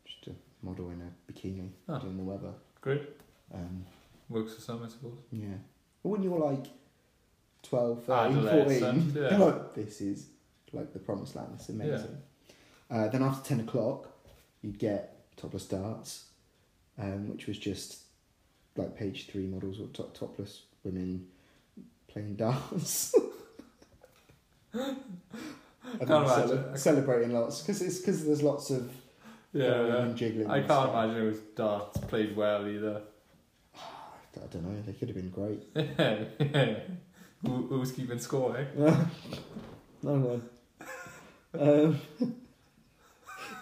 [SPEAKER 3] just a model in a bikini
[SPEAKER 2] Oh.
[SPEAKER 3] doing the weather.
[SPEAKER 2] great.
[SPEAKER 3] Um,
[SPEAKER 2] Works for some, I suppose.
[SPEAKER 3] yeah. But when you're like 12,
[SPEAKER 2] Ah,
[SPEAKER 3] 13,
[SPEAKER 2] Adolescent,
[SPEAKER 3] 14,
[SPEAKER 2] yeah.
[SPEAKER 3] you're like, this is like the promised land. It's amazing. Uh, then after 10 o'clock, you'd get topless darts, um, which was just like page three models or top- topless women playing darts. and then
[SPEAKER 2] Can't
[SPEAKER 3] cele-
[SPEAKER 2] imagine.
[SPEAKER 3] celebrating lots because it's because there's lots of throwing
[SPEAKER 2] Yeah.
[SPEAKER 3] and jiggling.
[SPEAKER 2] I
[SPEAKER 3] and
[SPEAKER 2] can't
[SPEAKER 3] stuff.
[SPEAKER 2] imagine it was darts played well either.
[SPEAKER 3] I don't know. They could have been great.
[SPEAKER 2] Who, who's keeping score? Eh?
[SPEAKER 3] no one. Um,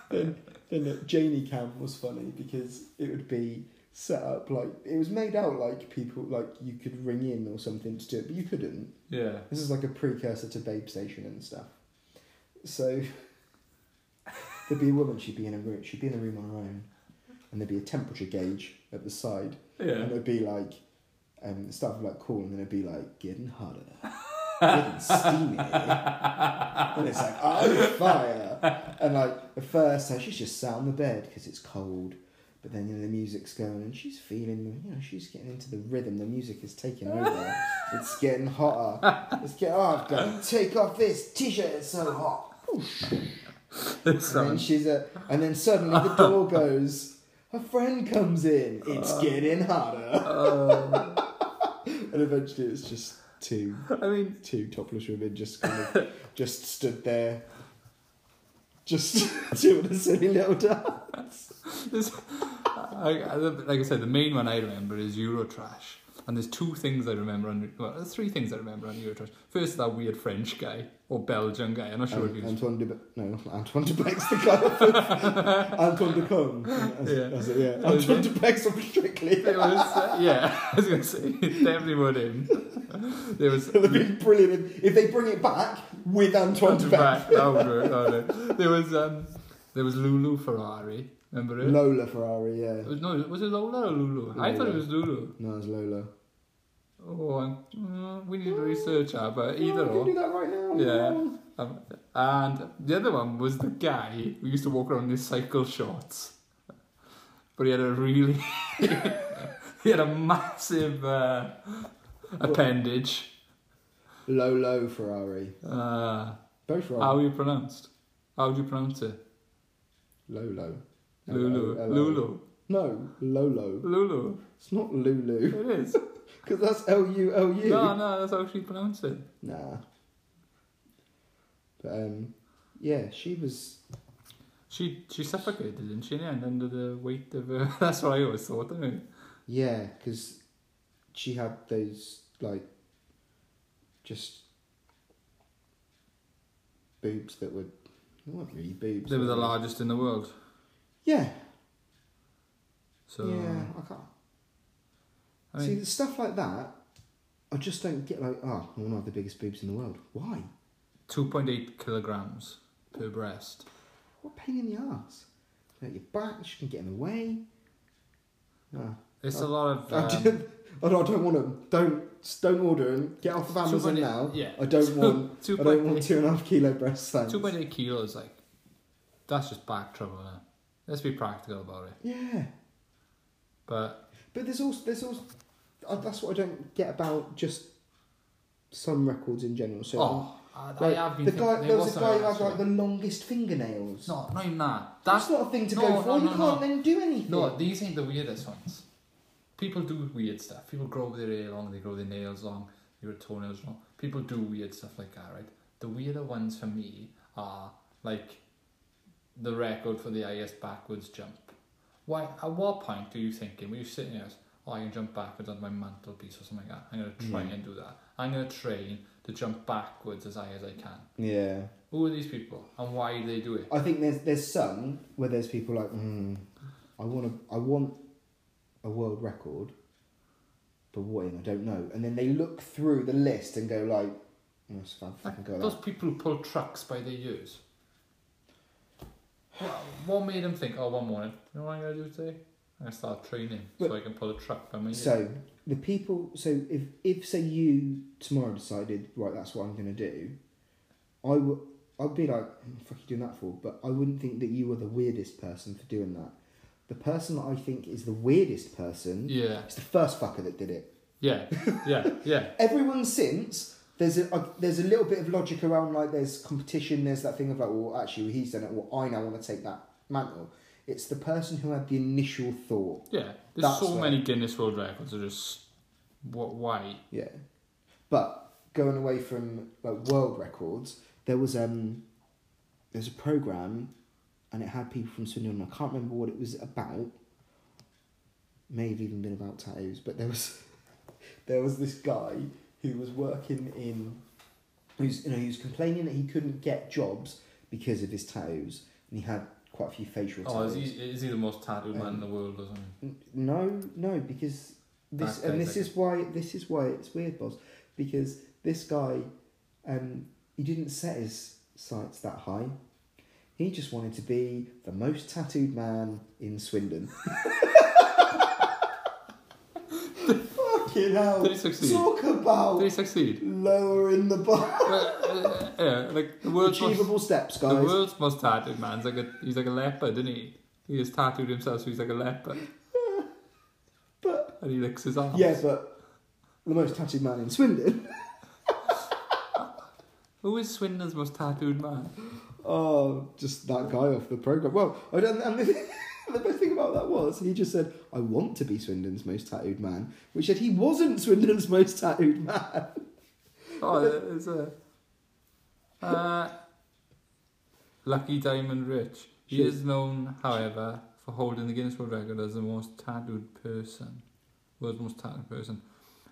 [SPEAKER 3] then, then the Janie Cam was funny because it would be set up like it was made out like people like you could ring in or something to do it, but you couldn't.
[SPEAKER 2] Yeah.
[SPEAKER 3] This is like a precursor to Babe Station and stuff. So there'd be a woman. She'd be in a room. She'd be in a room on her own, and there'd be a temperature gauge at the side, and
[SPEAKER 2] Yeah.
[SPEAKER 3] it'd be like um, stuff like cool, and then it'd be like getting hotter, getting steamy, and it's like oh fire, and like at first like, she's just sat on the bed because it's cold, but then you know the music's going and she's feeling you know she's getting into the rhythm, the music is taking over, it's getting hotter, it's getting oh I've got to take off this t-shirt, it's so hot. And then
[SPEAKER 2] Sounds-
[SPEAKER 3] she's a, and then suddenly the door goes. A friend comes in. It's getting hotter. And eventually, it's just two
[SPEAKER 2] I mean,
[SPEAKER 3] two topless women just kind of just stood there, just doing a silly little dance.
[SPEAKER 2] There's, I, I- like I said, the main one I remember is Eurotrash. And there's two things I remember on, well, there's three things I remember on Eurotrash. First, that weird French guy, or Belgian guy, I'm not sure if he was.
[SPEAKER 3] Um, Antoine de no Antoine de Beck's the guy. Antoine de Cone.
[SPEAKER 2] Yeah. Oh,
[SPEAKER 3] That's it, yeah.
[SPEAKER 2] was
[SPEAKER 3] Antoine
[SPEAKER 2] it.
[SPEAKER 3] de Beck's on Strictly.
[SPEAKER 2] It was, uh, yeah, I was going to say, it definitely would him. There was.
[SPEAKER 3] It would be brilliant if, if they bring it back with Antoine de Beck.
[SPEAKER 2] Right, that would work, that would work. There was, um, there was Lulu Ferrari, remember it?
[SPEAKER 3] Lola Ferrari, yeah.
[SPEAKER 2] It was- No, was it Lola or Lulu? I thought it
[SPEAKER 3] Lola.
[SPEAKER 2] was Lulu.
[SPEAKER 3] No, it's Lola.
[SPEAKER 2] Oh, I'm, mm, we need to research that, but either
[SPEAKER 3] Oh, we
[SPEAKER 2] or.
[SPEAKER 3] can do that right now.
[SPEAKER 2] Yeah. Um, and the other one was the guy who used to walk around in his cycle shorts. But he had a really. he had a massive uh, appendage.
[SPEAKER 3] Lolo Ferrari.
[SPEAKER 2] Uh,
[SPEAKER 3] Both right.
[SPEAKER 2] how are you pronounced? How do you pronounce it?
[SPEAKER 3] Lolo.
[SPEAKER 2] Lulu.
[SPEAKER 3] L-O-L-O.
[SPEAKER 2] Lulu.
[SPEAKER 3] No, Lolo.
[SPEAKER 2] Lulu.
[SPEAKER 3] It's not Lulu.
[SPEAKER 2] It is.
[SPEAKER 3] Because that's L U L U.
[SPEAKER 2] No, no, that's how she pronounced it.
[SPEAKER 3] Nah. But um, yeah, she was.
[SPEAKER 2] She she suffocated, didn't she, in the end, under the weight of her. that's what I always thought, didn't it?
[SPEAKER 3] Yeah, because she had those like just boobs that were they weren't really boobs.
[SPEAKER 2] They were the
[SPEAKER 3] they?
[SPEAKER 2] largest in the world.
[SPEAKER 3] Yeah,
[SPEAKER 2] So, uh,
[SPEAKER 3] yeah. I can't.
[SPEAKER 2] I mean,
[SPEAKER 3] See, the stuff like that, I just don't get. Like, oh, I want to have the biggest boobs in the world. Why?
[SPEAKER 2] 2.8 kilograms per breast.
[SPEAKER 3] What a pain in the ass? Like your back, she can get in the way. Ah.
[SPEAKER 2] It's a lot of.
[SPEAKER 3] I
[SPEAKER 2] Um,
[SPEAKER 3] don't- I don't, I don't want them. Don't don't order them. Get off of Amazon
[SPEAKER 2] 2.8
[SPEAKER 3] now.
[SPEAKER 2] yeah.
[SPEAKER 3] I don't want.
[SPEAKER 2] Two-
[SPEAKER 3] I don't want
[SPEAKER 2] 2.8.
[SPEAKER 3] two and a half kilo breast thanks.
[SPEAKER 2] 2.8 kilos, like, that's just back trouble. innit? Let's be practical about it.
[SPEAKER 3] Yeah,
[SPEAKER 2] But
[SPEAKER 3] but there's also there's also I, that's what I don't get about just some records in general. So,
[SPEAKER 2] Oh, I, I
[SPEAKER 3] like,
[SPEAKER 2] have been
[SPEAKER 3] the
[SPEAKER 2] thinking-
[SPEAKER 3] guy, there was a
[SPEAKER 2] an
[SPEAKER 3] guy who had
[SPEAKER 2] actual-
[SPEAKER 3] like the longest fingernails.
[SPEAKER 2] No, not even that.
[SPEAKER 3] that's not a thing to
[SPEAKER 2] no,
[SPEAKER 3] go for.
[SPEAKER 2] No,
[SPEAKER 3] you
[SPEAKER 2] no,
[SPEAKER 3] can't
[SPEAKER 2] no.
[SPEAKER 3] then do anything.
[SPEAKER 2] No, these ain't the weirdest ones. People do weird stuff. People grow their hair long, they grow their nails long, they grow toenails long. People do weird stuff like that, right? The weirder ones for me are like the record for the highest backwards jump. Why? At what point do you thinking? Were you sitting there? Oh, I can jump backwards on my mantelpiece or something like that. I'm gonna try and do that. I'm gonna train to jump backwards as high as I can.
[SPEAKER 3] Yeah.
[SPEAKER 2] Who are these people and why do they do it?
[SPEAKER 3] I think there's there's some where there's people like, mm, I want a, I want a world record, but what in I don't know. And then they look through the list and go like, oh, so I fucking got
[SPEAKER 2] Those
[SPEAKER 3] that.
[SPEAKER 2] people who pull trucks by their ears. What, what made them think, oh, one morning, you know what I'm going to do today? I'm going to start training so
[SPEAKER 3] But-
[SPEAKER 2] I can pull a truck by my ears.
[SPEAKER 3] So the people, so if if say you tomorrow decided right, that's what I'm gonna do, I would. I'd be like, "Hmm, what the fuck you doing that for? But I wouldn't think that you were the weirdest person for doing that. The person that I think is the weirdest person
[SPEAKER 2] Yeah.
[SPEAKER 3] is the first fucker that did it.
[SPEAKER 2] Yeah, yeah, yeah.
[SPEAKER 3] everyone since there's a, a there's a little bit of logic around like there's competition there's that thing of like well actually he's done it well i now want to take that mantle it's the person who had the initial thought
[SPEAKER 2] Yeah, there's
[SPEAKER 3] That's
[SPEAKER 2] so
[SPEAKER 3] where-
[SPEAKER 2] many Guinness World Records that are just, what, why?
[SPEAKER 3] yeah but going away from like world records there was um there's a program and it had people from swindon and i can't remember what it was about may have even been about tattoos but there was there was this guy who was working in who's you know he was complaining that he couldn't get jobs because of his tattoos and he had quite a few facial
[SPEAKER 2] Oh,
[SPEAKER 3] tattoos
[SPEAKER 2] is he, is he the most tattooed man in the world or something?
[SPEAKER 3] N- No, no, because this
[SPEAKER 2] Back
[SPEAKER 3] and
[SPEAKER 2] days,
[SPEAKER 3] this
[SPEAKER 2] I
[SPEAKER 3] is why this is why it's weird, boss. Because this guy, um, he didn't set his sights that high. He just wanted to be the most tattooed man in Swindon. Fucking hell!
[SPEAKER 2] Did he succeed?
[SPEAKER 3] Talk
[SPEAKER 2] Did he
[SPEAKER 3] about
[SPEAKER 2] succeed?
[SPEAKER 3] lowering the bar.
[SPEAKER 2] Well, uh, yeah, like the world's most,
[SPEAKER 3] Achievable steps,
[SPEAKER 2] the
[SPEAKER 3] guys.
[SPEAKER 2] world's most tattooed man's like a, he's like a leopard, isn't he? He has tattooed himself, so he's like a leopard,
[SPEAKER 3] But
[SPEAKER 2] and he licks his arms.
[SPEAKER 3] yeah, but the most tattooed man in Swindon.
[SPEAKER 2] Who is Swindon's most tattooed man?
[SPEAKER 3] Oh, just that guy off the program. Well, I don't, and the, the best thing about that was he just said, "I want to be Swindon's most tattooed man," which said he wasn't Swindon's most tattooed man.
[SPEAKER 2] Oh, it's a. Uh, Lucky Diamond Rich. He
[SPEAKER 3] Shit.
[SPEAKER 2] is known, however, for holding the Guinness World Record as the most tattooed person. World's most tattooed person.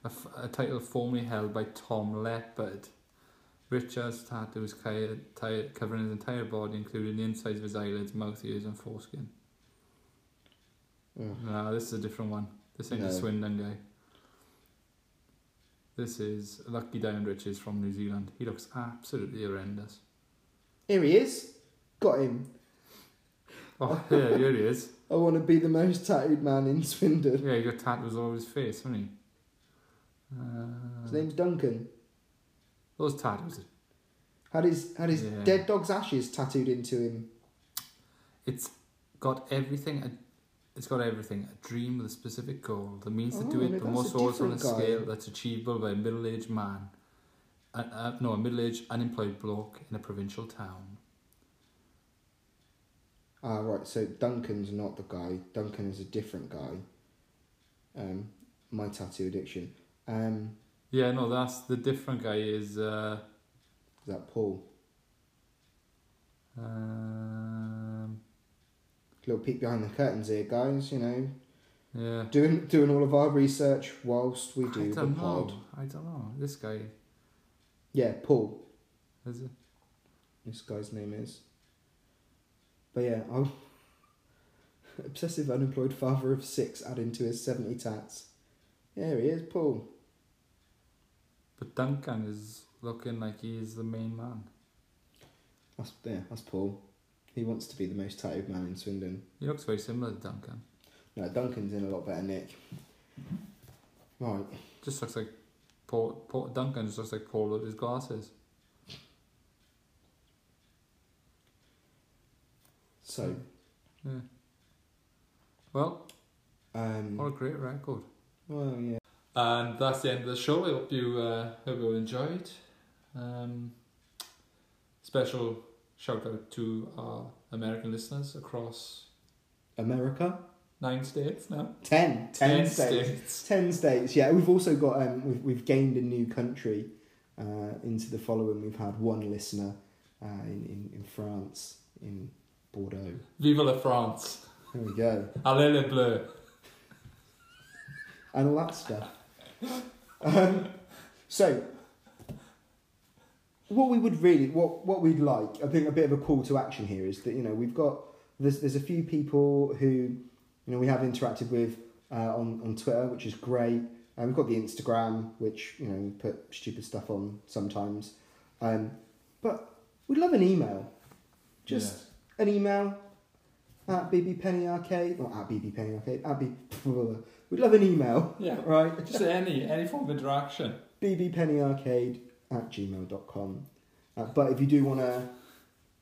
[SPEAKER 2] A, f- a title formerly held by Tom Leopard. Richard's tattoos ca- ti- covering his entire body, including the insides of his eyelids, mouth, ears, and foreskin.
[SPEAKER 3] Ugh.
[SPEAKER 2] No, this is a different one. This ain't
[SPEAKER 3] No.
[SPEAKER 2] a Swindon guy. This is Lucky Diamond Riches from New Zealand. He looks absolutely horrendous.
[SPEAKER 3] Here he is. Got him.
[SPEAKER 2] Oh, yeah, here he is.
[SPEAKER 3] I want to be the most tattooed man in Swindon.
[SPEAKER 2] Yeah, he got tattoos all over his face, hasn't he? Uh,
[SPEAKER 3] His name's Duncan.
[SPEAKER 2] those tattoos.
[SPEAKER 3] Had his had his
[SPEAKER 2] Yeah.
[SPEAKER 3] dead dog's ashes tattooed into him.
[SPEAKER 2] It's got everything. It's got everything. A dream with a specific goal, the means to do
[SPEAKER 3] Oh,
[SPEAKER 2] it,
[SPEAKER 3] no,
[SPEAKER 2] but
[SPEAKER 3] that's
[SPEAKER 2] most
[SPEAKER 3] a
[SPEAKER 2] also on a
[SPEAKER 3] different guy.
[SPEAKER 2] scale that's achievable by a middle-aged man. Uh, uh, no, a middle-aged unemployed bloke in a provincial town.
[SPEAKER 3] Ah, right. So Duncan's not the guy. Duncan is a different guy. Um, my tattoo addiction. Um,
[SPEAKER 2] Yeah, no, that's the different guy is. Uh,
[SPEAKER 3] is that Paul?
[SPEAKER 2] Um,
[SPEAKER 3] Little peek behind the curtains here, guys. You know,
[SPEAKER 2] yeah.
[SPEAKER 3] doing doing all of our research whilst we do
[SPEAKER 2] I
[SPEAKER 3] the
[SPEAKER 2] don't know.
[SPEAKER 3] pod.
[SPEAKER 2] I don't know. This guy
[SPEAKER 3] Yeah, Paul.
[SPEAKER 2] is it?
[SPEAKER 3] This guy's name is. But yeah, i obsessive unemployed father of six adding to his seventy tats. There he is, Paul.
[SPEAKER 2] But Duncan is looking like he is the main man.
[SPEAKER 3] That's yeah, that's Paul. He wants to be the most tattooed man in Swindon.
[SPEAKER 2] He looks very similar to Duncan.
[SPEAKER 3] No, Duncan's in a lot better nick. Right.
[SPEAKER 2] Just looks like Paul. Paul Duncan just looks like Paul with his glasses.
[SPEAKER 3] So,
[SPEAKER 2] Yeah. Well,
[SPEAKER 3] um
[SPEAKER 2] what a great record.
[SPEAKER 3] well
[SPEAKER 2] Mm.
[SPEAKER 3] yeah.
[SPEAKER 2] And that's the end of the show. I hope you uh, hope you enjoyed. Um, special shout out to our American listeners across
[SPEAKER 3] America.
[SPEAKER 2] nine states now.
[SPEAKER 3] Ten.
[SPEAKER 2] Ten
[SPEAKER 3] states.
[SPEAKER 2] states.
[SPEAKER 3] Ten states. Yeah, we've also got um, we've we've gained a new country uh, into the following. We've had one listener uh, in, in in France in Bordeaux.
[SPEAKER 2] Vive la France!
[SPEAKER 3] There we go,
[SPEAKER 2] Allez le bleu!
[SPEAKER 3] and all that stuff. Um, so, what we would really what what we'd like, I think, a bit of a call to action here is that you know we've got there's there's a few people who you know we have interacted with uh, on on Twitter, which is great. Uh, we've got the Instagram, which you know we put stupid stuff on sometimes, um, but we'd love an email, just an email at bbpennyarcade or at bbpennyarcade at bb. We'd love an email,
[SPEAKER 2] Yeah.
[SPEAKER 3] right?
[SPEAKER 2] Just any any form of interaction.
[SPEAKER 3] bbpennyarcade at gmail.com. Uh, but if you do want to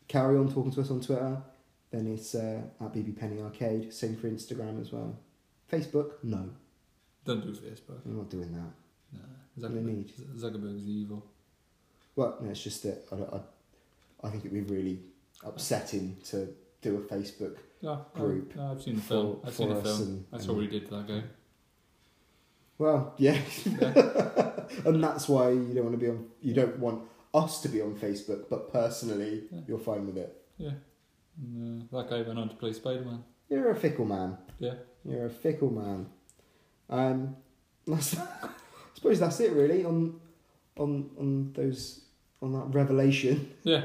[SPEAKER 3] carry on talking to us on Twitter, then it's uh, at bbpennyarcade. Same for Instagram as well. Facebook? No,
[SPEAKER 2] Don't do Facebook.
[SPEAKER 3] I'm not doing that.
[SPEAKER 2] No.
[SPEAKER 3] No
[SPEAKER 2] Zuckerberg,
[SPEAKER 3] need.
[SPEAKER 2] Zuckerberg's evil.
[SPEAKER 3] Well, no, it's just that I, don't- I, I think it'd be really upsetting to do a Facebook.
[SPEAKER 2] No, no,
[SPEAKER 3] Group
[SPEAKER 2] No, I've seen the
[SPEAKER 3] for-
[SPEAKER 2] film. I've seen
[SPEAKER 3] for
[SPEAKER 2] the
[SPEAKER 3] us
[SPEAKER 2] film.
[SPEAKER 3] and-
[SPEAKER 2] That's
[SPEAKER 3] and-
[SPEAKER 2] what we did to that guy.
[SPEAKER 3] Well, yeah. and that's why you don't want to be on. You don't want us to be on Facebook, but personally,
[SPEAKER 2] Yeah.
[SPEAKER 3] you're fine with it.
[SPEAKER 2] Yeah. And, uh, that guy went on to play Spider Man.
[SPEAKER 3] You're a fickle man.
[SPEAKER 2] Yeah.
[SPEAKER 3] You're a fickle man. Um, that's, I suppose that's it really on on on those on that revelation.
[SPEAKER 2] Yeah.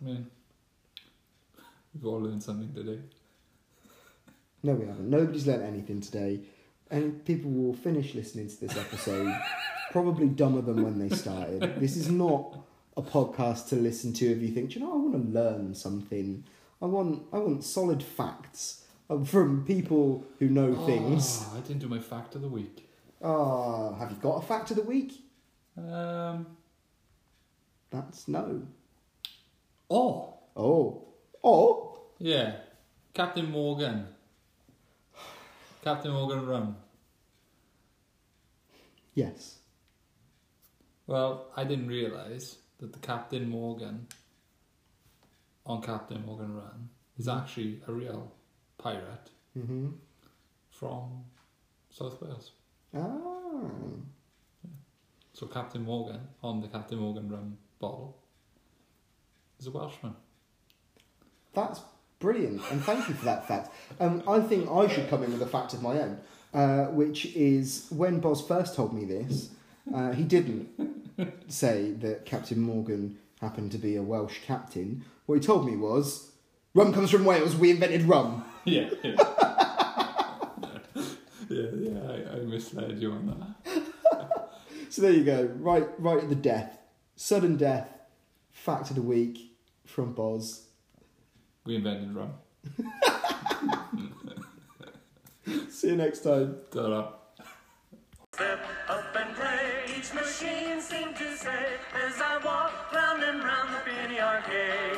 [SPEAKER 2] I mean, we've all learned something today.
[SPEAKER 3] No, we haven't. Nobody's learnt anything today, and people will finish listening to this episode probably dumber than when they started. This is not a podcast to listen to if you think, Do you know, I want to learn something. I want I want solid facts uh, from people who know things.
[SPEAKER 2] Ah, I didn't do my fact of the week.
[SPEAKER 3] Ah, have you got a fact of the week?
[SPEAKER 2] Um,
[SPEAKER 3] That's no.
[SPEAKER 2] oh,
[SPEAKER 3] Oh. Oh.
[SPEAKER 2] yeah. Captain Morgan. Captain Morgan Rum.
[SPEAKER 3] Yes.
[SPEAKER 2] Well, I didn't realise that the Captain Morgan on Captain Morgan Run is actually a real pirate
[SPEAKER 3] Mm-hmm.
[SPEAKER 2] from South Wales.
[SPEAKER 3] Ah.
[SPEAKER 2] So Captain Morgan on the Captain Morgan Run bottle is a Welshman.
[SPEAKER 3] That's brilliant, and thank you for that fact. Um, I think I should come in with a fact of my own, uh, which is when Boz first told me this, uh, he didn't say that Captain Morgan happened to be a Welsh captain. What he told me was, "Rum comes from Wales. We invented rum."
[SPEAKER 2] yeah, yeah. yeah, yeah, I, I misled you on that.
[SPEAKER 3] So there you go. Right, right at the death, sudden death, fact of the week from Boz.
[SPEAKER 2] We invented rum.
[SPEAKER 3] See you next time.
[SPEAKER 2] Ta-da.
[SPEAKER 1] Step up and play, each machine seemed to say, as I walk round and round the penny arcade.